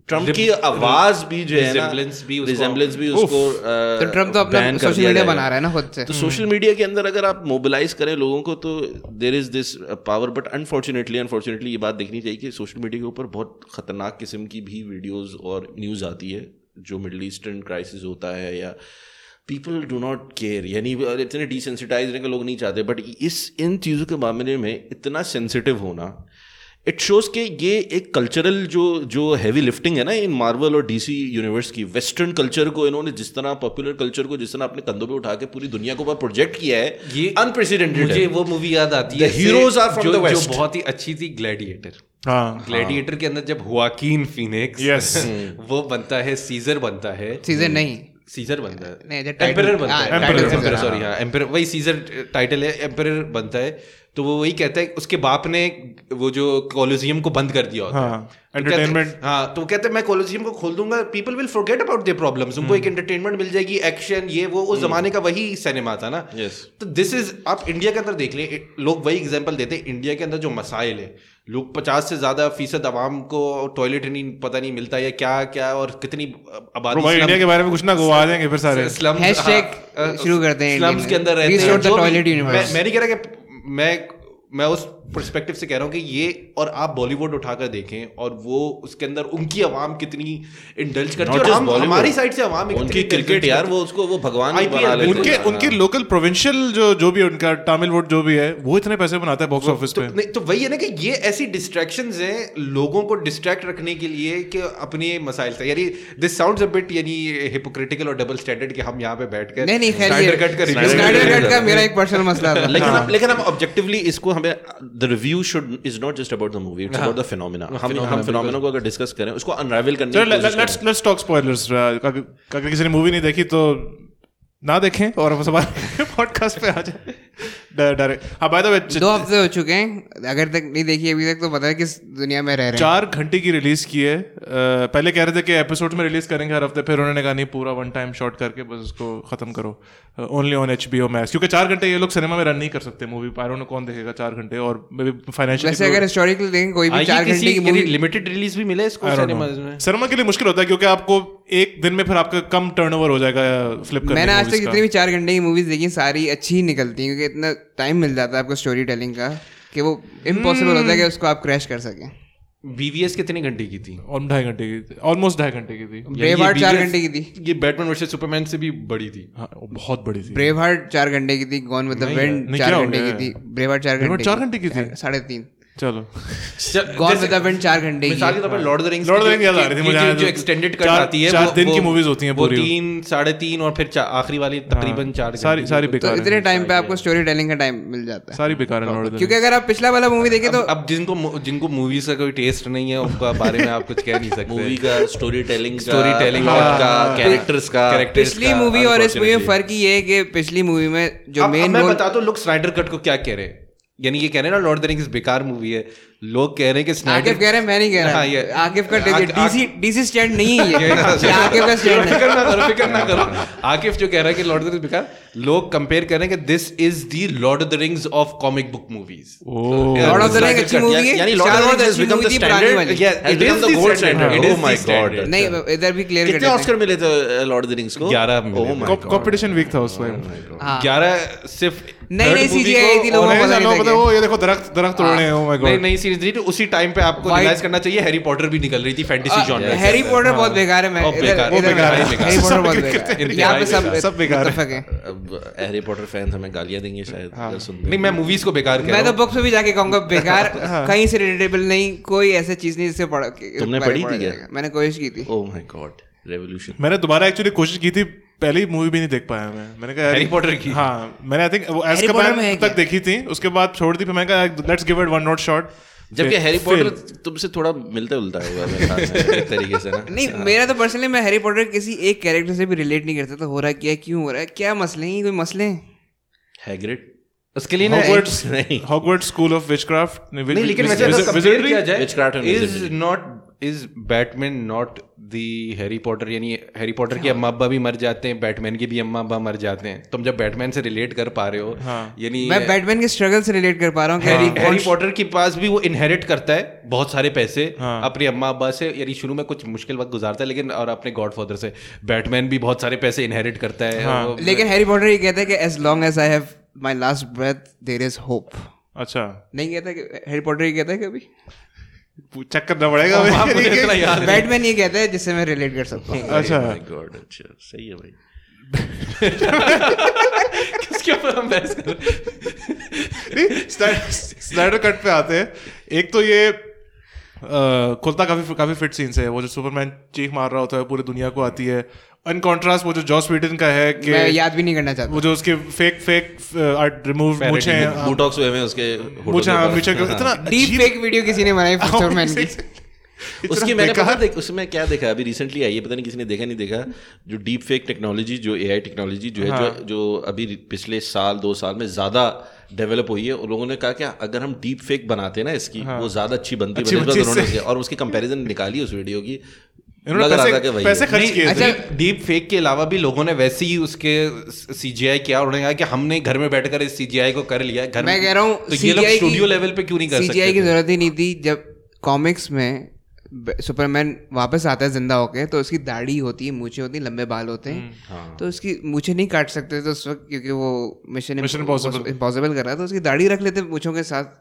Speaker 7: ट्रम्प की आवाज भी जो है
Speaker 2: resemblance भी उसको-
Speaker 7: रिजेम्बलेंस भी उसको uh,
Speaker 1: तो ट्रम्प तो अपना सोशल मीडिया बना रहा है ना खुद से
Speaker 7: तो सोशल मीडिया के अंदर अगर आप मोबिलाइज करें लोगों को तो there is this power but unfortunately unfortunately ये बात देखनी चाहिए कि सोशल मीडिया के ऊपर बहुत खतरनाक किस्म की भी वीडियोस और न्यूज़ आती है जो मिडल ईस्टर्न क्राइसिस होता है या पीपल डू नॉट केयर यानी वो इतने डिसेंसिटाइज रहने के लोग नहीं चाहते बट इस इन चीज़ों के मामले में इतना सेंसिटिव होना इट शोज के ये एक कल्चरल जो जो हैवी लिफ्टिंग है ना इन मार्वल और डीसी यूनिवर्स की वेस्टर्न कल्चर को इन्होंने जिस तरह पॉपुलर कल्चर को जिस तरह अपने कंधों पे उठा के पूरी दुनिया के ऊपर प्रोजेक्ट किया है
Speaker 2: ये
Speaker 7: अनप्रेसिडेंटेड
Speaker 2: मुझे
Speaker 7: है
Speaker 2: वो मूवी याद आती
Speaker 7: The
Speaker 2: है इससे
Speaker 7: heroes are from
Speaker 2: जो,
Speaker 7: the
Speaker 2: जो
Speaker 7: West.
Speaker 2: बहुत ही अच्छी थी ग्लैडिएटर
Speaker 3: हाँ
Speaker 2: ग्लैडिएटर के अंदर जब हुआकीन फिनिक्स
Speaker 3: Yes.
Speaker 2: वो बनता है सीजर बनता है
Speaker 1: सीजन नहीं
Speaker 2: सीजर बनता है
Speaker 1: नहीं, जो title-
Speaker 2: एम्परर बनता
Speaker 1: हाँ,
Speaker 2: है
Speaker 1: title
Speaker 2: एम्परर
Speaker 1: Emperor,
Speaker 2: एम्परर
Speaker 1: हाँ।
Speaker 2: सॉरी हाँ एम्परर वही सीजर टाइटल है एम्परर बनता है तो वो वही कहता है उसके बाप ने वो जो कोलोजियम को बंद कर दिया होता है।
Speaker 3: हाँ,
Speaker 2: तो कहते-
Speaker 3: entertainment-
Speaker 2: हाँ तो वो कहते हैं मैं कोलोजियम को खोल दूंगा people will forget about their problems उनको
Speaker 3: हम्म।
Speaker 2: एक एंटरटेनमेंट मिल जाएगी एक्शन ये वो उस जमाने का वही सिनेमा था ना
Speaker 7: Yes.
Speaker 2: तो दिस इज आप इंडिया के अंदर देख लें it- लोग वही एग्जाम्पल देते हैं इंडिया के अंदर जो मसाइल है लोग पचास से ज्यादा फीसद आवाम को टॉयलेट नहीं पता नहीं मिलता या क्या क्या और कितनी आबादी
Speaker 3: भाई
Speaker 2: slum-
Speaker 3: इंडिया के बारे में कुछ ना गवा देंगे फिर सारे
Speaker 2: स्लम
Speaker 1: Hashtag शुरू करते हैं इंडिया
Speaker 2: स्लम्स हाँ, uh, के
Speaker 1: में।
Speaker 2: अंदर रहते हैं
Speaker 1: Restore the
Speaker 2: जो भी-
Speaker 1: toilet universe.
Speaker 2: मैं मैं नहीं कह रहा कि मैं मैं उस परस्पेक्टिव से कह रहा हूँ कि ये और आप बॉलीवुड उठाकर देखें और वो उसके अंदर उनकी आवाम कितनी इंडल्ज करती है
Speaker 7: Not
Speaker 2: और
Speaker 7: just
Speaker 2: हम
Speaker 7: Bollywood.
Speaker 2: हमारी साइड से आवाम
Speaker 7: उनकी क्रिकेट यार वो उसको वो भगवान ही
Speaker 2: IPL
Speaker 7: बना लेते हैं।
Speaker 3: उनके उनके लोकल प्रोविंशियल जो जो भी है उनका तमिल वोट जो भी है वो इतने पैसे बनाता है बॉक्स ऑफिस
Speaker 2: तो
Speaker 3: पे
Speaker 2: नहीं तो वही है ना कि ये ऐसी डिस्ट्रैक्शंस हैं लोगों को डिस्ट्रैक्ट रखने के लिए कि अपने मसाइल से यानी दिस साउंड्स अ बिट यानी हिपोक्रिटिकल और डबल स्टैंडर्ड कि हम यहाँ पे बैठ कर
Speaker 1: नहीं नहीं खैर
Speaker 2: Snyder Cut का
Speaker 1: ये
Speaker 2: review कर
Speaker 1: स्नाइडर
Speaker 2: रहे हैं।
Speaker 1: कट का मेरा एक पर्सनल मसला था
Speaker 7: लेकिन हम लेकिन हम ऑब्जेक्टिवली इसको हमें the review should is not just about the movie it's about the phenomena हम हम फिनोमिना को अगर डिस्कस करें उसको अनराइवल करने की कोशिश करें।
Speaker 3: लेट्स लेट्स टॉक स्पॉयलर्स अगर uh, किसी ने मूवी नहीं देखी तो ना देखें और हम हमारे पॉडकास्ट पे आ जाए डा- डायरेक्ट हाँ बाय द वे
Speaker 1: दो हफ्ते हो चुके हैं अगर तक नहीं देखी अभी तक तो पता है किस दुनिया में रह रहे हैं
Speaker 3: चार घंटे की रिलीज की है अ, पहले कह रहे थे कि एपिसोड में रिलीज करेंगे हर हफ्ते फिर उन्होंने कहा नहीं पूरा वन टाइम शॉट करके बस उसको खत्म करो only on H B O Max क्योंकि चार घंटे ये लोग सिनेमा में रन नहीं कर सकते मूवी आई डोंट नो कौन देखेगा चार घंटे और तो- मे बी
Speaker 1: वैसे
Speaker 3: फाइनेंशियल
Speaker 1: अगर हिस्टोरिकली देखें कोई
Speaker 3: हाँ,
Speaker 1: भी
Speaker 2: आएगी
Speaker 1: चार घंटे
Speaker 2: किसी
Speaker 1: की मूवी
Speaker 2: लिमिटेड रिलीज भी मिले इसको सिनेमाज में
Speaker 3: सिनेमा के लिए मुश्किल होता है क्योंकि आपको एक दिन में फिर आपका कम टर्नओवर हो जाएगा फ्लिप करने
Speaker 1: मैंने आज
Speaker 3: की
Speaker 1: तक
Speaker 3: movies का।
Speaker 1: जितनी भी चार घंटे की मूवीज देखी सारी अच्छी ही निकलती हैं क्योंकि इतना टाइम मिल जाता है आपको स्टोरी टेलिंग का कि वो इम्पॉसिबल होता है
Speaker 3: Hmm.
Speaker 1: कि उसको आप क्रैश कर सकें
Speaker 2: बीवीएस कितने घंटे की थी
Speaker 3: और ढाई घंटे की थी ऑलमोस्ट ढाई घंटे की थी
Speaker 1: ब्रेव हार्ट चार घंटे की थी
Speaker 2: ये बैटमैन वर्सेस सुपरमैन से भी बड़ी थी
Speaker 3: हाँ, वो बहुत बड़ी थी
Speaker 1: ब्रेव हार्ट चार घंटे की थी गॉन विद द विंड
Speaker 3: नहीं,
Speaker 1: चार
Speaker 3: क्या हो
Speaker 1: घंटे की
Speaker 3: गया?
Speaker 1: थी ब्रेव हार्ट चार
Speaker 3: Brave
Speaker 1: घंटे
Speaker 3: Heart चार घंटे की थी?
Speaker 1: साढ़े तीन
Speaker 3: चलो
Speaker 1: गॉन विद द विंड चार घंटे की
Speaker 2: मिसाल के
Speaker 1: है।
Speaker 2: तौर पर Lord of the Rings
Speaker 3: Lord of the Rings याद आ रही थी मुझे आज।
Speaker 2: जो एक्सटेंडेड कट
Speaker 3: चार-
Speaker 2: आती है
Speaker 3: चार
Speaker 2: वो-
Speaker 3: दिन की
Speaker 2: वो-
Speaker 3: movies होती हैं
Speaker 2: वो
Speaker 3: पूरी। हाँ।
Speaker 2: तीन साढ़े तीन और फिर चा- आखिरी वाली तकरीबन चार
Speaker 3: सारी सारी
Speaker 1: तो
Speaker 3: बेकार
Speaker 1: इतने
Speaker 3: है
Speaker 1: टाइम पे आपको स्टोरी टेलिंग का टाइम मिल जाता है
Speaker 3: सारी बेकार है Lord of the
Speaker 1: क्योंकि अगर आप पिछला वाला मूवी देखे
Speaker 2: तो
Speaker 1: तो
Speaker 2: अब जिनको मु- जिनको मूवीज का कोई टेस्ट नहीं है उनका बारे में आप कुछ कह नहीं सकते
Speaker 7: मूवी का स्टोरी टेलिंग
Speaker 2: Story telling
Speaker 3: हाँ।
Speaker 7: का हाँ। कैरेक्टर्स का
Speaker 2: Characters
Speaker 1: हाँ। पिछली मूवी और इस मूवी में फर्क ही ये है कि पिछली मूवी में जो
Speaker 2: अब- अब
Speaker 1: मेन
Speaker 2: मैं
Speaker 1: रोल
Speaker 2: बताता हूँ लोग स्नाइडर कट को क्या कह रहे हैं यानी ये कह रहे हैं ना लॉर्ड द रिंग्स बेकार मूवी है लोग कह रहे हैं कि
Speaker 1: आकिफ
Speaker 2: स्नाइडर
Speaker 1: कह रहे हैं मैं नहीं कह रहा
Speaker 2: हाँ, ये-
Speaker 1: आकिफ का
Speaker 2: आ- आ-
Speaker 1: डीसी डीसी स्टैंड नहीं है ये ये आकिफ का स्टैंड है
Speaker 2: फिक्र ना करो फिक्र ना करो आकिफ जो कह रहा है कि लॉर्ड ऑफ द रिंग्स बेकार लोग कंपेयर कर रहे हैं कि this is the Lord of the Rings of comic book movies
Speaker 3: Oh
Speaker 1: Lord of the Ring अच्छी मूवी है
Speaker 7: यानी
Speaker 1: Star
Speaker 7: Lord of
Speaker 1: Wars
Speaker 7: the
Speaker 1: अच्छी मूवी थी पुरानी वाली
Speaker 7: standard
Speaker 2: It
Speaker 7: it
Speaker 2: is
Speaker 7: is the
Speaker 2: the Oh
Speaker 7: gold
Speaker 2: standard.
Speaker 7: Standard
Speaker 2: It
Speaker 7: oh
Speaker 2: is
Speaker 7: my
Speaker 2: the
Speaker 7: God
Speaker 2: standard.
Speaker 1: नहीं इधर भी क्लियर
Speaker 7: कितने ऑस्कर मिले थे लॉर्ड ऑफ द रिंग्स को Oh
Speaker 2: 11 मिले
Speaker 7: ओह
Speaker 2: थे।
Speaker 7: माय गॉड
Speaker 3: कंपटीशन वीक था उस टाइम
Speaker 1: हाँ।
Speaker 2: ग्यारह सिर्फ
Speaker 1: नहीं
Speaker 2: third
Speaker 1: नहीं
Speaker 2: movie
Speaker 1: सीजी
Speaker 2: को-
Speaker 1: आई थी
Speaker 3: और
Speaker 1: लोगों को
Speaker 3: नहीं
Speaker 1: पता
Speaker 3: जाना
Speaker 1: नहीं
Speaker 3: पता
Speaker 1: था
Speaker 3: वो ये देखो दरख्त दरख्त तोड़ रहे हैं oh ओ माय
Speaker 2: हाँ। नहीं
Speaker 3: गॉड
Speaker 2: नहीं सीरीज नहीं तो उसी टाइम पे आपको
Speaker 1: White-
Speaker 2: रियलाइज करना चाहिए हैरी पॉटर भी निकल रही थी फैंटेसी जॉनर
Speaker 1: हैरी पॉटर बहुत बेकार है मैं
Speaker 2: और बेकार, वो बेकार है, बेकार।
Speaker 1: हैरी पॉटर बहुत बेकार है।
Speaker 2: इनके
Speaker 1: यहाँ पे
Speaker 2: भाई
Speaker 1: सब
Speaker 2: बेकार।
Speaker 3: सब बेकार है।
Speaker 1: मुत्तफक है
Speaker 7: अब हैरी पॉटर फैन हमें गालियां देंगे शायद अगर सुन
Speaker 2: हाँ। नहीं मैं मूवीज को बेकार
Speaker 1: मैं
Speaker 2: कह रहा
Speaker 1: तो
Speaker 2: हूँ
Speaker 1: बुक्स में भी जाके कहूंगा बेकार कहीं से रिलेटेबल नहीं कोई ऐसे चीज नहीं जिससे पढ़ा के-
Speaker 7: तुमने
Speaker 1: बारे
Speaker 7: पढ़ी
Speaker 1: पढ़ा
Speaker 7: थी क्या?
Speaker 1: जाएगा। मैंने कोशिश की थी
Speaker 7: ओह माय गॉड रेवोल्यूशन
Speaker 3: मैंने दोबारा एक्चुअली कोशिश की थी पहली मूवी भी नहीं देख पाया मैं मैंने कहा
Speaker 2: Harry Potter की?
Speaker 3: हाँ मैंने आई थिंक वो
Speaker 1: Harry Potter में है
Speaker 3: एस्काबान
Speaker 1: क्या?
Speaker 3: तक देखी थी उसके बाद छोड़ दी फिर मैंने कहा let's give it one not shot
Speaker 7: जबकि हैरी पॉटर तुमसे थोड़ा मिलता जुलता होगा मेरे ख्याल से, एक तरीके से ना अच्छा,
Speaker 1: नहीं मेरा तो पर्सनली मैं हैरी पॉटर किसी एक कैरेक्टर से भी रिलेट नहीं करता तो हो रहा क्या है, क्यों हो रहा है क्या मसले हैं ये कोई मसले हैं
Speaker 7: हैग्रिड
Speaker 2: उसके लिए ना एक-
Speaker 3: हॉगवर्ट्स
Speaker 7: नहीं।
Speaker 2: हाँ।
Speaker 3: हॉगवर्ट्स स्कूल ऑफ विचक्राफ्ट
Speaker 2: नहीं लेकिन वैसे अगर compare किया
Speaker 7: Witchcraft
Speaker 2: जाए
Speaker 7: and
Speaker 2: is
Speaker 7: wizardry.
Speaker 2: Not is Batman not the Harry Potter यानी हैरी पॉटर के अम्मा अब्बा भी मर जाते हैं बैटमैन के भी अम्मा अब्बा मर जाते हैं तुम जब बैटमैन से रिलेट कर पा रहे हो यानी
Speaker 1: मैं बैटमैन के स्ट्रगल से रिलेट कर पा रहा हूँ
Speaker 2: हैरी
Speaker 1: कि
Speaker 2: हैरी पॉटर के पास भी वो इनहेरिट करता है बहुत सारे पैसे अपने अम्मा अब्बा से यानी शुरू में कुछ मुश्किल वक्त गुजारता है लेकिन और अपने गॉडफादर से बैटमैन भी बहुत सारे पैसे इनहेरिट करता है वो-
Speaker 1: लेकिन हैरी पॉटर ये कहता है कि as long as I have my last breath there is hope
Speaker 3: अच्छा
Speaker 1: नहीं कहता कि हैरी पॉटर ये कहता है कभी
Speaker 3: चेक करना पड़ेगा
Speaker 2: वो
Speaker 3: भाई।
Speaker 2: आप मुझे इतना याद है।
Speaker 1: बैटमैन ये कहता है जिससे मैं रिलेट कर सकता हूँ
Speaker 3: अच्छा
Speaker 2: Oh
Speaker 7: माय गॉड अच्छा सही है भाई
Speaker 2: किसके ऊपर हम बहस कर रहे हैं?
Speaker 3: स्नाइडर कट पे आते हैं एक तो ये अ, खुलता काफी काफी फिट सीन्स है वो जो सुपरमैन चीख मार रहा होता है पूरी दुनिया को आती है इन कॉन्ट्रास्ट वो जो जॉस वीटन का है कि
Speaker 1: मैं याद भी नहीं करना चाहता
Speaker 3: वो जो उसके फेक फेक रिमूव
Speaker 2: Parody,
Speaker 3: मूछे
Speaker 7: बोटॉक्स हुए हुए हैं उसके होठों
Speaker 3: मूछे
Speaker 7: के
Speaker 3: हाँ,
Speaker 7: पास।
Speaker 3: मूछे के- इतना
Speaker 1: डीप फेक वीडियो किसी ने बनाई
Speaker 2: हाँ,
Speaker 1: सुपरमैन की
Speaker 3: इतना
Speaker 7: उसकी मैंने
Speaker 3: बेकार-
Speaker 7: पता देख उसमें क्या देखा अभी रिसेंटली आई है पता नहीं किसी ने देखा नहीं देखा जो डीप फेक टेक्नोलॉजी जो एआई टेक्नोलॉजी जो है
Speaker 3: हाँ।
Speaker 7: जो जो अभी पिछले साल दो साल में ज्यादा डेवलप हुई है उन लोगों ने कहा कि अगर हम डीप फेक बनाते हैं ना इसकी वो ज्यादा अच्छी बनती
Speaker 3: हाँ। अच्छी
Speaker 7: है
Speaker 3: बनती
Speaker 7: बनती उन्होंने
Speaker 3: इससे।
Speaker 7: उसके- और उसकी कंपैरिजन निकाली उस वीडियो की
Speaker 3: इन्होंने
Speaker 7: लग रहा था कि
Speaker 3: पैसे
Speaker 7: वही
Speaker 3: पैसे
Speaker 7: है।
Speaker 3: खर्च
Speaker 2: नहीं,
Speaker 3: किए थे
Speaker 1: अच्छा,
Speaker 2: डीप- डीप फेक के अलावा भी लोगों ने वैसे ही उसके सीजीआई किया और उन्होंने कहा कि हमने घर में बैठकर इस सीजीआई को कर लिया है। घर
Speaker 1: मैं
Speaker 2: में-
Speaker 1: कह रहा हूँ
Speaker 2: तो ये लोग स्टूडियो लेवल पे क्यों नहीं कर सकते
Speaker 1: सीजीआई की
Speaker 2: थे?
Speaker 1: जरूरत ही नहीं थी जब कॉमिक्स में ब- सुपरमैन वापस आता है जिंदा होके तो उसकी दाढ़ी होती है मूछें होती हैं लंबे बाल होते हैं
Speaker 2: हम्म, हाँ।
Speaker 1: तो उसकी मूछें नहीं काट सकते थे उस वक्त क्योंकि वो मिशन
Speaker 3: Mission Impossible।
Speaker 1: इम्पॉसिबल कर रहा था तो उसकी दाढ़ी रख लेते मूछों के साथ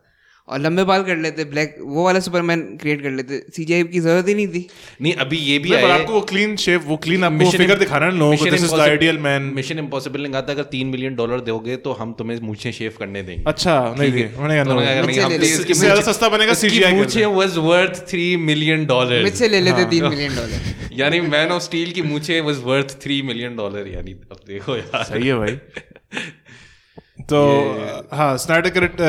Speaker 1: और लंबे बाल कर लेते ब्लैक वो वाला सुपरमैन क्रिएट कर लेते सीजीआई की जरूरत ही नहीं थी
Speaker 2: नहीं अभी ये भी
Speaker 3: नहीं,
Speaker 2: आया
Speaker 3: पर
Speaker 2: है-
Speaker 3: आपको वो क्लीन शेप वो क्लीन आपको वो फिगर दिखाना है ना लोगों को this is the ideal man
Speaker 2: Mission Impossible ने कहा था अगर तीन मिलियन डॉलर दोगे तो हम तुम्हें मूछें शेव करने देंगे
Speaker 3: अच्छा नहीं दिए उन्होंने
Speaker 2: तो उन्होंने कहा, नहीं,
Speaker 3: कहना
Speaker 1: मुझसे
Speaker 2: हम
Speaker 1: ले
Speaker 2: please
Speaker 1: लो।
Speaker 2: इसकी
Speaker 3: इससे ज्यादा
Speaker 2: मूछें-
Speaker 3: सस्ता बनेगा
Speaker 2: इसकी
Speaker 3: CGI करना।
Speaker 2: मूछें वाज वर्थ थ्री मिलियन
Speaker 1: मुझ
Speaker 2: डॉलर
Speaker 1: से ले लेते तीन मिलियन डॉलर
Speaker 2: यानी मैन ऑफ स्टील की मूछें was worth three million dollar यानी अब देखो यार
Speaker 3: सही है भाई तो हाँ स्नाइडर करेक्ट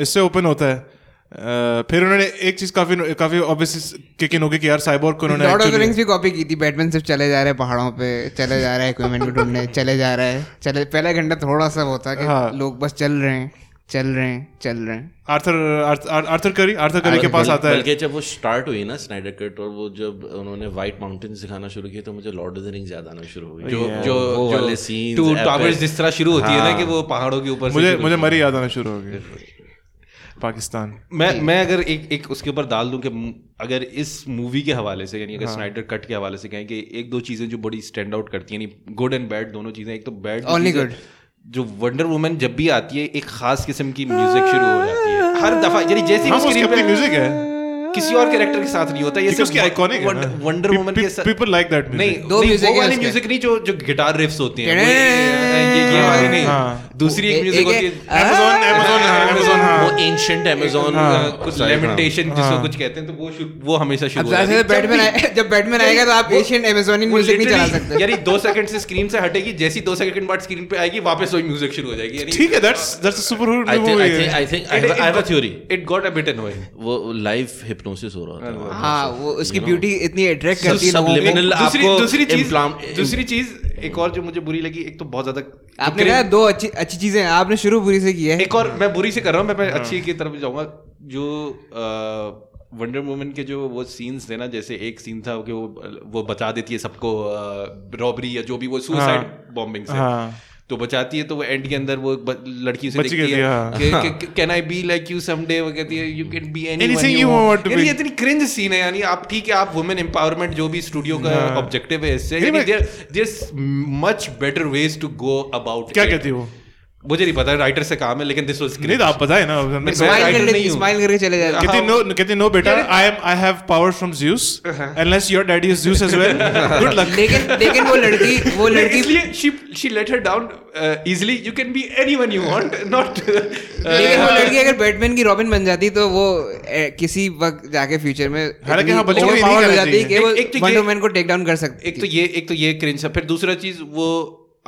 Speaker 3: इससे ओपन होता है अ, फिर उन्होंने एक चीज काफी काफी ऑब्वियसली किक इन होगी कि यार साइबोर्ग को उन्होंने
Speaker 1: Lord of the
Speaker 3: actually-
Speaker 1: Rings भी कॉपी की थी बैटमैन सिर्फ चले जा रहे हैं पहाड़ों पे चले जा रहा है इक्विपमेंट को ढूंढने चले जा रहा है चले पहला घंटा थोड़ा सा होता कि
Speaker 3: हाँ।
Speaker 1: लोग बस चल रहे हैं चल रहे हैं चल रहे हैं
Speaker 3: आर्थर आर्थ- आर्थ- आर्थर करी आर्थर करी के पास
Speaker 7: बल-
Speaker 3: आता है
Speaker 7: बल्कि जब वो स्टार्ट हुई ना स्नाइडर कट और वो जब उन्होंने व्हाइट माउंटेन्स दिखाना शुरू किया तो मुझे लॉर्ड ऑफ द रिंग्स याद आना शुरू हुई
Speaker 2: जो
Speaker 7: वो-
Speaker 2: जो
Speaker 7: वो
Speaker 2: जो
Speaker 7: वाले सीन्स
Speaker 2: टू टावर्स जिस तरह शुरू होती है ना कि वो पहाड़ों के ऊपर से
Speaker 3: मुझे
Speaker 2: शुरू
Speaker 3: मुझे
Speaker 2: होती
Speaker 3: मरी याद आना शुरू हो गई पाकिस्तान
Speaker 2: है। मैं मैं अगर एक एक उसके ऊपर डाल दूं कि मु- अगर इस मूवी के हवाले से यानी अगर
Speaker 3: हाँ।
Speaker 2: स्नाइडर कट के हवाले से कहें कि एक दो चीजें जो बड़ी स्टैंड आउट करती हैं यानी गुड एंड बैड दोनों चीजें एक तो बैड
Speaker 1: Only good.
Speaker 2: जो वंडर वुमन जब भी आती है एक खास किस्म की म्यूजिक शुरू हो जाती है हर दफा यानी जैसे ही
Speaker 3: हाँ उसकी
Speaker 2: स्क्रीन
Speaker 3: अपनी
Speaker 2: पे
Speaker 3: म्यूजिक है
Speaker 2: किसी और कैरेक्टर के साथ नहीं होता ये
Speaker 3: क्योंकि उसकी आइकॉनिक है ना।
Speaker 2: वंडर
Speaker 3: Pe-
Speaker 2: वुमन
Speaker 3: pe-
Speaker 2: के साथ
Speaker 3: people like that music.
Speaker 2: नहीं
Speaker 1: दो
Speaker 2: दो
Speaker 1: music
Speaker 2: म्यूजिक
Speaker 1: हैं
Speaker 2: वाली
Speaker 1: उसके।
Speaker 2: म्यूजिक नहीं जो जो गिटार रिफ्स होते हैं
Speaker 1: टेड़े-
Speaker 2: वो ये ये- ये वाली
Speaker 3: हाँ।
Speaker 2: नहीं दूसरी एक
Speaker 1: ए-
Speaker 2: म्यूजिक होती
Speaker 1: एक-
Speaker 2: है
Speaker 3: Amazon Amazon हाँ, Amazon हाँ
Speaker 7: वो एंशंट अमेजोन
Speaker 2: कुछ
Speaker 7: हाँ।
Speaker 2: लेमिटेशन जिसको कुछ कहते हैं तो वो शु- वो हमेशा शुरू
Speaker 1: अब
Speaker 2: हो जाती है
Speaker 1: ज्यादा बैटमैन आए- जब बैटमैन आएगा तो आप एशियन अमेजोनियन म्यूजिक नहीं चला सकते
Speaker 2: यानी दो सेकंड से स्क्रीन से हटेगी जैसी दो सेकंड बाद स्क्रीन पे आएगी वापस वही म्यूजिक शुरू हो जाएगी यानी
Speaker 3: ठीक है तो that's that's a super
Speaker 7: I think
Speaker 3: movie
Speaker 7: I think I think I have a theory
Speaker 2: it got a bit annoying
Speaker 7: वो लाइव हिप्नोसिस हो रहा होता है
Speaker 1: हाँ वो उसकी ब्यूटी इतनी अट्रैक्ट करती है लोगों को
Speaker 7: subliminal-
Speaker 2: दूसरी
Speaker 7: आपको
Speaker 2: दूसरी चीज
Speaker 7: implant-
Speaker 2: दूसरी चीज एक और जो मुझे बुरी लगी एक तो बहुत ज्यादा जो
Speaker 1: आपने
Speaker 2: cringe-
Speaker 1: कहा दो अच्छी अच्छी चीजें हैं, आपने शुरू बुरी से की है
Speaker 3: हाँ।
Speaker 2: एक और मैं बुरी से कर रहा हूँ मैं, मैं अच्छी की तरफ जाऊंगा जो वंडर वुमन के जो वो सीन्स थे ना जैसे एक सीन था कि वो वो बचा देती है सबको रॉबरी या जो भी वो सुसाइड बॉम्बिंग से
Speaker 3: हाँ।
Speaker 2: तो बचाती है तो वो एंड के अंदर वो ब- लड़की से
Speaker 3: बच गई
Speaker 2: देखती
Speaker 3: थी, हाँ।
Speaker 2: है can I be like you someday वो कहती है you can be
Speaker 3: Anything
Speaker 2: anything
Speaker 3: you
Speaker 2: you
Speaker 3: want
Speaker 2: want
Speaker 3: to
Speaker 2: to
Speaker 3: be."
Speaker 2: ये इतनी क्रिंज सीन है यानी आप ठीक है आप वुमेन एम्पावरमेंट जो भी स्टूडियो का ऑब्जेक्टिव है इससे
Speaker 3: हाँ। नहीं, but-
Speaker 2: there much better ways to go about
Speaker 3: क्या कहती है वो
Speaker 2: मुझे नहीं पता राइटर से काम है लेकिन दिस वाज
Speaker 3: नहीं तो आप बताए ना हमने
Speaker 2: मैं
Speaker 1: स्माइल
Speaker 2: writer
Speaker 1: कर
Speaker 2: नहीं
Speaker 1: लेती
Speaker 2: हूं।
Speaker 1: स्माइल करके चले जाते
Speaker 3: कहती नो कहती नो बेटा I am I have power from Zeus unless your daddy is zeus as well good luck
Speaker 1: लेकिन लेकिन वो लड़की वो लड़की
Speaker 2: इसलिए she she let her down uh, easily you can be anyone you want not uh,
Speaker 1: लेकिन
Speaker 2: हाँ।
Speaker 1: वो लड़की अगर बैटमैन की रॉबिन बन जाती तो वो ए, किसी वक्त जाके फ्यूचर में
Speaker 3: हालांकि हाँ, बच्चों को ये नहीं
Speaker 1: overpowered हो
Speaker 3: करना
Speaker 1: जाती है कि
Speaker 2: चाहिए।
Speaker 1: वो
Speaker 2: एक- एक तो ये-
Speaker 1: वंडर वुमन को टेक डाउन कर सकती
Speaker 2: एक तो ये एक तो ये क्रिंज है फिर दूसरा चीज वो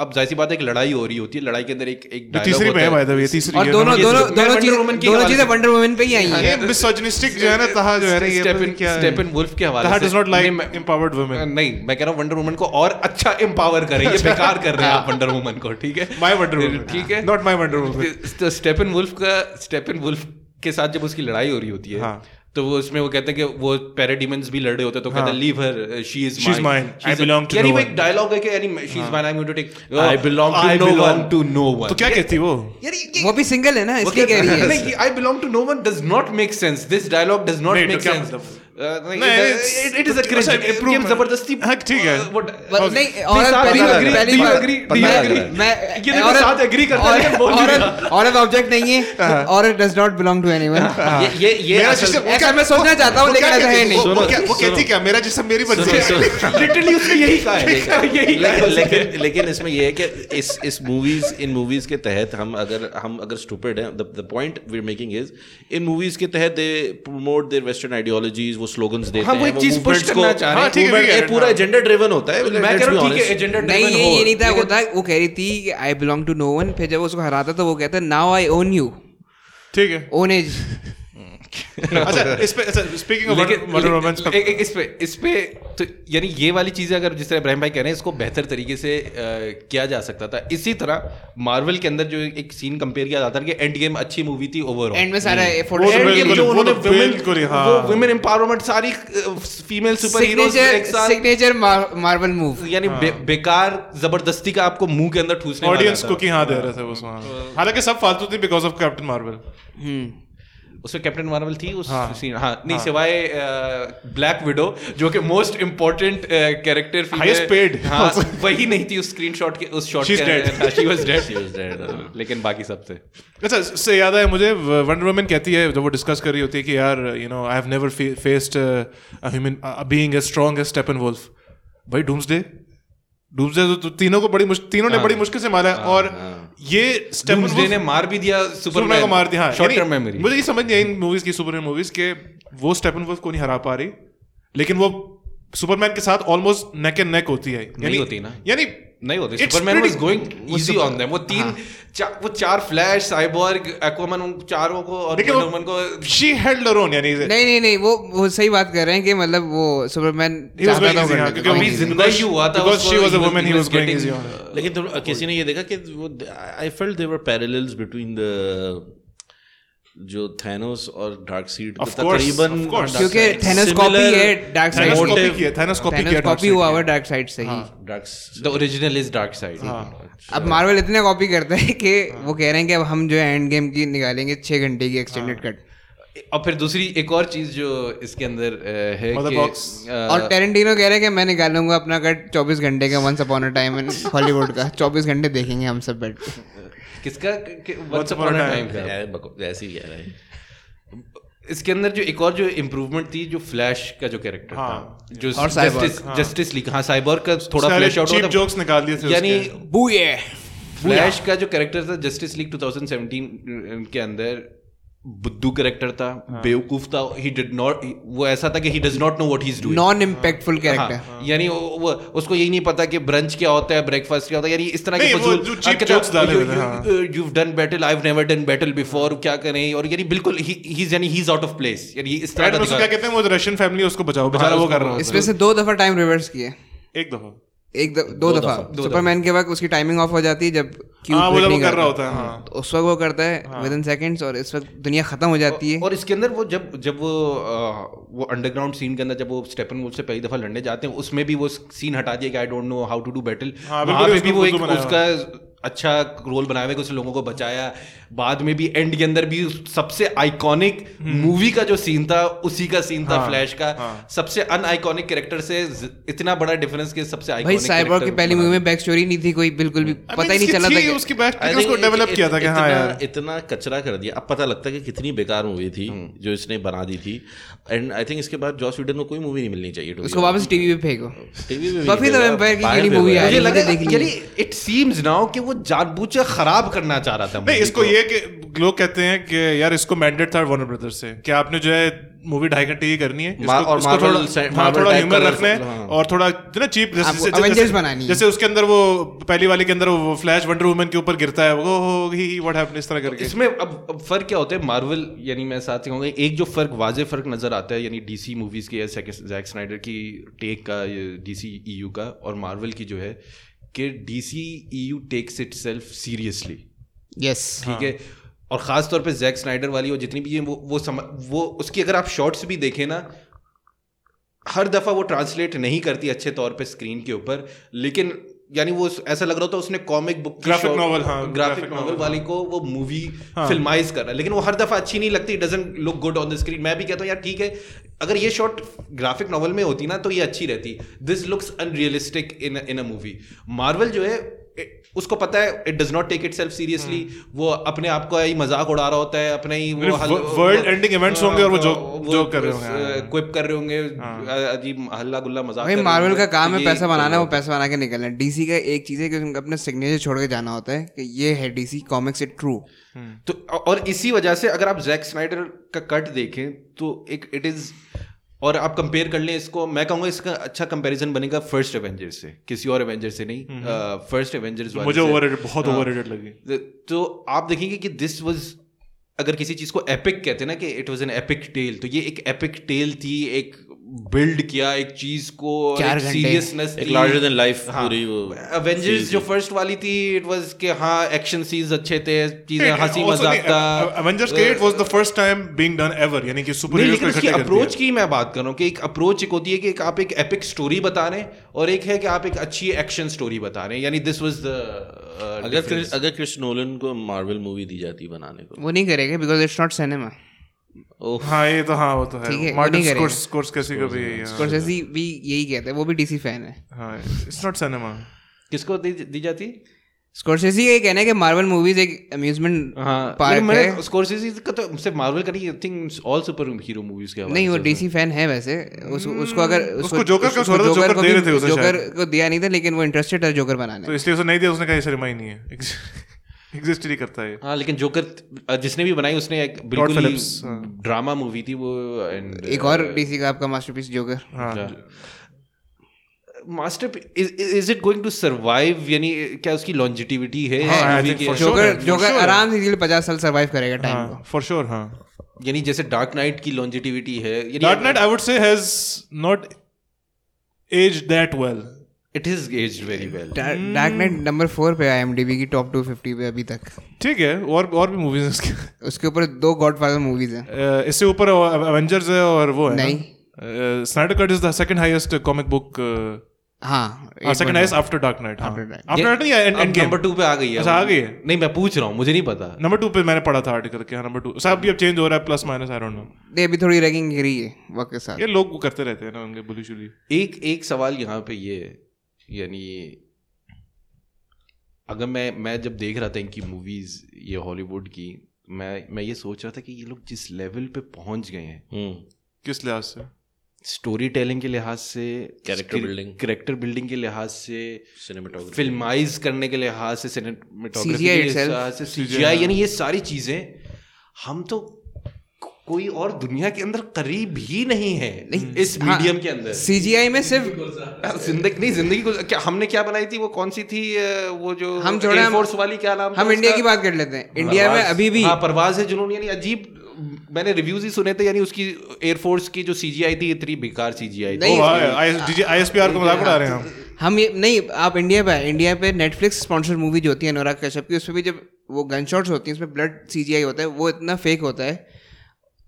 Speaker 2: अब जाहिर सी बात है एक लड़ाई हो रही होती है लड़ाई के अंदर एक एक
Speaker 3: जो तीसरी में है by the way, तीसरी
Speaker 1: और
Speaker 3: ये
Speaker 1: दोनों
Speaker 3: ना-
Speaker 2: ये
Speaker 1: दोनों
Speaker 2: मैं
Speaker 1: दोनों
Speaker 2: Wonder Woman
Speaker 1: चीजें
Speaker 2: के
Speaker 1: दोनों
Speaker 2: हवाले
Speaker 1: चीजें
Speaker 2: से-
Speaker 1: वंडर वुमन पे ही आई
Speaker 3: ये
Speaker 1: हैं
Speaker 3: misogynistic जो है ना तहा जो है ना ये पता नहीं क्या है।
Speaker 2: स्टेपन वुल्फ के हवाले
Speaker 3: तहा
Speaker 2: से
Speaker 3: does not like
Speaker 2: नहीं, मैं-
Speaker 3: empowered women.
Speaker 2: नहीं मैं कह रहा हूँ वंडर वुमन को और अच्छा एम्पावर करें ये बेकार कर रहे हैं आप वंडर वुमन को ठीक है
Speaker 3: My Wonder Woman.
Speaker 2: ठीक है
Speaker 3: Not my Wonder Woman.
Speaker 2: तो स्टेपन वुल्फ का स्टेपन वुल्फ के साथ जब उसकी लड़ाई हो रही होती है
Speaker 3: हाँ।
Speaker 2: तो वो उसमें वो कहते हैं कि वो पैराडिमंस भी लड़ रहे होते हैं तो कहते हैं leave her she is
Speaker 3: She is हाँ। mine. I belong to
Speaker 2: यानी
Speaker 3: no
Speaker 2: वो
Speaker 3: one." हाँ।
Speaker 2: एक डायलॉग है कि यानी she is mine I am going to take
Speaker 7: I belong to no one.
Speaker 2: To no one
Speaker 3: तो क्या कहती वो
Speaker 1: वो भी सिंगल है ना इसलिए कह रही है
Speaker 2: I belong to no one does not make sense this dialogue does not
Speaker 3: नहीं, तो
Speaker 2: मेक
Speaker 3: क्या
Speaker 2: सेंस
Speaker 3: मतलब?
Speaker 2: इट इट इज अ
Speaker 3: अच्छा, improvement.
Speaker 2: जबरदस्ती
Speaker 3: हाँ, ठीक है।
Speaker 2: Uh, what-
Speaker 1: बस नहीं और
Speaker 2: साथ
Speaker 1: पहली
Speaker 2: में
Speaker 1: बार
Speaker 2: agree,
Speaker 1: पहली
Speaker 2: do you
Speaker 1: बार
Speaker 2: agree,
Speaker 7: do you
Speaker 1: मैं-
Speaker 7: agree?
Speaker 1: मैं
Speaker 2: ये देखो,
Speaker 1: औरत-
Speaker 2: साथ agree करता है, लेकिन बोल नहीं हाँ।
Speaker 1: औरत औरत ऑब्जेक्ट नहीं है औरत does not belong to anyone
Speaker 2: ये ये ये
Speaker 3: मेरा
Speaker 2: असल-
Speaker 3: system- वो
Speaker 1: ऐसा
Speaker 3: क्या-
Speaker 1: मैं सोचना
Speaker 3: वो-
Speaker 1: चाहता हूँ,
Speaker 3: वो
Speaker 1: लेकिन
Speaker 3: क्या
Speaker 1: ऐसा है
Speaker 3: कहती-
Speaker 1: नहीं।
Speaker 3: वो- वो
Speaker 7: सुनो,
Speaker 3: क्या- वो कहती क्या मेरा जिसम मेरी बन
Speaker 7: सुनो, सुनो।
Speaker 2: लिटरली उसने यही कहा है यही कहा है
Speaker 7: लेकिन लेकिन लेकिन इसमें ये है कि इस इस मूवीज इन मूवीज के तहत हम अगर हम अगर स्टूपिड हैं the point we are making is in movies के तहत they promote their western ideologies वो स्लोगन्स देते
Speaker 2: हाँ,
Speaker 7: हैं
Speaker 2: वो एक चीज push
Speaker 7: movements
Speaker 2: करना चाह रहे हैं।
Speaker 7: हाँ, ठीक है,
Speaker 3: Movement-
Speaker 7: ठीक है,
Speaker 3: ये
Speaker 7: पूरा
Speaker 3: हाँ।
Speaker 7: एजेंडा ड्रिवन होता है
Speaker 2: मैं
Speaker 7: let's
Speaker 2: कह
Speaker 7: be
Speaker 2: रहा हूँ ठीक है
Speaker 7: honest.
Speaker 2: एजेंडा
Speaker 1: नहीं ये ये नहीं था वो था वो कह रही थी I belong to no one फिर जब उसको हराता तो वो कहता नाउ आई ओन यू
Speaker 3: ठीक है
Speaker 1: ओन एज
Speaker 3: अच्छा इस पे अच्छा स्पीकिंग ऑफ मर्डर रोमांस
Speaker 2: लेकिन- एक- एक इस पे इस पे तो यानी ये वाली चीजें अगर जिस तरह इब्राहिम भाई कह रहे हैं इसको बेहतर तरीके से अ, किया जा सकता था इसी तरह मार्वल के अंदर जो एक सीन कंपेयर किया जाता था कि एंड गेम अच्छी मूवी थी ओवरऑल
Speaker 1: एंड में सारा
Speaker 3: वो
Speaker 2: Endgame
Speaker 1: फोटो
Speaker 3: तो बिल्कुल-
Speaker 2: जो
Speaker 3: वो
Speaker 2: उन्होंने
Speaker 3: तो बिल्कुल ही,
Speaker 2: women-
Speaker 3: हाँ।
Speaker 2: वो women empowerment सारी फीमेल सुपर हीरोज
Speaker 1: सिग्नेचर
Speaker 2: एक हाँ। साथ
Speaker 1: सिग्नेचर मार्वल मूव
Speaker 2: यानी बे- बेकार जबरदस्ती का आपको मुंह के अंदर ठूसने वाला
Speaker 3: ऑडियंस
Speaker 2: था।
Speaker 3: को की हाँ दे रहा था वो वहाँ हालांकि सब फालतू थी बिकॉज ऑफ कैप्टन मार्वल
Speaker 2: उसमें कैप्टन मार्वल थी उस
Speaker 3: हाँ।
Speaker 2: सीन हाँ नहीं सिवाय ब्लैक विडो जो कि most important character
Speaker 3: Highest paid.
Speaker 2: हाँ वही नहीं थी उस स्क्रीनशॉट के उस shot
Speaker 3: She's dead.
Speaker 2: She was
Speaker 7: She was dead, हाँ।
Speaker 2: डेड लेकिन बाकी सब थे
Speaker 3: अच्छा इससे याद आया मुझे वंडर वुमन कहती है जब वो डिस्कस कर रही होती है कि यार you know I have never faced human being as strong as Steppenwolf भाई डूम्सडे डूम्सडे तो तो तीनों को बड़ी मुश्किल तीनों ने
Speaker 2: हाँ,
Speaker 3: बड़ी मुश्किल से मारा है और ये स्टेपन
Speaker 2: डूम्सडे हाँ। ने मार भी दिया
Speaker 3: सुपरमैन
Speaker 2: सुपरमैन
Speaker 3: को मार दिया हाँ
Speaker 2: शॉर्ट
Speaker 3: यानी
Speaker 2: टर्म मेमोरी
Speaker 3: मुझे ये समझ नहीं आई इन मूवीज की सुपरमैन मूवीज के वो स्टेपन वुल्फ को नहीं हरा पा रही लेकिन वो सुपरमैन के साथ ऑलमोस्ट नेक एंड नेक होती है यानी-
Speaker 2: होती ना।
Speaker 3: यानी
Speaker 2: नहीं तो होते
Speaker 3: It's
Speaker 2: सुपरमैन वाज
Speaker 3: pretty- हाँ।
Speaker 2: गोइंग
Speaker 3: वो
Speaker 2: इजी
Speaker 3: सुपर-
Speaker 2: ऑन देम वो तीन चा- वो चार फ्लैश साइबॉर्ग एक्वामैन उन चारों को और
Speaker 3: लेकिन
Speaker 2: वंडर को
Speaker 3: शी हेल्ड हर ओन यानी
Speaker 1: नहीं नहीं नहीं वो वो सही बात कर रहे हैं कि मतलब वो तो Superman
Speaker 3: He was going easy, हाँ, क्योंकि
Speaker 2: अभी
Speaker 3: because-
Speaker 2: जिंदा ही हुआ था
Speaker 3: because
Speaker 2: उसको,
Speaker 3: she was a
Speaker 2: he was-
Speaker 3: woman, he
Speaker 2: he
Speaker 3: was
Speaker 2: was
Speaker 3: going
Speaker 2: getting-
Speaker 3: easy on her.
Speaker 7: लेकिन तुम किसी ने ये देखा कि वो I felt there parallels between the जो थैनोस और Darkseid
Speaker 3: Of course, of course.
Speaker 1: क्योंकि Thanos copy है Dark Side
Speaker 3: Thanos
Speaker 1: से।
Speaker 3: copy किया Thanos copy किया Darkseid
Speaker 1: कॉपी
Speaker 3: ने।
Speaker 1: हुआ हुआ डार्क साइड से
Speaker 3: हाँ,
Speaker 1: ही
Speaker 7: Darkseid
Speaker 2: The original is Dark Side.
Speaker 1: अब मार्वल इतने कॉपी करता है कि
Speaker 3: हाँ।
Speaker 1: वो कह रहे हैं कि अब हम जो है एंड गेम की निकालेंगे छह घंटे की एक्सटेंडेड
Speaker 3: हाँ।
Speaker 1: कट
Speaker 2: और फिर दूसरी एक और चीज जो इसके अंदर अ, है
Speaker 3: Mother
Speaker 2: कि,
Speaker 3: box.
Speaker 2: अ,
Speaker 1: और टेरेंटिनो कह रहे हैं कि मैं निकालूंगा अपना कट 24 घंटे का once upon a time in Hollywood का 24 घंटे देखेंगे हम सब बैठ के।
Speaker 2: किसका
Speaker 3: Once
Speaker 2: what's
Speaker 3: upon a
Speaker 2: upon a
Speaker 3: time
Speaker 2: time का
Speaker 7: ऐसे ही कह रहा है
Speaker 2: इसके अंदर जो एक और जो इम्प्रूवमेंट थी जो फ्लैश का जो कैरेक्टर
Speaker 3: हाँ।
Speaker 2: था जो
Speaker 1: और Cyborg,
Speaker 2: जस्टिस जस्टिस लीग हाँ साइबॉर्ग का थोड़ा
Speaker 3: सारे
Speaker 2: फ्लैश आउट
Speaker 3: cheap jokes निकाल दिए थे
Speaker 2: यानी
Speaker 3: उसके।
Speaker 1: बूये
Speaker 2: फ्लैश का जो कैरेक्टर था जस्टिस लीग 2017 के अंदर बुद्धू कैरेक्टर था
Speaker 3: हाँ.
Speaker 2: बेवकूफ था ही डिड नॉट वो ऐसा था कि he does not know what he is doing
Speaker 1: non impactful character
Speaker 2: हाँ, यानी वो- वो उसको यही नहीं पता कि ब्रंच क्या होता है ब्रेकफास्ट क्या होता है यानी इस तरह
Speaker 3: नहीं, वो जो cheap
Speaker 2: तो
Speaker 3: jokes डाले हुए थे, हाँ।
Speaker 2: You done battle I have never done battle before क्या करें और यानी बिल्कुल ही यानी he is out of place यानी इस तरह
Speaker 3: And
Speaker 2: का
Speaker 3: उसको क्या
Speaker 2: दिखा-
Speaker 3: कहते हैं वो रशियन फैमिली उसको बचाओ बेचारा वो
Speaker 2: उसको-
Speaker 3: कर रहा
Speaker 1: इसमें से दो दफा टाइम रिवर्स किए
Speaker 3: है एक दफा
Speaker 1: एक द, दो दफा सुपरमैन के वक्त उसकी टाइमिंग ऑफ हो जाती है जब Q
Speaker 3: हाँ, वो
Speaker 1: quit
Speaker 3: लोग
Speaker 1: नहीं
Speaker 3: कर रहा
Speaker 1: करता।
Speaker 3: होता हाँ। है, हाँ।
Speaker 1: तो उस वक्त वो करता है विद इन सेकेंड्स और इस वक्त दुनिया खत्म हो जाती है
Speaker 2: और इसके अंदर वो जब जब वो अ, वो अंडरग्राउंड सीन के अंदर जब वो स्टेपन से पहली दफा लड़ने जाते हैं उसमें भी वो सीन हटा दिया कि I don't know how to do battle
Speaker 3: हाँ, बिल्कुल
Speaker 2: वहाँ पे भी
Speaker 3: उसमें
Speaker 2: वो एक
Speaker 3: खुद बनाया
Speaker 2: उसका अच्छा रोल बनाया हुआ है कि उसने लोगों को बचाया बाद में भी एंड के अंदर भी सबसे आइकॉनिक
Speaker 3: हम्म।
Speaker 2: मूवी का जो सीन था उसी का सीन
Speaker 3: हाँ,
Speaker 2: था फ्लैश का सबसे अन आइकॉनिक कैरेक्टर से ज- इतना बड़ा डिफरेंस के सबसे
Speaker 1: भाई
Speaker 2: आइकॉनिक
Speaker 1: साइबॉर्ग की पहली मूवी में बैक स्टोरी नहीं थी कोई बिल्कुल भी
Speaker 3: I mean,
Speaker 1: पता ही नहीं
Speaker 3: इसकी
Speaker 1: चला
Speaker 3: थी,
Speaker 1: था कि-
Speaker 3: उसकी बैक
Speaker 7: I
Speaker 3: उसको
Speaker 7: think
Speaker 3: डेवलप
Speaker 7: इत-
Speaker 3: किया था कि
Speaker 7: इत-
Speaker 3: हाँ
Speaker 7: इतना-
Speaker 3: यार
Speaker 7: इतना कचरा कर दिया अब पता लगता है कि कितनी बेकार मूवी थी
Speaker 3: हम्म।
Speaker 7: जो इसने बना दी थी एंड आई थिंक इसके बाद जॉस वीडन को कोई मूवी नहीं मिलनी चाहिए
Speaker 1: उसको वापस टीवी पे फेंको
Speaker 7: टीवी में
Speaker 1: Buffy the Vampire तो की कीड़ी movie आई।
Speaker 2: मुझे
Speaker 1: मैंने
Speaker 2: लगा
Speaker 1: देख ली।
Speaker 2: यानी इट सीम्स नाउ कि वो जानबूझकर खराब करना चाह रहा था
Speaker 3: नहीं
Speaker 2: movie
Speaker 3: इसको
Speaker 2: को।
Speaker 3: ये कि लोग कहते हैं कि यार इसको मैंडेट था वार्नर ब्रदर्स से कि आपने जो है मूवी ढाई घंटे की करनी है
Speaker 7: मा-
Speaker 3: इसको,
Speaker 7: और
Speaker 3: इसको
Speaker 7: Marvel
Speaker 3: थोड़ा
Speaker 7: से-
Speaker 3: हाँ,
Speaker 7: Marvel
Speaker 3: थोड़ा
Speaker 7: type
Speaker 3: ह्यूमर
Speaker 7: का-
Speaker 3: रखना है
Speaker 7: हाँ।
Speaker 3: और थोड़ा जो ना चीप जैसे,
Speaker 1: आपको
Speaker 3: जैसे- जैसे-
Speaker 1: Avengers बनानी है।
Speaker 3: जैसे उसके अंदर वो पहली वाली के अंदर वो फ्लैश वंडर वुमन के ऊपर गिरता है वो ही व्हाट हैपेंड इस तरह करके
Speaker 2: इसमें अब, अब फर्क क्या होता है मार्वल यानी मैं साथ ही कहूँगा एक जो फर्क वाजे फर्क नजर आता है यानी डीसी मूवीज की या जैक स्नाइडर की टेक का डीसी ईयू E का और मार्वल की जो है कि E DC EU takes it self seriously
Speaker 1: yes
Speaker 2: ठीक है और खास तौर पे जैक स्नाइडर वाली और जितनी भी ये वो वो सम, वो उसकी अगर आप शॉर्ट्स भी देखें ना हर दफा वो ट्रांसलेट नहीं करती अच्छे तौर पे स्क्रीन के ऊपर लेकिन यानी वो ऐसा लग रहा था उसने कॉमिक बुक
Speaker 3: Graphic novel, हाँ, graphic
Speaker 2: ग्राफिक
Speaker 3: novel, हाँ।
Speaker 2: नॉवल वाली को वो मूवी फिल्माइज कर रहा है लेकिन वो हर दफा अच्छी नहीं लगती doesn't look good on the screen मैं भी कहता हूँ यार ठीक है अगर ये शॉट ग्राफिक नॉवल में होती ना तो ये अच्छी रहती this looks unrealistic in in a movie Marvel जो है ए- उसको पता है इट डज नॉट टेक इट सेल्फ सीरियसली वो अपने आप का ही मजाक उड़ा रहा होता है अपने ही
Speaker 3: मेरे
Speaker 2: वो हल-
Speaker 3: wo- हम्म। world
Speaker 2: वो- हाँ,
Speaker 3: ending events होंगे और वो joke- joke कर रहे
Speaker 2: उस,
Speaker 3: होंगे, हाँ।
Speaker 2: अ, क्विप कर रहे होंगे अ- अजीब हल्ला गुल्ला
Speaker 3: तो
Speaker 2: मजाक
Speaker 1: हाँ। भाई
Speaker 2: कर रहे
Speaker 1: मार्वल का
Speaker 2: होंगे।
Speaker 1: काम है
Speaker 2: ये- तो
Speaker 1: पैसा बनाना वो पैसा बना के निकलना डीसी का एक चीज है कि उनका अपना सिग्नेचर छोड़ के जाना होता है कि ये है डीसी कॉमिक्स इट ट्रू
Speaker 2: तो और इसी वजह से अगर आप जैक स्नाइडर का कट देखें तो एक इट इज और आप कंपेयर कर लें इसको मैं कहूंगा इसका अच्छा कंपैरिजन बनेगा फर्स्ट एवेंजर से किसी और एवेंजर से नहीं
Speaker 1: हम्म।
Speaker 2: फर्स्ट एवेंजर्स
Speaker 3: मुझे overrated- बहुत overrated लगी।
Speaker 2: हाँ। तो आप देखेंगे कि दिस वाज अगर किसी चीज को एपिक कहते हैं ना कि it was an epic tale तो ये एक एपिक टेल थी एक बिल्ड किया एक चीज को
Speaker 1: चार घंटे।
Speaker 2: सीरियसनेस
Speaker 7: एक लार्जर देन लाइफ
Speaker 3: हाँ।
Speaker 7: पूरी वो
Speaker 2: एवेंजर्स
Speaker 7: series
Speaker 2: हाँ। जो
Speaker 7: थी।
Speaker 2: फर्स्ट वाली थी इट वाज के हाँ एक्शन सीन्स अच्छे थे चीजें हंसी मजाक था
Speaker 1: uh,
Speaker 3: Avengers create was the first time being done ever यानी कि सुपर
Speaker 2: नहीं
Speaker 3: हीरोज
Speaker 2: लेकिन
Speaker 3: को
Speaker 2: उसकी
Speaker 3: इकट्ठे कर
Speaker 2: अप्रोच
Speaker 3: दिया
Speaker 2: की मैं बात कर रहा हूँ कि एक अप्रोच एक होती है कि एक आप एक एपिक स्टोरी बता रहे हैं और एक है कि आप एक अच्छी एक्शन स्टोरी बता रहे हैं यानी दिस वाज द uh,
Speaker 7: अगर क्रिस- अगर क्रिस नोलन को मार्वल मूवी दी जाती बनाने को
Speaker 1: वो नहीं करेगा because it's not cinema
Speaker 7: oh
Speaker 3: हाँ ये तो हाँ वो तो
Speaker 1: ठीक है,
Speaker 3: है
Speaker 1: वो
Speaker 3: मार्टिन
Speaker 1: नहीं करेगा।
Speaker 3: स्कोर्स स्कोर्स कैसी को भी यही है।
Speaker 1: स्कॉर्सेसी भी यही कहता है वो भी डीसी फैन है
Speaker 3: हाँ इट्स नॉट सिनेमा
Speaker 2: किसको दी, दी जाती
Speaker 1: स्कॉर्सेसी का ये कहना है कि मार्वल मूवीज एक अम्यूजमेंट
Speaker 2: हाँ
Speaker 1: पार्क है
Speaker 2: स्कोरसेसी का तो सिर्फ मार्वल का नहीं I think all super hero movies के हवाले
Speaker 1: नहीं वो
Speaker 2: से उसमें।
Speaker 1: डीसी फैन है वैसे उस, उसको अगर
Speaker 3: हम्म, उसको Joker का थोड़ा सा Joker
Speaker 1: को
Speaker 3: दे
Speaker 1: भी-
Speaker 3: रहे थे उसे
Speaker 1: Joker
Speaker 3: शायद।
Speaker 1: को दिया नहीं था लेकिन वो इंटरेस्टेड है जोकर बनाने
Speaker 3: तो इसलिए उसने नहीं दिया उसने कहा ये सिनेमा ही नहीं है एग्जिस्ट नहीं करता है
Speaker 2: हाँ लेकिन जोकर जिसने भी बनाई उसने एक बिल्कुल
Speaker 3: Phillips, हाँ।
Speaker 2: ड्रामा मूवी थी वो uh, एंड
Speaker 1: एक और डीसी का आपका मास्टरपीस जोकर
Speaker 3: हाँ
Speaker 2: master is it going to survive यानी क्या उसकी लॉन्जिटिविटी है
Speaker 3: हाँ, I
Speaker 2: movie
Speaker 3: think
Speaker 2: की?
Speaker 3: for sure.
Speaker 1: जोकर
Speaker 3: है,
Speaker 1: जोकर
Speaker 3: sure है।
Speaker 1: आराम से पचास साल सरवाइव करेगा टाइम को
Speaker 3: फॉर श्योर हाँ
Speaker 2: यानी जैसे डार्क नाइट की लॉन्जिटिविटी है
Speaker 3: Dark Knight I would say has not age that well
Speaker 2: it is aged very well
Speaker 1: dark night number four पे आई की टॉप टू फिफ्टी पे अभी तक
Speaker 3: ठीक है और और भी मूवीज इसके
Speaker 1: उसके ऊपर दो गॉड फादर मूवीज हैं
Speaker 3: अ, Uh, इससे ऊपर एवेंजर्स है और वो है Uh,
Speaker 1: नहीं।
Speaker 3: Snyder cut is the second highest comic book
Speaker 1: हाँ
Speaker 3: second highest after Dark Knight
Speaker 1: After
Speaker 3: after
Speaker 1: Dark
Speaker 3: Dark नहीं एंड गेम
Speaker 2: नंबर टू पे आ गई है
Speaker 3: अच्छा,
Speaker 2: वो।
Speaker 3: आ गई है?
Speaker 2: नहीं मैं पूछ रहा हूँ मुझे नहीं पता
Speaker 3: नंबर टू पे मैंने पढ़ा था आर्टिकल के नंबर टू सब भी अब चेंज हो रहा है plus minus I don't know
Speaker 2: हाँ।
Speaker 1: ये अभी थोड़ी रैगिंग गिरी है वक्त के साथ
Speaker 3: ये लोग वो करते रहते हैं ना उनके बुलूशुली
Speaker 2: एक एक सवाल यहाँ पे ये है यानी अगर मैं मैं जब देख रहा था इनकी मूवीज ये हॉलीवुड की मैं मैं ये सोच रहा था कि ये लोग जिस लेवल पे पहुंच गए हैं
Speaker 7: हम्म
Speaker 3: किस लिहाज से
Speaker 2: स्टोरी टेलिंग के लिहाज से
Speaker 7: Character building.
Speaker 2: कैरेक्टर बिल्डिंग के लिहाज से
Speaker 7: सिनेमाटोग्राफी
Speaker 2: फिल्माइज करने के लिहाज से सिनेमेटोग्राफी
Speaker 1: CGI
Speaker 2: के
Speaker 1: itself.
Speaker 2: लिहाज से सीजीआई यानी ये सारी चीजें हम तो को- कोई और दुनिया के अंदर करीब ही नहीं है इस
Speaker 1: हाँ,
Speaker 2: मीडियम के अंदर
Speaker 1: सीजीआई में सिर्फ
Speaker 2: जिंदगी नहीं जिंदगी गुल- क्या हमने क्या बनाई थी वो कौन सी थी अ, वो जो
Speaker 1: हम छोड़ें, हम-
Speaker 2: फोर्स वाली क्या नाम था
Speaker 1: हम इंडिया
Speaker 2: तो उसका?
Speaker 1: की बात कर लेते हैं इंडिया में
Speaker 2: परवाज-
Speaker 1: अभी भी
Speaker 2: हाँ परवाज है जुनून यानी अजीब मैंने रिव्यूज ही सुने थे यानी उसकी एयरफोर्स की जो सीजीआई थी इतनी बेकार सीजीआई थी
Speaker 1: नहीं,
Speaker 3: आई एस पी आर को मजाक उड़ा रहे हैं हम
Speaker 1: हम ये नहीं आप इंडिया पे आए, इंडिया पे नेटफ्लिक्स स्पॉन्सर्ड मूवी जो होती है अनुराग कश्यप की उसमें भी जब वो गन शॉट्स होती हैं उसमें ब्लड सी होता है वो इतना फेक होता है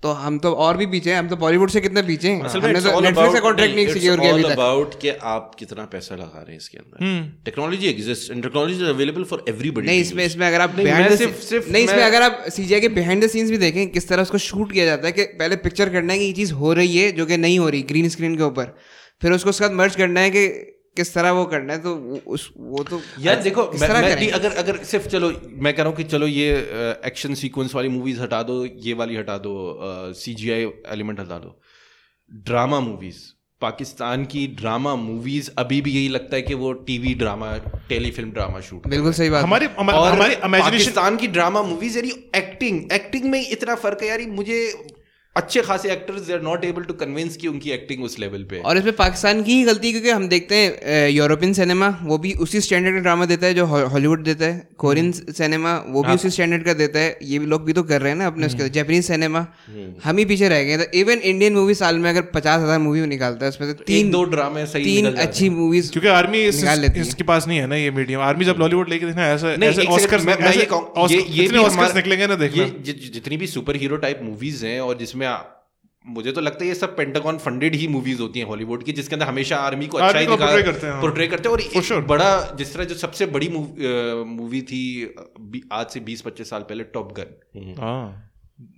Speaker 1: तो हम तो और भी पीछे हैं हम तो बॉलीवुड से कितने पीछे हैं हमने तो नेटफ्लिक्स का कॉन्ट्रैक्ट नहीं सिक्योर किया अभी तक हम्म।
Speaker 7: अबाउट कि आप कितना पैसा लगा रहे हैं इसके अंदर technology exist and technology is available for everybody
Speaker 1: नहीं इसमें इसमें अगर आप
Speaker 2: नहीं,
Speaker 1: behind
Speaker 2: मैं
Speaker 1: the
Speaker 2: सिर्फ-
Speaker 1: scene-
Speaker 2: सिर्फ
Speaker 1: नहीं इसमें
Speaker 2: मैं-
Speaker 1: अगर आप सीजीआई के बिहाइंड द सीन्स भी देखें किस तरह उसको शूट किया जाता है कि पहले पिक्चर करना है कि ये चीज़ हो रही है जो कि नहीं हो रही ग्रीन स्क्रीन के ऊपर फिर उसको उसके बाद मर्ज करना है कि किस तरह वो करना है तो वो- उस वो तो
Speaker 2: यार देखो
Speaker 1: किस
Speaker 2: मैं,
Speaker 1: तरह
Speaker 2: मैं
Speaker 1: करें?
Speaker 2: भी अगर अगर सिर्फ चलो मैं कह रहा हूँ कि चलो ये एक्शन सीक्वेंस वाली मूवीज हटा दो ये वाली हटा दो सीजीआई एलिमेंट हटा दो ड्रामा मूवीज पाकिस्तान की ड्रामा मूवीज अभी भी यही लगता है कि वो TV drama telefilm drama shoot
Speaker 1: बिल्कुल सही बात
Speaker 3: हमारी हमारी-
Speaker 2: और
Speaker 3: हमारी इमेजिनेशन
Speaker 2: पाकिस्तान की ड्रामा मूवीज यार एक्टिंग एक्टिंग में इतना फर्क है यार ये मुझे अच्छे खासे actors they are not able to convince कि उनकी एक्टिंग उस लेवल पे है।
Speaker 1: और इसमें पाकिस्तान की ही गलती है, क्योंकि हम देखते हैं अ, यूरोपियन सिनेमा वो भी उसी स्टैंडर्ड का ड्रामा देता है जो हॉ- हॉलीवुड देता है कोरियन
Speaker 7: हम्म।
Speaker 1: सिनेमा वो
Speaker 7: हाँ।
Speaker 1: भी उसी स्टैंडर्ड का देता है ये भी लोग भी तो कर रहे हैं ना अपने उसके
Speaker 7: हम्म।
Speaker 1: जापानीज सिनेमा हम ही पीछे रह गए हैं। तो इवन इंडियन मूवी साल में अगर पचास हजार मूवी निकालता है उसमें
Speaker 7: तो
Speaker 1: से
Speaker 2: एक
Speaker 1: तीन
Speaker 2: दो ड्रामे सही
Speaker 1: तीन
Speaker 2: निकल जाते
Speaker 1: अच्छी मूवीज
Speaker 3: क्योंकि आर्मी इस,
Speaker 1: निकाल लेती है।
Speaker 3: इसके पास नहीं है ना ये मीडियम आर्मी जब बॉलीवुड लेके देखना ऐसा
Speaker 2: नहीं,
Speaker 3: ऐसे
Speaker 2: एक second,
Speaker 3: ऑस्कर्स
Speaker 2: मैं- मैं ये कहूं- ये- ये भी
Speaker 3: ऑस्कर्स
Speaker 2: हमारा-
Speaker 3: निकलेंगे ना देखना
Speaker 2: ये जि- जितनी भी सुपर हीरो टाइप मूवीज हैं और जिसमें आ- मुझे तो लगता है ये सब पेंटागॉन फंडेड ही मूवीज होती हैं हॉलीवुड की जिसके अंदर हमेशा आर्मी को अच्छा
Speaker 3: Army
Speaker 2: ही
Speaker 3: को
Speaker 2: दिखा
Speaker 3: portray करते हैं, हाँ।
Speaker 2: portray करते हैं और
Speaker 3: For
Speaker 2: एक
Speaker 3: sure.
Speaker 2: बड़ा जिस तरह जो सबसे बड़ी मूवी थी अ, बी- आज से 20-25 साल पहले टॉप गन
Speaker 3: हाँ। हां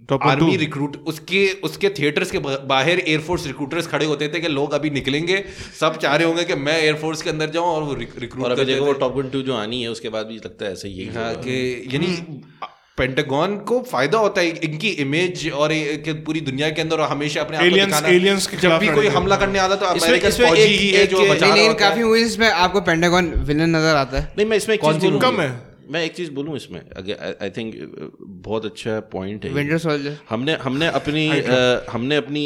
Speaker 3: टॉप
Speaker 2: आर्मी रिक्रूट उसके उसके थिएटर्स के बा- बाहर एयरफोर्स रिक्रूटर्स खड़े होते थे कि लोग अभी निकलेंगे सब चाह रहे होंगे कि मैं एयरफोर्स के अंदर जाऊं और वो रिक्रूट
Speaker 7: और अभी
Speaker 2: कर
Speaker 7: देखो वो
Speaker 2: देते
Speaker 7: टॉप गन टू जो आनी है उसके बाद भी लगता है ऐसा ही
Speaker 2: तो हाँ,
Speaker 7: है
Speaker 2: कि यानी पेंटागॉन को फायदा होता है इनकी इमेज और ये- कि पूरी दुनिया के अंदर और हमेशा अपने आप को
Speaker 3: Aliens-
Speaker 2: दिखाना-
Speaker 3: aliens के
Speaker 2: जब
Speaker 3: खिलाफ
Speaker 2: भी
Speaker 3: लड़ने
Speaker 2: कोई
Speaker 3: के
Speaker 2: हमला
Speaker 3: लिए।
Speaker 2: करने आता तो
Speaker 7: इसमें-
Speaker 2: अमेरिकन
Speaker 7: इसमें
Speaker 2: फौजी
Speaker 7: एक-
Speaker 2: ही है
Speaker 7: एक-
Speaker 2: जो
Speaker 7: एक-
Speaker 2: बचा
Speaker 1: नहीं,
Speaker 2: रहा
Speaker 1: नहीं,
Speaker 2: होता
Speaker 1: काफी
Speaker 2: है
Speaker 1: मूवीज में आपको पेंटागॉन विलन नजर आता है
Speaker 7: नहीं मैं इसमें एक
Speaker 2: कौन
Speaker 7: चीज
Speaker 2: सी
Speaker 7: बोलूं
Speaker 3: कम है?
Speaker 7: मैं एक चीज बोलूं इसमें आई थिंक बहुत अच्छा पॉइंट है ये।
Speaker 1: विंटर सोल्जर
Speaker 7: हमने हमने अपनी
Speaker 3: हाँ,
Speaker 7: अ, हमने अपनी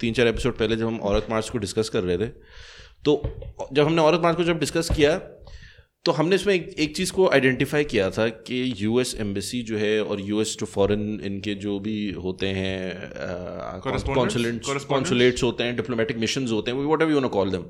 Speaker 7: तीन चार एपिसोड पहले जब हम औरत मार्च को डिस्कस कर रहे थे तो जब हमने औरत मार्च को जब डिस्कस किया तो हमने इसमें एक, एक चीज़ को आइडेंटिफाई किया था कि यूएस एम्बेसी जो है और यूएस टू फॉरेन इनके जो भी होते हैं कॉन्सुलेट्स
Speaker 3: Correspondents?
Speaker 7: कॉन्सुलेट्स होते हैं डिप्लोमेटिक मिशन होते हैं whatever you call them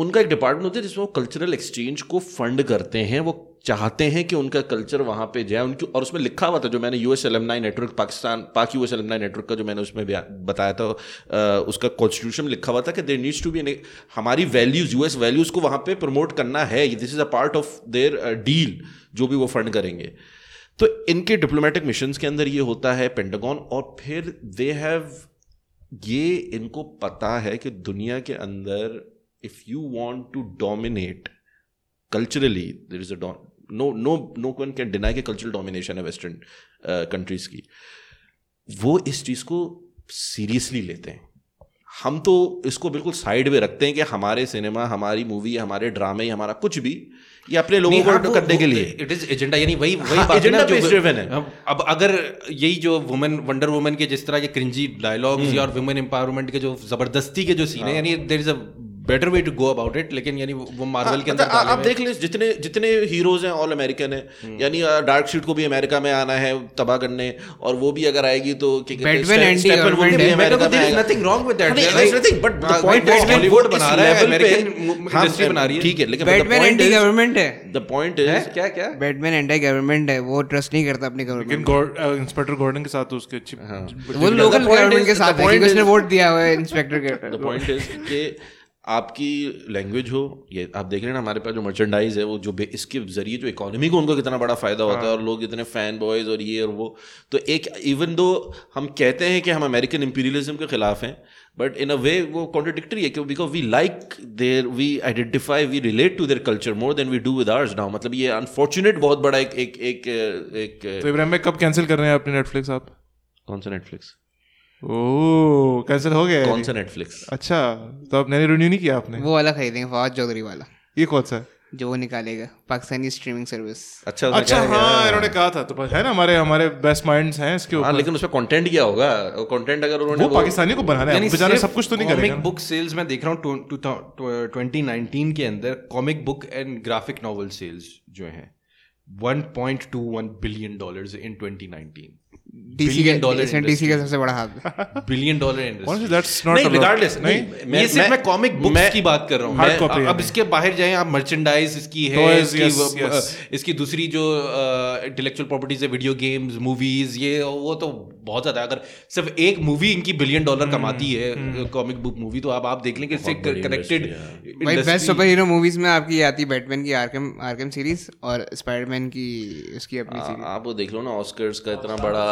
Speaker 7: उनका एक डिपार्टमेंट होता है जिसमें वो कल्चरल एक्सचेंज को फंड करते हैं वो चाहते हैं कि उनका कल्चर वहाँ पे जाए उनकी और उसमें लिखा हुआ था जो मैंने US alumni network Pakistan Pak US alumni network का जो मैंने उसमें बया- बताया था अ, उसका कॉन्स्टिट्यूशन लिखा हुआ था कि देर नीड्स टू बी हमारी वैल्यूज यूएस वैल्यूज को वहाँ पे प्रमोट करना है this is a part of their deal जो भी वो फंड करेंगे तो इनके डिप्लोमेटिक मिशन के अंदर ये होता है पेंटागॉन और फिर दे हैव ये इनको पता है कि दुनिया के अंदर if you want to dominate culturally there is a no no no one can deny कि कल्चरल डोमिनेशन है वेस्टर्न कंट्रीज की वो इस चीज़ को सीरियसली लेते हैं हम तो इसको बिल्कुल साइड में रखते हैं कि हमारे सिनेमा हमारी मूवी हमारे ड्रामे हमारा कुछ भी ये अपने
Speaker 2: तो
Speaker 7: लोगों
Speaker 2: हाँ,
Speaker 7: को करने के लिए
Speaker 2: इट इज एजेंडा यानी वही वही
Speaker 7: हाँ,
Speaker 2: बात है ना
Speaker 7: agenda based driven है।
Speaker 2: अब- अब अगर यही जो वुमेन वंडर वुमेन के जिस तरह के क्रिंजी
Speaker 7: हम्म।
Speaker 2: डायलॉग्स या और वुमेन एम्पावरमेंट के जो जबरदस्ती के जो सीन
Speaker 7: हाँ।
Speaker 2: है यानी there is a better way to go about it लेकिन यानी वो- वो मार्वल के
Speaker 7: हाँ,
Speaker 2: अंदर
Speaker 7: मतलब आ-
Speaker 2: डाले
Speaker 7: आप
Speaker 2: हुए हैं।
Speaker 7: देख लें जितने जितने हीरोज हैं ऑल अमेरिकन हैं यानी डार्क शीट को भी अमेरिका में आना है तबाह करने और वो भी अगर आएगी तो क्या कहते हैं,
Speaker 1: Batman
Speaker 7: Ste-
Speaker 1: anti-
Speaker 7: Steppenwolf
Speaker 1: government
Speaker 7: भी
Speaker 1: है।
Speaker 7: अमेरिका
Speaker 2: Batman को
Speaker 7: में
Speaker 2: there is
Speaker 7: आएगा।
Speaker 2: nothing wrong with that.
Speaker 7: नहीं,
Speaker 2: Like,
Speaker 7: there is nothing, but the
Speaker 2: हाँ,
Speaker 7: point
Speaker 2: Batman
Speaker 7: is
Speaker 2: Hollywood
Speaker 7: इस
Speaker 2: बना रहा है,
Speaker 7: level पे-
Speaker 2: American mo-
Speaker 7: हाँ,
Speaker 2: industry बना रही है।
Speaker 7: ठीक है लेकिन but the
Speaker 1: Batman
Speaker 7: point
Speaker 1: anti
Speaker 7: is-
Speaker 1: government है
Speaker 7: The point is,
Speaker 2: है? क्या क्या
Speaker 1: बैटमैन एंटी गवर्नमेंट है वो ट्रस्ट नहीं करता अपने गवर्नमेंट
Speaker 3: लेकिन इंस्पेक्टर गॉर्डन के साथ तो उसके अच्छी
Speaker 2: हाँ।
Speaker 1: वो लोकल
Speaker 7: point
Speaker 1: गवर्नमेंट के
Speaker 7: is- the
Speaker 1: साथ है
Speaker 7: point
Speaker 1: क्योंकि उसने
Speaker 7: is-
Speaker 1: वोट दिया हुआ है इंस्पेक्टर
Speaker 7: द
Speaker 1: के
Speaker 7: पॉइंट इज कि आपकी लैंग्वेज हो ये आप देख रहे हैं ना हमारे पास जो मर्चेंडाइज है वो जो बे- इसके जरिए जो इकोनॉमी को उनको कितना बड़ा फायदा होता है और लोग इतने फैन बॉयज और ये और वो तो एक इवन दो हम कहते हैं कि हम अमेरिकन इम्पीरियलिज्म के खिलाफ हैं बट इन अ वे वो कॉन्ट्रडिक्टरी है because we like there we identify we relate to their culture more than we do with ours now मतलब ये अनफॉर्चुनेट बहुत बड़ा एक एक एक, एक,
Speaker 3: तो इब्राहिम भाई कब कैंसिल कर रहे हैं अपने नेटफ्लिक्स आप
Speaker 7: कौन सा नेटफ्लिक्स
Speaker 3: ओह कैंसिल हो गया
Speaker 7: कौन सा नेटफ्लिक्स
Speaker 3: अच्छा तो आप नैनी रिन्यू नहीं किया आपने
Speaker 1: वो वाला खरीदेंगे फवाद चौधरी वाला
Speaker 3: ये कौन सा है
Speaker 1: जो वो निकालेगा पाकिस्तानी स्ट्रीमिंग सर्विस
Speaker 7: अच्छा उसमें
Speaker 3: अच्छा
Speaker 7: क्या है?
Speaker 3: हाँ इन्होंने कहा था तो बस है ना हमारे हमारे बेस्ट माइंड्स हैं इसके
Speaker 7: हाँ
Speaker 3: ऊपर
Speaker 7: लेकिन उसमें कंटेंट क्या होगा कंटेंट अगर उन्होंने
Speaker 3: वो पाकिस्तानी को बनाना है
Speaker 2: यानी
Speaker 3: बेचारे
Speaker 2: सिर्फ
Speaker 3: सब कुछ तो नहीं
Speaker 2: comic
Speaker 3: करेगा ना।
Speaker 2: book sales में देख रहा हूँ टू- टू- टू- 2019 के अंदर comic book and graphic novel sales जो हैं 1.21 बिलियन डॉलर्स इन 2019
Speaker 1: डीसी का
Speaker 2: Billion dollar
Speaker 1: इसमें
Speaker 2: industry.
Speaker 1: डीसी का सबसे बड़ा हाथ है।
Speaker 2: Billion dollar industry
Speaker 3: Honestly, that's not a
Speaker 2: नहीं
Speaker 3: lot.
Speaker 2: रिगार्डलेस
Speaker 3: नहीं,
Speaker 2: नहीं मैं ये सिर्फ मैं कॉमिक बुक्स की बात कर रहा
Speaker 3: Hard
Speaker 2: हूँ
Speaker 3: copy है,
Speaker 2: अब
Speaker 3: नहीं।
Speaker 2: इसके बाहर जाएं आप मर्चेंडाइज इसकी है
Speaker 3: Toys,
Speaker 2: इसकी,
Speaker 3: yes,
Speaker 2: वो,
Speaker 3: yes.
Speaker 2: अ, इसकी दूसरी जो इंटेलेक्चुअल प्रॉपर्टीज है वीडियो गेम्स मूवीज ये और वो तो बहुत ज्यादा है। अगर सिर्फ एक मूवी इनकी बिलियन
Speaker 3: हम्म,
Speaker 2: डॉलर कमाती है कॉमिक बुक मूवी तो आप आप देख लें कि इससे
Speaker 7: बड़ी
Speaker 2: कनेक्टेड
Speaker 7: industry
Speaker 1: भाई बेस्ट सुपर हीरो मूवीज में आपकी ये आती है बैटमैन की आर्कम आर्कम सीरीज और स्पाइडरमैन की उसकी
Speaker 2: हाँ।
Speaker 1: अपनी
Speaker 7: आ-
Speaker 1: सीरीज
Speaker 7: हाँ, आप वो देख लो ना ऑस्कर्स का इतना बड़ा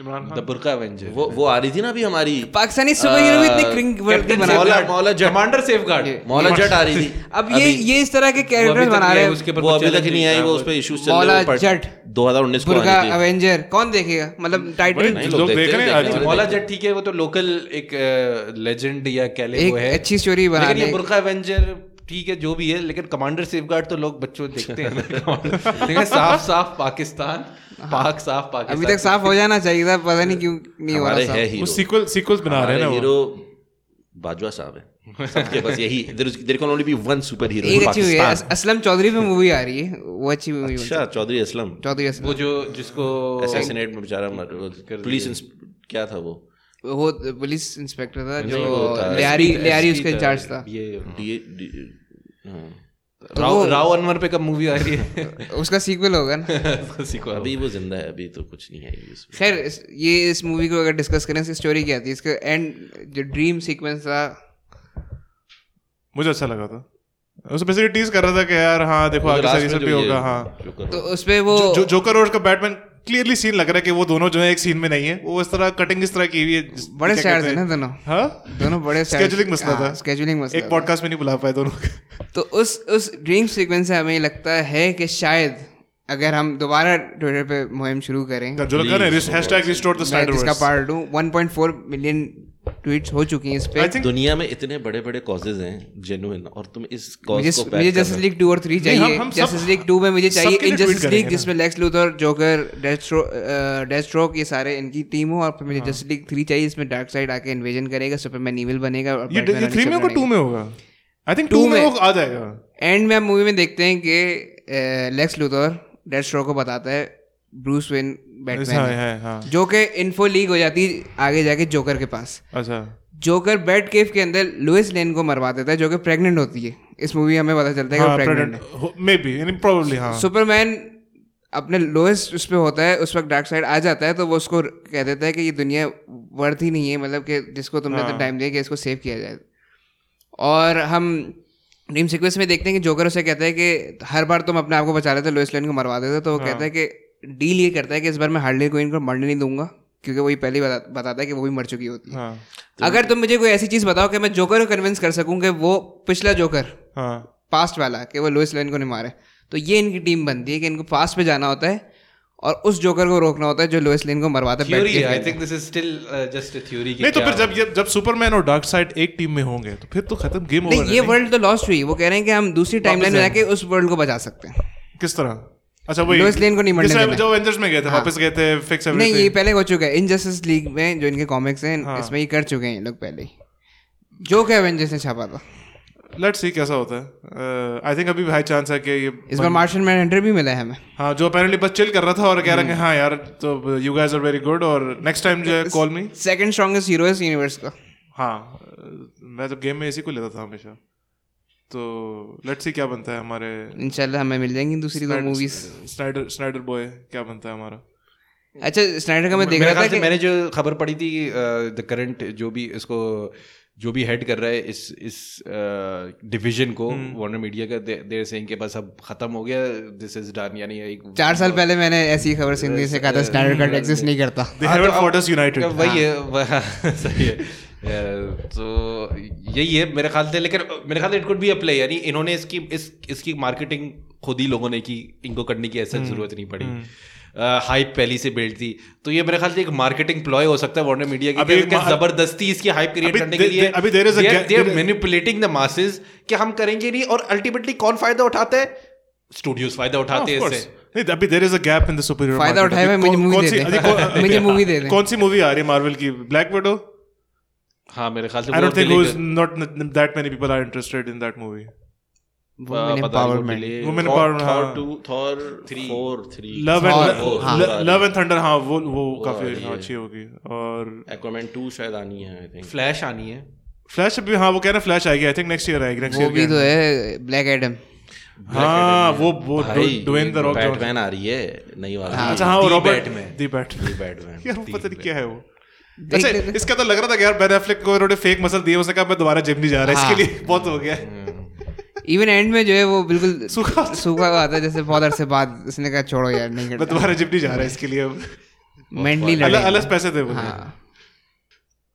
Speaker 3: इमरान
Speaker 2: द बुरका एवेंजर
Speaker 7: वो वो आ रही थी ना अभी हमारी
Speaker 1: पाकिस्तानी सुपर हीरो भी इतने क्रिंग वर्दी बनाते
Speaker 7: मौला
Speaker 1: हैं
Speaker 7: मौला जट
Speaker 2: कमांडर सेफगार्ड
Speaker 1: ये-
Speaker 7: मौला जट आ रही थी
Speaker 1: अब ये ये इस तरह के
Speaker 2: वो अभी
Speaker 1: कैरेक्टर्स
Speaker 2: तक
Speaker 1: बना
Speaker 2: नहीं
Speaker 1: रहे
Speaker 2: आई,
Speaker 1: हैं
Speaker 2: उसके पर
Speaker 7: वो
Speaker 2: कुछ
Speaker 7: अभी तक
Speaker 2: challenge
Speaker 7: नहीं आई
Speaker 2: है,
Speaker 7: वो उस पे इश्यूज चल
Speaker 1: मौला
Speaker 7: रहे हैं
Speaker 1: जट।
Speaker 7: दो हजार उन्नीस को
Speaker 1: बुर्गा
Speaker 7: आनी थी
Speaker 1: अवेंजर कौन देखेगा मतलब टाइटल
Speaker 7: नहीं,
Speaker 3: लोग
Speaker 7: लोग
Speaker 3: देख
Speaker 7: देखते
Speaker 3: रहे हैं
Speaker 7: हैं,
Speaker 3: आज
Speaker 7: देखते
Speaker 2: मौला जट ठीक है वो तो लोकल एक लेजेंड या कह लें
Speaker 1: एक
Speaker 2: वो है
Speaker 1: अच्छी story बना
Speaker 2: लेकिन ये
Speaker 1: ले।
Speaker 2: बुर्का एवेंजर ठीक है जो भी है लेकिन कमांडर सेफगार्ड तो लोग बच्चों देखते हैं देखा साफ साफ पाकिस्तान पाक साफ
Speaker 1: हाँ।
Speaker 2: पाकिस्तान
Speaker 1: अभी तक साफ हो जाना चाहिए था पता नहीं क्यों नहीं हो
Speaker 7: हमारे
Speaker 1: रहा
Speaker 7: है
Speaker 1: साफ।
Speaker 3: वो
Speaker 7: हीरो
Speaker 3: सीक्वल सीक्वल्स बना रहे हैं ना
Speaker 7: हमारे
Speaker 3: वो
Speaker 7: हीरो बाजवा साहब है सबके पास यही there is there can only be one super hero
Speaker 1: एक अच्छी हुई है अस- असलम चौधरी पे मूवी आ रही है वो अच्छी मूवी
Speaker 7: अच्छा चौधरी असलम
Speaker 1: चौधरी असलम
Speaker 2: वो जो जिसको
Speaker 7: असैसिनेट में बेचारा मर पुलिस इंस- क्या था वो
Speaker 1: वो पुलिस इंस्पेक्टर था जो
Speaker 7: नहीं, वो था,
Speaker 1: लियारी
Speaker 2: SP
Speaker 1: लियारी उसका
Speaker 2: था,
Speaker 1: इंचार्ज था तो
Speaker 2: ये
Speaker 7: डी डी- हाँ।
Speaker 2: राव
Speaker 1: वो-
Speaker 2: राव अनवर पे कब मूवी आ रही है
Speaker 1: उसका सीक्वल होगा ना
Speaker 2: उसका sequel।
Speaker 7: अभी वो जिंदा है अभी तो कुछ नहीं है इसमें।
Speaker 1: खैर इस- ये इस मूवी को अगर डिस्कस करें इसकी स्टोरी क्या थी इसका एंड जो ड्रीम सीक्वेंस था
Speaker 3: मुझे अच्छा लगा था उसे बेसिकली टीज कर रहा था कि यार हाँ देखो
Speaker 7: वो
Speaker 3: आगे
Speaker 7: लास्ट
Speaker 3: से ये
Speaker 7: में
Speaker 3: सब
Speaker 7: जो
Speaker 3: भी
Speaker 7: ये
Speaker 3: होगा हाँ
Speaker 7: जोकर-
Speaker 1: तो उसपे वो
Speaker 3: जो जोकर और उसका बैटमैन क्लियरली सीन लग रहा है कि वो दोनों जो है एक सीन में नहीं है वो इस तरह कटिंग इस तरह की हुई है जिस-
Speaker 1: बड़े
Speaker 3: क्या
Speaker 1: सैड
Speaker 3: कहते
Speaker 1: थे ना
Speaker 3: हैं?
Speaker 1: दोनों
Speaker 3: हाँ
Speaker 1: दोनों बड़े
Speaker 3: Scheduling मसला था।
Speaker 1: स्केजुलिंग मसला
Speaker 3: एक
Speaker 1: था।
Speaker 3: पॉडकास्ट में नहीं बुला पाए दोनों को।
Speaker 1: तो उस उस ड्रीम सीक्वेंस से हमें लगता है कि शायद अगर हम दोबारा ट्विटर पे मुहिम शुरू करें
Speaker 3: जो लोग कर रहे हैं हैशटैग रिस्टोर द
Speaker 1: मैं इसका
Speaker 3: स्नाइडरवर्स
Speaker 1: पार्ट हूँ 1.4 मिलियन ट्वीट्स हो चुकी हैं इस पे
Speaker 3: आई थिंक
Speaker 7: दुनिया में इतने बड़े बड़े कॉजेज हैं जेन्युइन और तुम इस
Speaker 1: मुझे
Speaker 7: कॉज को
Speaker 1: मुझे जस्टिस लीग टू और थ्री
Speaker 3: हम-
Speaker 1: चाहिए
Speaker 3: हम सब-
Speaker 1: जस्टिस लीग टू में मुझे चाहिए
Speaker 3: सबके लिए tweet
Speaker 1: इनजस्टिस लीग
Speaker 3: करेंगे
Speaker 1: जिसमें Lex Luthor Joker Deathstroke ये सारे इनकी टीम हो और फिर
Speaker 3: हाँ।
Speaker 1: मुझे जस्टिस लीग थ्री चाहिए इसमें डार्क साइड आके इन्वेजन करेगा सुपरमैन ईविल बनेगा और
Speaker 3: ये
Speaker 1: बैटमैन
Speaker 3: ये थ्री में होगा
Speaker 1: अनिश्वर
Speaker 3: टू में होगा आई थिंक टू
Speaker 1: Two
Speaker 3: में
Speaker 1: में।
Speaker 3: वो आ जाएगा
Speaker 1: बनेगा। एंड में हम मूवी में देखते हैं कि लेक्स लूथर डेथ स्ट्रोक को बताता है ब्रूस वेन बैटमैन
Speaker 3: हाँ,
Speaker 1: है।
Speaker 3: है, हाँ।
Speaker 1: जो कि इन्फो लीग हो जाती आगे जाके जोकर के पास
Speaker 3: अच्छा
Speaker 1: जोकर बेड केव के अंदर लुइस लेन को मरवा देता है जो कि प्रेग्नेंट होती है इस मूवी में हमें पता चलता है कि
Speaker 3: हाँ,
Speaker 1: वो प्रेग्नेंट है
Speaker 3: मे बी यानी probably हाँ
Speaker 1: सुपरमैन अपने लोएस्ट उस पे होता है उस वक्त डार्क साइड आ जाता है तो वो उसको कह देता है कि ये दुनिया वर्थ ही नहीं है मतलब कि जिसको तुमने
Speaker 3: हाँ।
Speaker 1: तो टाइम दिया कि इसको सेव किया जाए और हम ड्रीम सीक्वेंस में देखते हैं कि जोकर उसे कहता है कि हर बार तुम अपने आप को बचा लेते हो लोएस लेन को मरवा देते हो तो वो
Speaker 3: हाँ।
Speaker 1: कहता है कि डील ये करता है कि इस बार मैं हार्डली क्विन को मरने नहीं दूंगा क्योंकि वही पहले ही बता, बताता है कि वो भी मर चुकी होती है
Speaker 3: हाँ
Speaker 1: अगर तुम मुझे कोई ऐसी चीज़ बताओ कि मैं जोकर को कन्विंस कर सकूं कि वो पिछला जोकर
Speaker 3: हाँ
Speaker 1: पास्ट वाला कि वो लुइस लेन को नहीं मारे तो ये इनकी टीम बनती है कि इनको पास्ट पे जाना होता है और उस जोकर को रोकना होता है जो लुइस लेन को मरवाता है
Speaker 2: Theory
Speaker 1: बैट के
Speaker 2: है आई
Speaker 1: अंदर।
Speaker 2: Think this is still just a theory
Speaker 3: नहीं तो फिर जब जब- जब सुपरमैन और डार्क साइड एक टीम में होंगे तो फिर तो खत्म गेम
Speaker 1: नहीं
Speaker 3: ओवर
Speaker 1: ये वर्ल्ड तो लॉस्ट हुई वो कह रहे हैं कि हम दूसरी टाइमलाइन में जाके उस वर्ल्ड को बचा सकते हैं
Speaker 3: किस तरह अच्छा वही
Speaker 1: Lois Lane को नहीं मरने
Speaker 3: किस तरह
Speaker 1: देना।
Speaker 3: जब Avengers में गए थे वापस गए थे फिक्स
Speaker 1: नहीं
Speaker 2: तो-
Speaker 1: ये
Speaker 3: एवरीथिंग
Speaker 1: पहले हो चुका है इनजस्टिस लीग में जो इनके कॉमिक्स हैं
Speaker 3: हाँ।
Speaker 1: इसमें ये कर चुके हैं ये लोग पहले ही जो के एवेंजर्स ने छापा था
Speaker 3: लेट्स सी कैसा होता है आई थिंक अभी हाई चांस है कि ये
Speaker 1: इस बार मार्शल मैन हंटर भी मिला है हमें
Speaker 3: हाँ जो अपेरेंटली बस चिल कर रहा था और कह
Speaker 1: हम्म।
Speaker 3: रहा है हाँ यार तो you guys are very good और नेक्स्ट टाइम जो है call me
Speaker 1: second strongest hero इस यूनिवर्स का
Speaker 3: हाँ अ, मैं जब गेम में इसी को लेता था हमेशा तो लेट्स सी क्या बनता है हमारे
Speaker 1: इंशाल्लाह हमें मिल जाएंगी दूसरी दो मूवीज
Speaker 3: स्नाइडर स्नाइडर बॉय क्या बनता है हमारा
Speaker 1: अच्छा स्नाइडर का मैं देख
Speaker 2: मेरे
Speaker 1: रहा था
Speaker 2: ख्याल से
Speaker 1: कि
Speaker 2: मैंने जो खबर पढ़ी थी द करंट जो भी इसको जो भी हेड कर रहा है इस इस डिवीजन को
Speaker 1: हम्म।
Speaker 2: वार्नर मीडिया का देर सेइंग के बस अब खत्म हो गया दिस इज डन यानी एक
Speaker 1: चार साल
Speaker 3: हाँ।
Speaker 1: पहले मैंने ऐसी खबर सिंधी से कहा था स्टैंडर्ड कट एग्जिस्ट नहीं करता
Speaker 3: दे
Speaker 2: हाँ, तो
Speaker 3: हैवंट
Speaker 2: अब-
Speaker 3: फॉट अस यूनाइटेड
Speaker 2: वही है वह- सही है Uh, तो यही है मेरे ख्याल से लेकिन मेरे ख्याल से इट कुड बी अप्लाई यानी इन्होंने इसकी इस इसकी मार्केटिंग खुद ही लोगों ने की इनको करने की
Speaker 3: हम्म,
Speaker 2: ऐसा जरूरत नहीं पड़ी हाइप पहली से बिल्ड थी तो ये मेरे ख्याल से एक मार्केटिंग प्लॉय हो सकता है वार्नर मीडिया
Speaker 3: अभी
Speaker 2: की
Speaker 3: एक
Speaker 2: कि
Speaker 3: मा-
Speaker 2: जबरदस्ती इसकी हाइप क्रिएट
Speaker 3: अभी
Speaker 2: करने
Speaker 3: दे-
Speaker 2: के लिए
Speaker 3: दे- अभी there is a gap-
Speaker 2: they are
Speaker 3: there-
Speaker 2: manipulating the masses कि हम करेंगे नहीं और अल्टीमेटली कौन फायदा उठाता है स्टूडियोज फायदा उठाते हैं इससे
Speaker 3: नहीं तो अभी there is a gap in the superhero
Speaker 1: फायदा उठाए भाई, मुझे मूवी दे दे मुझे मूवी दे दे
Speaker 3: कौन सी मूवी आ रही है मार्वल की ब्लैक विडो
Speaker 2: हाँ मेरे ख्याल से
Speaker 3: आई
Speaker 2: वो
Speaker 3: डोंट थिंक
Speaker 2: delay
Speaker 3: हु
Speaker 2: कर-
Speaker 3: is not that many people are interested in that movie
Speaker 1: Women empowerment.
Speaker 3: Women
Speaker 7: Thor
Speaker 3: empowerment, हाँ।
Speaker 7: Two Thor three four three
Speaker 3: love
Speaker 1: Thor,
Speaker 3: and love and thunder हाँ वो वो काफी
Speaker 7: वाली
Speaker 3: हाँ,
Speaker 7: है।
Speaker 3: अच्छी होगी और
Speaker 7: एक्वामैन टू शायद आनी है आई थिंक
Speaker 2: फ्लैश आनी है
Speaker 3: फ्लैश भी हाँ वो कह रहे हैं फ्लैश आएगी आई थिंक नेक्स्ट ईयर आएगी नेक्स्ट
Speaker 1: वो भी तो
Speaker 3: ईयर
Speaker 1: है ब्लैक एडम
Speaker 3: हाँ वो वो डुएन द रॉक
Speaker 7: बैटमैन आ रही है नहीं वाली
Speaker 3: अच्छा हाँ वो
Speaker 2: The
Speaker 3: Robert
Speaker 2: Batman.
Speaker 3: The Batman
Speaker 7: Batman
Speaker 3: यार वो पता नहीं क्या है वो
Speaker 1: देख
Speaker 3: अच्छा
Speaker 1: लेते-
Speaker 3: इसका तो लग रहा था कि यार बेन एफ्लिक को इन्होंने फेक मसल दिए उसने कहा मैं दोबारा जिम नहीं जा रहा इसके
Speaker 1: हाँ।
Speaker 3: लिए बहुत हो गया है।
Speaker 1: इवन एंड में जो है वो बिल्कुल
Speaker 3: सूखा।
Speaker 1: सूखा हुआ था जैसे बहुत अरसे बाद उसने कहा छोड़ो यार नहीं
Speaker 3: मैं
Speaker 1: करना
Speaker 3: दोबारा जिम नहीं जा रहा इसके लिए अब।
Speaker 1: मेंटली
Speaker 3: अल-
Speaker 1: लड़े
Speaker 3: अलग पैसे थे वो
Speaker 1: हाँ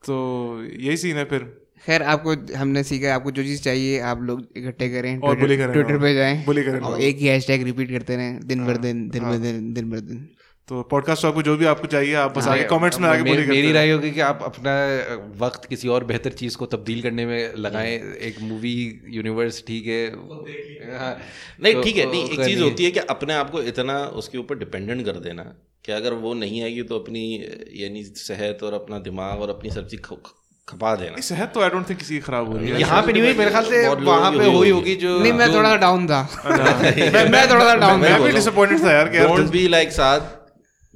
Speaker 3: तो यही सीन है फिर
Speaker 1: खैर आपको हमने सीखा आपको जो चीज़ चाहिए आप लोग इकट्ठे करें
Speaker 3: और bully करें,
Speaker 1: ट्विटर
Speaker 3: हाँ।
Speaker 1: पे जाएं
Speaker 3: Bully करें हाँ।
Speaker 1: और
Speaker 3: लोग।
Speaker 1: एक ही हैशटैग रिपीट करते रहें दिन भर दिन दिन भर दिन दिन भर दिन
Speaker 3: तो पॉडकास्ट आपको जो भी आपको चाहिए आप बस आगे कमेंट्स में आगे बोलिए
Speaker 2: हाँ, मेरी मेरी
Speaker 3: करते
Speaker 2: राय होगी कि आप अपना अ, वक्त किसी और बेहतर चीज को तब्दील करने में लगाएं एक मूवी यूनिवर्स ठीक है हाँ,
Speaker 7: नहीं
Speaker 2: तो
Speaker 7: ठीक है
Speaker 2: वो
Speaker 7: नहीं एक
Speaker 2: करनी
Speaker 7: चीज होती है कि अपने आप को इतना उसके ऊपर डिपेंडेंट कर देना कि अगर वो नहीं आएगी तो अपनी यानी सेहत और अपना दिमाग और अपनी सब चीज ख- खपा
Speaker 3: हैं।
Speaker 7: देना
Speaker 3: सेहत तो आई डोंट थिंक किसी की खराब हो रही है
Speaker 2: यहाँ पे नहीं हुई मेरे ख्याल से
Speaker 7: बहुत लोगों
Speaker 2: वहां
Speaker 7: की
Speaker 2: पे
Speaker 7: हुई
Speaker 2: हुई
Speaker 7: होगी।
Speaker 2: होगी जो
Speaker 1: नहीं मैं
Speaker 2: जो-
Speaker 1: थोड़ा डाउन था मैं मैं थोड़ा सा डाउन
Speaker 3: मैं
Speaker 1: था
Speaker 3: भी डिसअपॉइंटेड था यार कि यार
Speaker 7: don't be like sad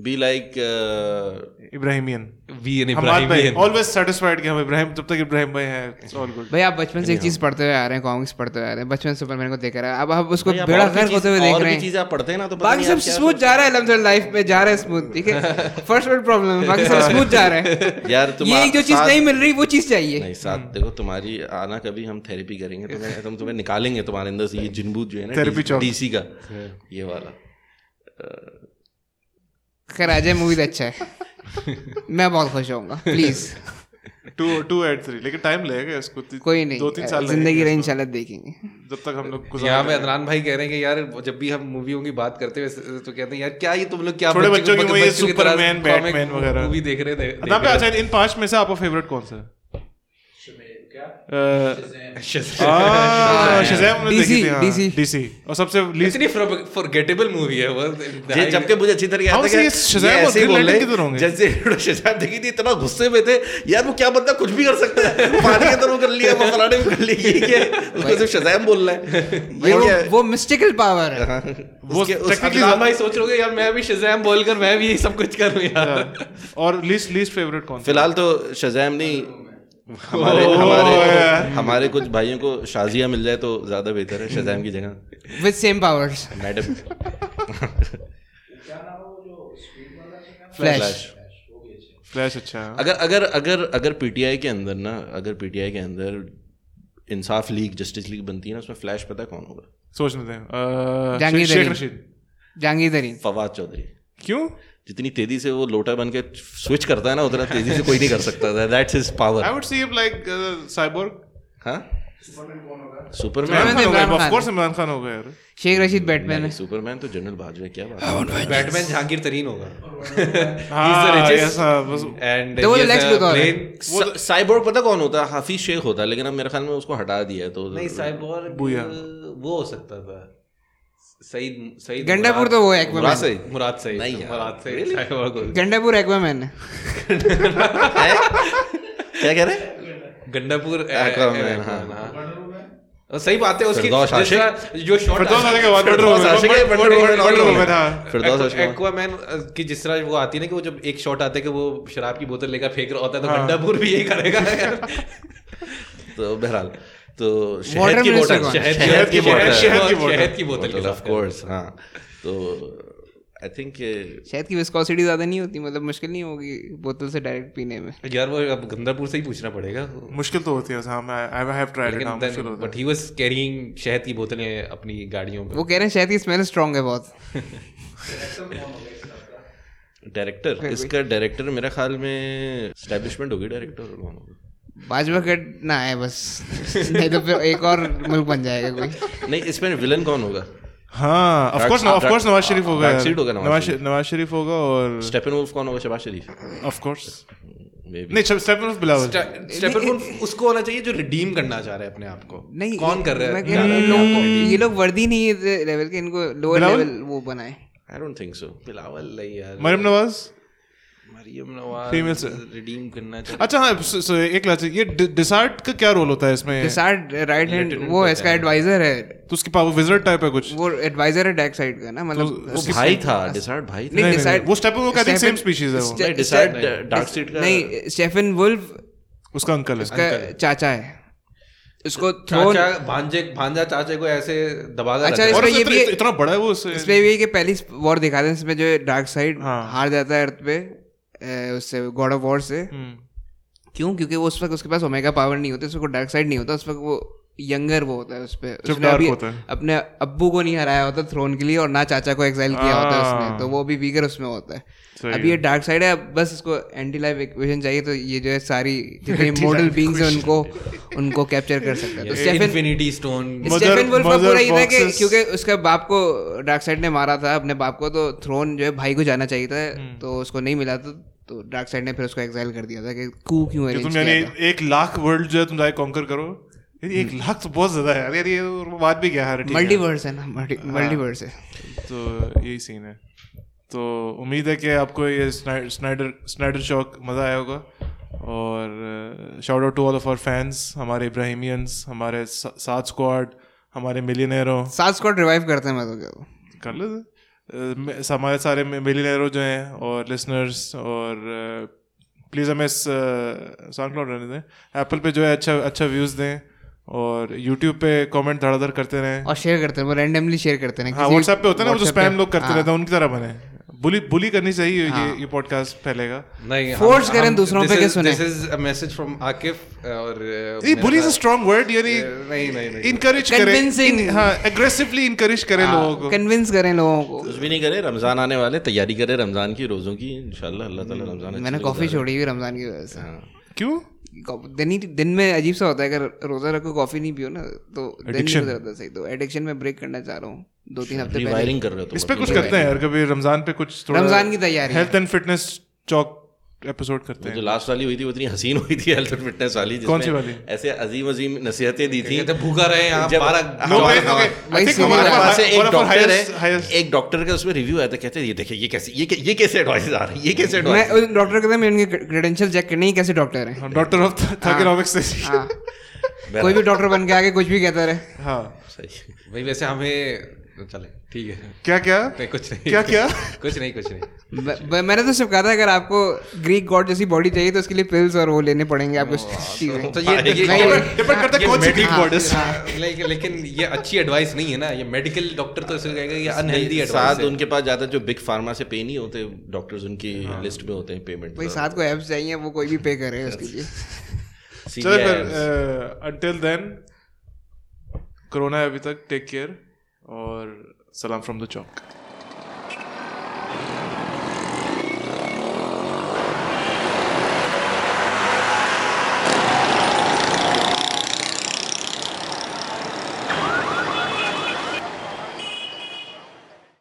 Speaker 7: be like uh,
Speaker 3: Ibrahimian
Speaker 2: वीएन
Speaker 3: हम बात
Speaker 2: इब्राहिम
Speaker 3: भाई
Speaker 2: वीएन।
Speaker 3: ऑलवेज सेटिस्फाइड कि हम इब्राहिम जब तक इब्राहिम भाई हैं इट्स ऑल गुड
Speaker 1: भाई आप बचपन से एक
Speaker 7: हाँ।
Speaker 1: चीज पढ़ते हुए आ रहे हैं कॉमिक्स पढ़ते हुए आ रहे हैं बचपन से सुपरमैन को देख रहे हैं अब आप उसको बेड़ा गर्क होते हुए देख रहे हैं
Speaker 7: चीजें आप पढ़ते हैं ना तो पता
Speaker 1: बाकी
Speaker 7: नहीं
Speaker 1: सब
Speaker 7: आप क्या
Speaker 1: स्मूथ जा रहा है लमसम लाइफ में जा रहा है स्मूथ ठीक है फर्स्ट वर्ल्ड प्रॉब्लम है बाकी सब स्मूथ जा रहा है
Speaker 7: यार, तुम
Speaker 1: ये
Speaker 7: आप
Speaker 1: जो चीज
Speaker 7: साथ-
Speaker 1: नहीं मिल रही वो चीज चाहिए
Speaker 7: नहीं साथ देखो तुम्हारी आना कभी हम थेरेपी करेंगे तुम्हें हम तुम्हें निकालेंगे तुम्हारे अंदर से ये जिनबूत जो है ना
Speaker 3: Therapy chop.
Speaker 7: डीसी का ये वाला
Speaker 1: खैर अजय मूवी तो अच्छा है मैं बहुत खुश होऊंगा please
Speaker 3: two two eight three लेकिन टाइम लगेगा इसको ती-
Speaker 1: कोई
Speaker 3: दो तीन
Speaker 1: नहीं
Speaker 3: साल
Speaker 1: जिंदगी
Speaker 3: लगेंगे
Speaker 1: रहे इंशाल्लाह देखेंगे
Speaker 3: इसको, जब तक हम लोग
Speaker 2: यहाँ पे
Speaker 3: गुजार
Speaker 2: अदनान भाई कह रहे हैं कि यार जब भी हम मूवियों की बात करते हैं तो कहते हैं यार क्या ये तुम लोग क्या
Speaker 3: छोटे
Speaker 2: बच्चों-
Speaker 3: बच्चों की वही
Speaker 2: बच्चों तरह
Speaker 3: सुपरमैन,
Speaker 2: comic
Speaker 3: बैटमैन वगैरह।
Speaker 2: मूवी देख रहे थे देख
Speaker 3: अदनान पे
Speaker 2: रहे
Speaker 3: अच्छा इन पांच में से आपका फेवरेट कौन सा है शज़ैम
Speaker 1: DC,
Speaker 3: देखी थी हाँ,
Speaker 1: DC.
Speaker 3: DC और सबसे
Speaker 2: थे।
Speaker 3: least-
Speaker 2: इतनी फॉरगेटेबल मूवी है वो
Speaker 7: जे- जबकि मुझे अच्छी तरह
Speaker 3: हाँ,
Speaker 7: याद है
Speaker 3: उसे ये शज़ाम और ग्रीन लैंटर्न किधर तो होंगे?
Speaker 7: जैसे इन्होंने शज़ाम देखी थी इतना गुस्से में थे यार वो क्या बंदा कुछ भी कर सकता है पानी के अंदर वो कर लिया वो फलाने में कर लिया ये क्या है? उसको सिर्फ शज़ाम बोलना है
Speaker 1: भाई,
Speaker 7: ये
Speaker 1: वो
Speaker 7: क्या हाँ। है?
Speaker 1: वो मिस्टिकल पावर है
Speaker 3: वो
Speaker 7: उसके- उस-
Speaker 3: technically-
Speaker 2: अदनान भाई सोच रहे हो यार मैं भी शज़ाम बोलकर मैं भी यही सब कुछ करूं
Speaker 3: हाँ।
Speaker 2: यार
Speaker 3: और लीस्ट लीस्ट फेवरेट कौन सा
Speaker 7: फिलहाल तो शज़ाम नहीं हमारे
Speaker 3: ओह,
Speaker 7: हमारे
Speaker 3: यार।
Speaker 7: हमारे कुछ भाइयों को शाजिया मिल जाए तो ज्यादा बेहतर है शज़ाम की जगह
Speaker 1: with same powers
Speaker 7: madam
Speaker 1: flash
Speaker 3: flash अच्छा है।
Speaker 7: अगर अगर अगर अगर पीटीआई के अंदर ना अगर पीटीआई के अंदर इंसाफ लीग जस्टिस लीग बनती है ना उसमें फ्लैश पता है कौन होगा
Speaker 3: सोचने दें अ,
Speaker 1: जहांगीर
Speaker 3: शे- शेख
Speaker 1: अली।
Speaker 3: रशीद
Speaker 1: जहांगीर तरीन
Speaker 7: फवाद चौधरी
Speaker 3: क्यों
Speaker 7: जितनी तेजी से वो लोटा बन के स्विच करता है ना उतना तेजी से कोई नहीं कर सकता that's his
Speaker 3: I
Speaker 7: power
Speaker 3: would see like Cyborg
Speaker 7: हाँ
Speaker 1: इमरान
Speaker 7: सुपरमैन
Speaker 1: खान होगा।
Speaker 3: ऑफ कोर्स इमरान खान होगा यार
Speaker 1: शेख रशीद बैटमैन है
Speaker 7: सुपरमैन तो जनरल बाजवा क्या बात है
Speaker 2: बैटमैन जहांगीर तरीन होगा
Speaker 3: हाँ yes, हाँ, बस-
Speaker 2: एंड
Speaker 1: तो वो Lex Luthor है।
Speaker 2: तो-
Speaker 7: सा- साइबोर्ग पता कौन होता है हाफिज शेख होता है लेकिन अब मेरे ख्याल में उसको हटा दिया है तो
Speaker 2: नहीं साइबोर्ग
Speaker 3: बुया।
Speaker 2: वो हो सकता था सईद सईद
Speaker 1: गंडापुर तो वो है Aquaman।
Speaker 7: मुराद सईद।
Speaker 2: मुराद सईद
Speaker 7: नहीं यार।
Speaker 2: मुराद सईद साइबोर्ग हो-
Speaker 1: गंडापुर एक्वामैन है
Speaker 7: क्या कह रहे हैं
Speaker 2: गंडापुर ए-
Speaker 7: Aquaman,
Speaker 2: ए-
Speaker 7: हाँ।
Speaker 2: Aquaman, हाँ। और सही बात है उसकी
Speaker 7: फिरदौस
Speaker 2: जिस तरह जो शॉट
Speaker 3: फिरदौस आशिक के बाद Wonder
Speaker 7: आशिक है,
Speaker 3: Woman,
Speaker 7: Wonder Woman,
Speaker 3: Wonder
Speaker 7: Wonder
Speaker 3: Woman,
Speaker 7: Woman।
Speaker 3: हाँ।
Speaker 7: फिरदौस आशिक।
Speaker 2: एक्वामैन की जिस तरह वो आती है ना कि वो जब एक शॉट आता है कि वो शराब की बोतल लेकर फेंक रहा होता है
Speaker 3: हाँ।
Speaker 2: तो गंडापुर भी यही करेगा
Speaker 7: तो बहरहाल तो
Speaker 1: Water
Speaker 7: शहद की
Speaker 1: minister
Speaker 7: बोतल
Speaker 1: कौन?
Speaker 7: शहद
Speaker 3: शहद
Speaker 7: की
Speaker 3: की
Speaker 7: बोतल
Speaker 3: बोतल।
Speaker 2: शहद की
Speaker 3: बोतल।
Speaker 2: बोतल शहद की बोतल के
Speaker 7: बोतल ऑफ
Speaker 2: साथ
Speaker 7: कोर्स हाँ तो आई थिंक
Speaker 1: शायद की विस्कोसिटी ज्यादा नहीं होती मतलब मुश्किल नहीं होगी बोतल से डायरेक्ट पीने में
Speaker 2: यार वो अब गंडापुर से ही पूछना पड़ेगा
Speaker 3: मुश्किल तो होती है हाँ मैं आई हैव ट्राइड इट हाँ मुश्किल
Speaker 2: लेकिन
Speaker 3: होता है
Speaker 2: बट ही वाज कैरिंग शहद की बोतलें अपनी गाड़ियों में
Speaker 1: वो कह रहे हैं शायद की स्मेल स्ट्रांग है बहुत
Speaker 7: डायरेक्टर इसका डायरेक्टर मेरे ख्याल में स्टैब्लिशमेंट होगी डायरेक्टर
Speaker 1: भाजपा कट ना आए बस नहीं तो फिर एक और मुल्क बन जाएगा कोई
Speaker 7: नहीं इसमें विलन कौन होगा
Speaker 3: हाँ of
Speaker 7: Dark-
Speaker 3: course
Speaker 7: Dark-
Speaker 3: of course Nawaz Sharif होगा
Speaker 7: Dark
Speaker 3: यार।
Speaker 7: Seed होगा नवाज
Speaker 3: नवाज
Speaker 7: शरीफ।
Speaker 3: शरीफ- नवाज शरीफ होगा और
Speaker 2: Hmm.
Speaker 7: स्टेपन वुल्फ कौन होगा Shahbaz Sharif
Speaker 3: of course
Speaker 7: Maybe.
Speaker 3: नहीं स्टेपन ऑफ बिलावल
Speaker 2: स्टेपनवुल्फ उसको होना चाहिए जो रिडीम करना चाह रहा है अपने आप को
Speaker 1: नहीं
Speaker 2: कौन कर रहा
Speaker 1: मैं
Speaker 2: है
Speaker 1: कह रहा हूँ,
Speaker 2: ज्यादा
Speaker 1: लोग-
Speaker 2: अपने आप को redeem?
Speaker 1: ये लोग वर्दी नहीं है लेवल के इनको लोअर
Speaker 3: बिलावल?
Speaker 1: लेवल वो बनाए
Speaker 7: I don't think so.
Speaker 2: Bilawal नहीं यार
Speaker 3: मरियम नवाज
Speaker 2: मरियम नवाज
Speaker 3: Female से।
Speaker 2: रिडीम करना चाहिए
Speaker 3: अच्छा हाँ so- so एक लास्ट ये डिसार्ट का क्या रोल होता है इसमें
Speaker 1: डिसार्ड राइट हैंड
Speaker 2: Lieutenant
Speaker 1: वो
Speaker 2: होता
Speaker 1: है, इसका एडवाइजर है
Speaker 3: तो उसकी पावर विजर्ड टाइप है कुछ तो
Speaker 1: वो एडवाइजर है डैक साइड का ना मतलब
Speaker 3: वो
Speaker 1: उसकी-
Speaker 7: भाई था डिसार्ड भाई था
Speaker 3: नहीं, नहीं,
Speaker 1: Decide-
Speaker 3: वो Steppenwolf का I think same
Speaker 1: Steppen-
Speaker 3: species है वो।
Speaker 1: Ste-
Speaker 7: नहीं, Decide,
Speaker 1: Ste-
Speaker 7: uh, Darkseid का-
Speaker 1: नहीं स्टेफन वुल्फ
Speaker 3: उसका अंकल है
Speaker 1: का चाचा है उसको थ्रोन
Speaker 2: चाचा भांजे भांजा चाचे को ऐसे दबा कर
Speaker 1: तो- अच्छा,
Speaker 2: रखा है।
Speaker 1: इसमें
Speaker 3: और
Speaker 1: ये
Speaker 3: ये
Speaker 1: भी है-
Speaker 3: इतना बड़ा है वो उससे
Speaker 1: इसमें भी है कि पहली वॉर दिखाते हैं इसमें जो डार्क साइड
Speaker 3: हाँ।
Speaker 1: हार जाता है अर्थ पे अ, उससे गॉड ऑफ वॉर से
Speaker 3: हम्म,
Speaker 1: क्यों क्योंकि वो उस वक्त उसके पास ओमेगा पावर नहीं होती उस वक्त डार्क साइड नहीं होता उस वक्त वो यंगर वो होता है उस पे
Speaker 3: जब
Speaker 1: उसने
Speaker 3: dark
Speaker 1: अभी
Speaker 3: होता है।
Speaker 1: अपने अब्बू को नहीं हराया होता थ्रोन के लिए और ना चाचा को एक्साइल किया होता है
Speaker 3: हाँ।
Speaker 1: उसने तो वो भी वीकर उसमें होता है
Speaker 3: सही
Speaker 1: अब
Speaker 3: है।
Speaker 1: ये डार्क साइड है अब बस इसको एंटी लाइफ इक्वेशन चाहिए तो ये जो है सारी जितने मॉडल बींग्स हैं उनको उनको कैप्चर कर सकता है तो Steppenwolf
Speaker 2: infinity stone
Speaker 3: Mother-
Speaker 1: Steppenwolf का
Speaker 3: mother
Speaker 1: पूरा ये था कि
Speaker 3: boxes.
Speaker 1: क्योंकि उसके बाप को डार्क साइड ने मारा था अपने बाप को तो थ्रोन जो है भाई को जाना चाहिए
Speaker 3: हम्म।
Speaker 1: था तो उसको नहीं मिला था तो डार्क साइड ने फिर उसको एक्साइल कर दिया था कि कू क्यों
Speaker 3: कि
Speaker 1: arrange
Speaker 3: तुम
Speaker 1: किया
Speaker 3: यानी
Speaker 1: था?
Speaker 3: एक लाख वर्ल्ड जो है तुम जाके कॉन्कर करो यार, एक
Speaker 1: हम्म।
Speaker 3: लाख तो बहुत ज्यादा है यार, यार ये तो बात भी क्या है ठीक है। हाँ।
Speaker 1: मल्टीवर्स है ना मल्टीवर्स है
Speaker 3: तो यही सीन है तो उम्मीद है कि आपको ये स्नाइडर स्नाइडर शॉक मज़ा आया होगा और uh, shout out to all of our fans हमारे इब्राहिमियंस हमारे सा- सात स्क्वाड हमारे मिलियनेरों
Speaker 1: सात स्क्वाड रिवाइव करते हैं मैं तो कहता हूँ।
Speaker 3: कर लो अ, मे- हमारे सारे मिलियनेरों जो हैं और लिसनर्स और प्लीज़ हमें साउंड क्लाउड रहने दें एप्पल पे जो है अच्छा अच्छा व्यूज़ दें और यूट्यूब पे कमेंट धड़ाधड़ करते रहें
Speaker 1: और शेयर करते हैं वो रैंडमली शेयर करते हैं
Speaker 3: हाँ
Speaker 1: किसी-
Speaker 3: व्हाट्सएप पे होता है ना वो जो
Speaker 1: WhatsApp पे-
Speaker 3: स्पैम लोग करते
Speaker 1: हाँ।
Speaker 3: रहते हैं उनकी तरह बने बुली बुली करनी चाहिए ये ये पॉडकास्ट फैलेगा
Speaker 2: नहीं
Speaker 1: Force करें दूसरों पे कि सुने।
Speaker 2: This is a message from Akif और uh,
Speaker 3: ये
Speaker 2: मेरा
Speaker 3: बुली इज अ
Speaker 2: था-
Speaker 3: स्ट्रॉन्ग वर्ड यानी
Speaker 2: नहीं नहीं नहीं
Speaker 3: इनकरेज करें
Speaker 1: Convincing.
Speaker 3: इन- हाँ एग्रेसिवली इनकरेज करें
Speaker 1: हाँ,
Speaker 3: लोगों को
Speaker 1: कन्विंस करें लोगों को
Speaker 7: कुछ भी नहीं करे रमजान आने वाले तैयारी करे रमजान की रोजों की इंशाल्लाह अल्लाह ताला रमजान अच्छे
Speaker 1: मैंने
Speaker 7: से
Speaker 1: कॉफी
Speaker 7: गुजारे।
Speaker 1: छोड़ी हुई रमजान की वजह से
Speaker 3: क्यों
Speaker 1: कॉफ- दिन ही दिन में अजीब सा होता है अगर रोजा रखो कॉफी नहीं पियो ना तो दिन नहीं
Speaker 3: Addiction.
Speaker 1: गुजरता सही तो एडिक्शन में ब्रेक करना चाह रहा हूँ दो
Speaker 7: अच्छा,
Speaker 1: तीन हफ्ते पहले
Speaker 7: रिवायरिंग कर रहे हो तो तुम
Speaker 3: इस पे
Speaker 7: अपनी
Speaker 3: कुछ
Speaker 7: life
Speaker 3: करते हैं यार कभी रमजान पे कुछ थोड़ा
Speaker 1: रमजान की तैयारी
Speaker 3: health and fitness Chowk episode करते
Speaker 7: में। जो
Speaker 3: हैं
Speaker 7: लास्ट वाली हुई थी वो इतनी हसीन हुई थी हेल्थ एंड फिटनेस वाली
Speaker 3: कौन
Speaker 7: जिसमें
Speaker 3: सी वाली?
Speaker 7: ऐसे अजीम अजीम नसीहतें दी थी
Speaker 2: कहते भूखा रहे यहाँ
Speaker 7: जब-
Speaker 2: बारह
Speaker 3: No,
Speaker 7: हमारे-
Speaker 2: हाँ।
Speaker 3: wait, okay.
Speaker 7: हमारे-
Speaker 1: वही
Speaker 3: I think
Speaker 1: सीन
Speaker 7: तो हमारे
Speaker 1: है।
Speaker 7: पास
Speaker 3: हमारे-
Speaker 7: एक
Speaker 3: one of our
Speaker 7: doctor
Speaker 3: highest-
Speaker 7: है
Speaker 3: highest-
Speaker 7: एक डॉक्टर का उसमें रिव्यू आया था कहते हैं, ये देखिए ये कैसे ये ये कैसे एडवाइस आ रहा है ये कैसे
Speaker 1: मैं
Speaker 7: एडवाइस
Speaker 1: उस डॉक्टर के मैं उनके क्रेडेंशियल चेक करने ही कैसे डॉक्टर हैं
Speaker 3: हाँ, डॉक्टर ऑफ थर्कोनॉमिक्स से
Speaker 1: हाँ कोई भी डॉक्टर बन के आगे कुछ भी कहता रहे
Speaker 3: हाँ
Speaker 7: सही
Speaker 2: भाई वैसे हमें तो चले ठीक है
Speaker 3: क्या क्या
Speaker 2: नहीं, कुछ नहीं
Speaker 3: क्या क्या
Speaker 2: कुछ नहीं कुछ नहीं
Speaker 1: ब- ब- मैंने तो सिर्फ कहा था अगर आपको ग्रीक गॉड जैसी बॉडी चाहिए तो उसके लिए पिल्स और वो लेने पड़ेंगे आपको चीजें।
Speaker 2: तो ये ये-
Speaker 1: नहीं,
Speaker 2: ये-
Speaker 1: नहीं।
Speaker 3: डिपेंड करता है
Speaker 2: ये
Speaker 3: कौन सी
Speaker 2: medical-
Speaker 3: Greek goddess।
Speaker 2: हाँ, लेकिन लेकिन ये अच्छी एडवाइस नहीं है ना ये मेडिकल डॉक्टर तो ऐसे कहेगा ये अनहेल्दी एडवाइस
Speaker 7: साथ उनके पास जाता है जो बिग फार्मा से पे नहीं होते डॉक्टर्स उनकी लिस्ट में होते हैं तो पेमेंट
Speaker 1: भाई साथ को एप्स चाहिए वो कोई भी पे करे उसके लिए
Speaker 3: चलो फिर अंटिल देन कोरोना है अभी तक टेक केयर और सलाम फ्रॉम द चौक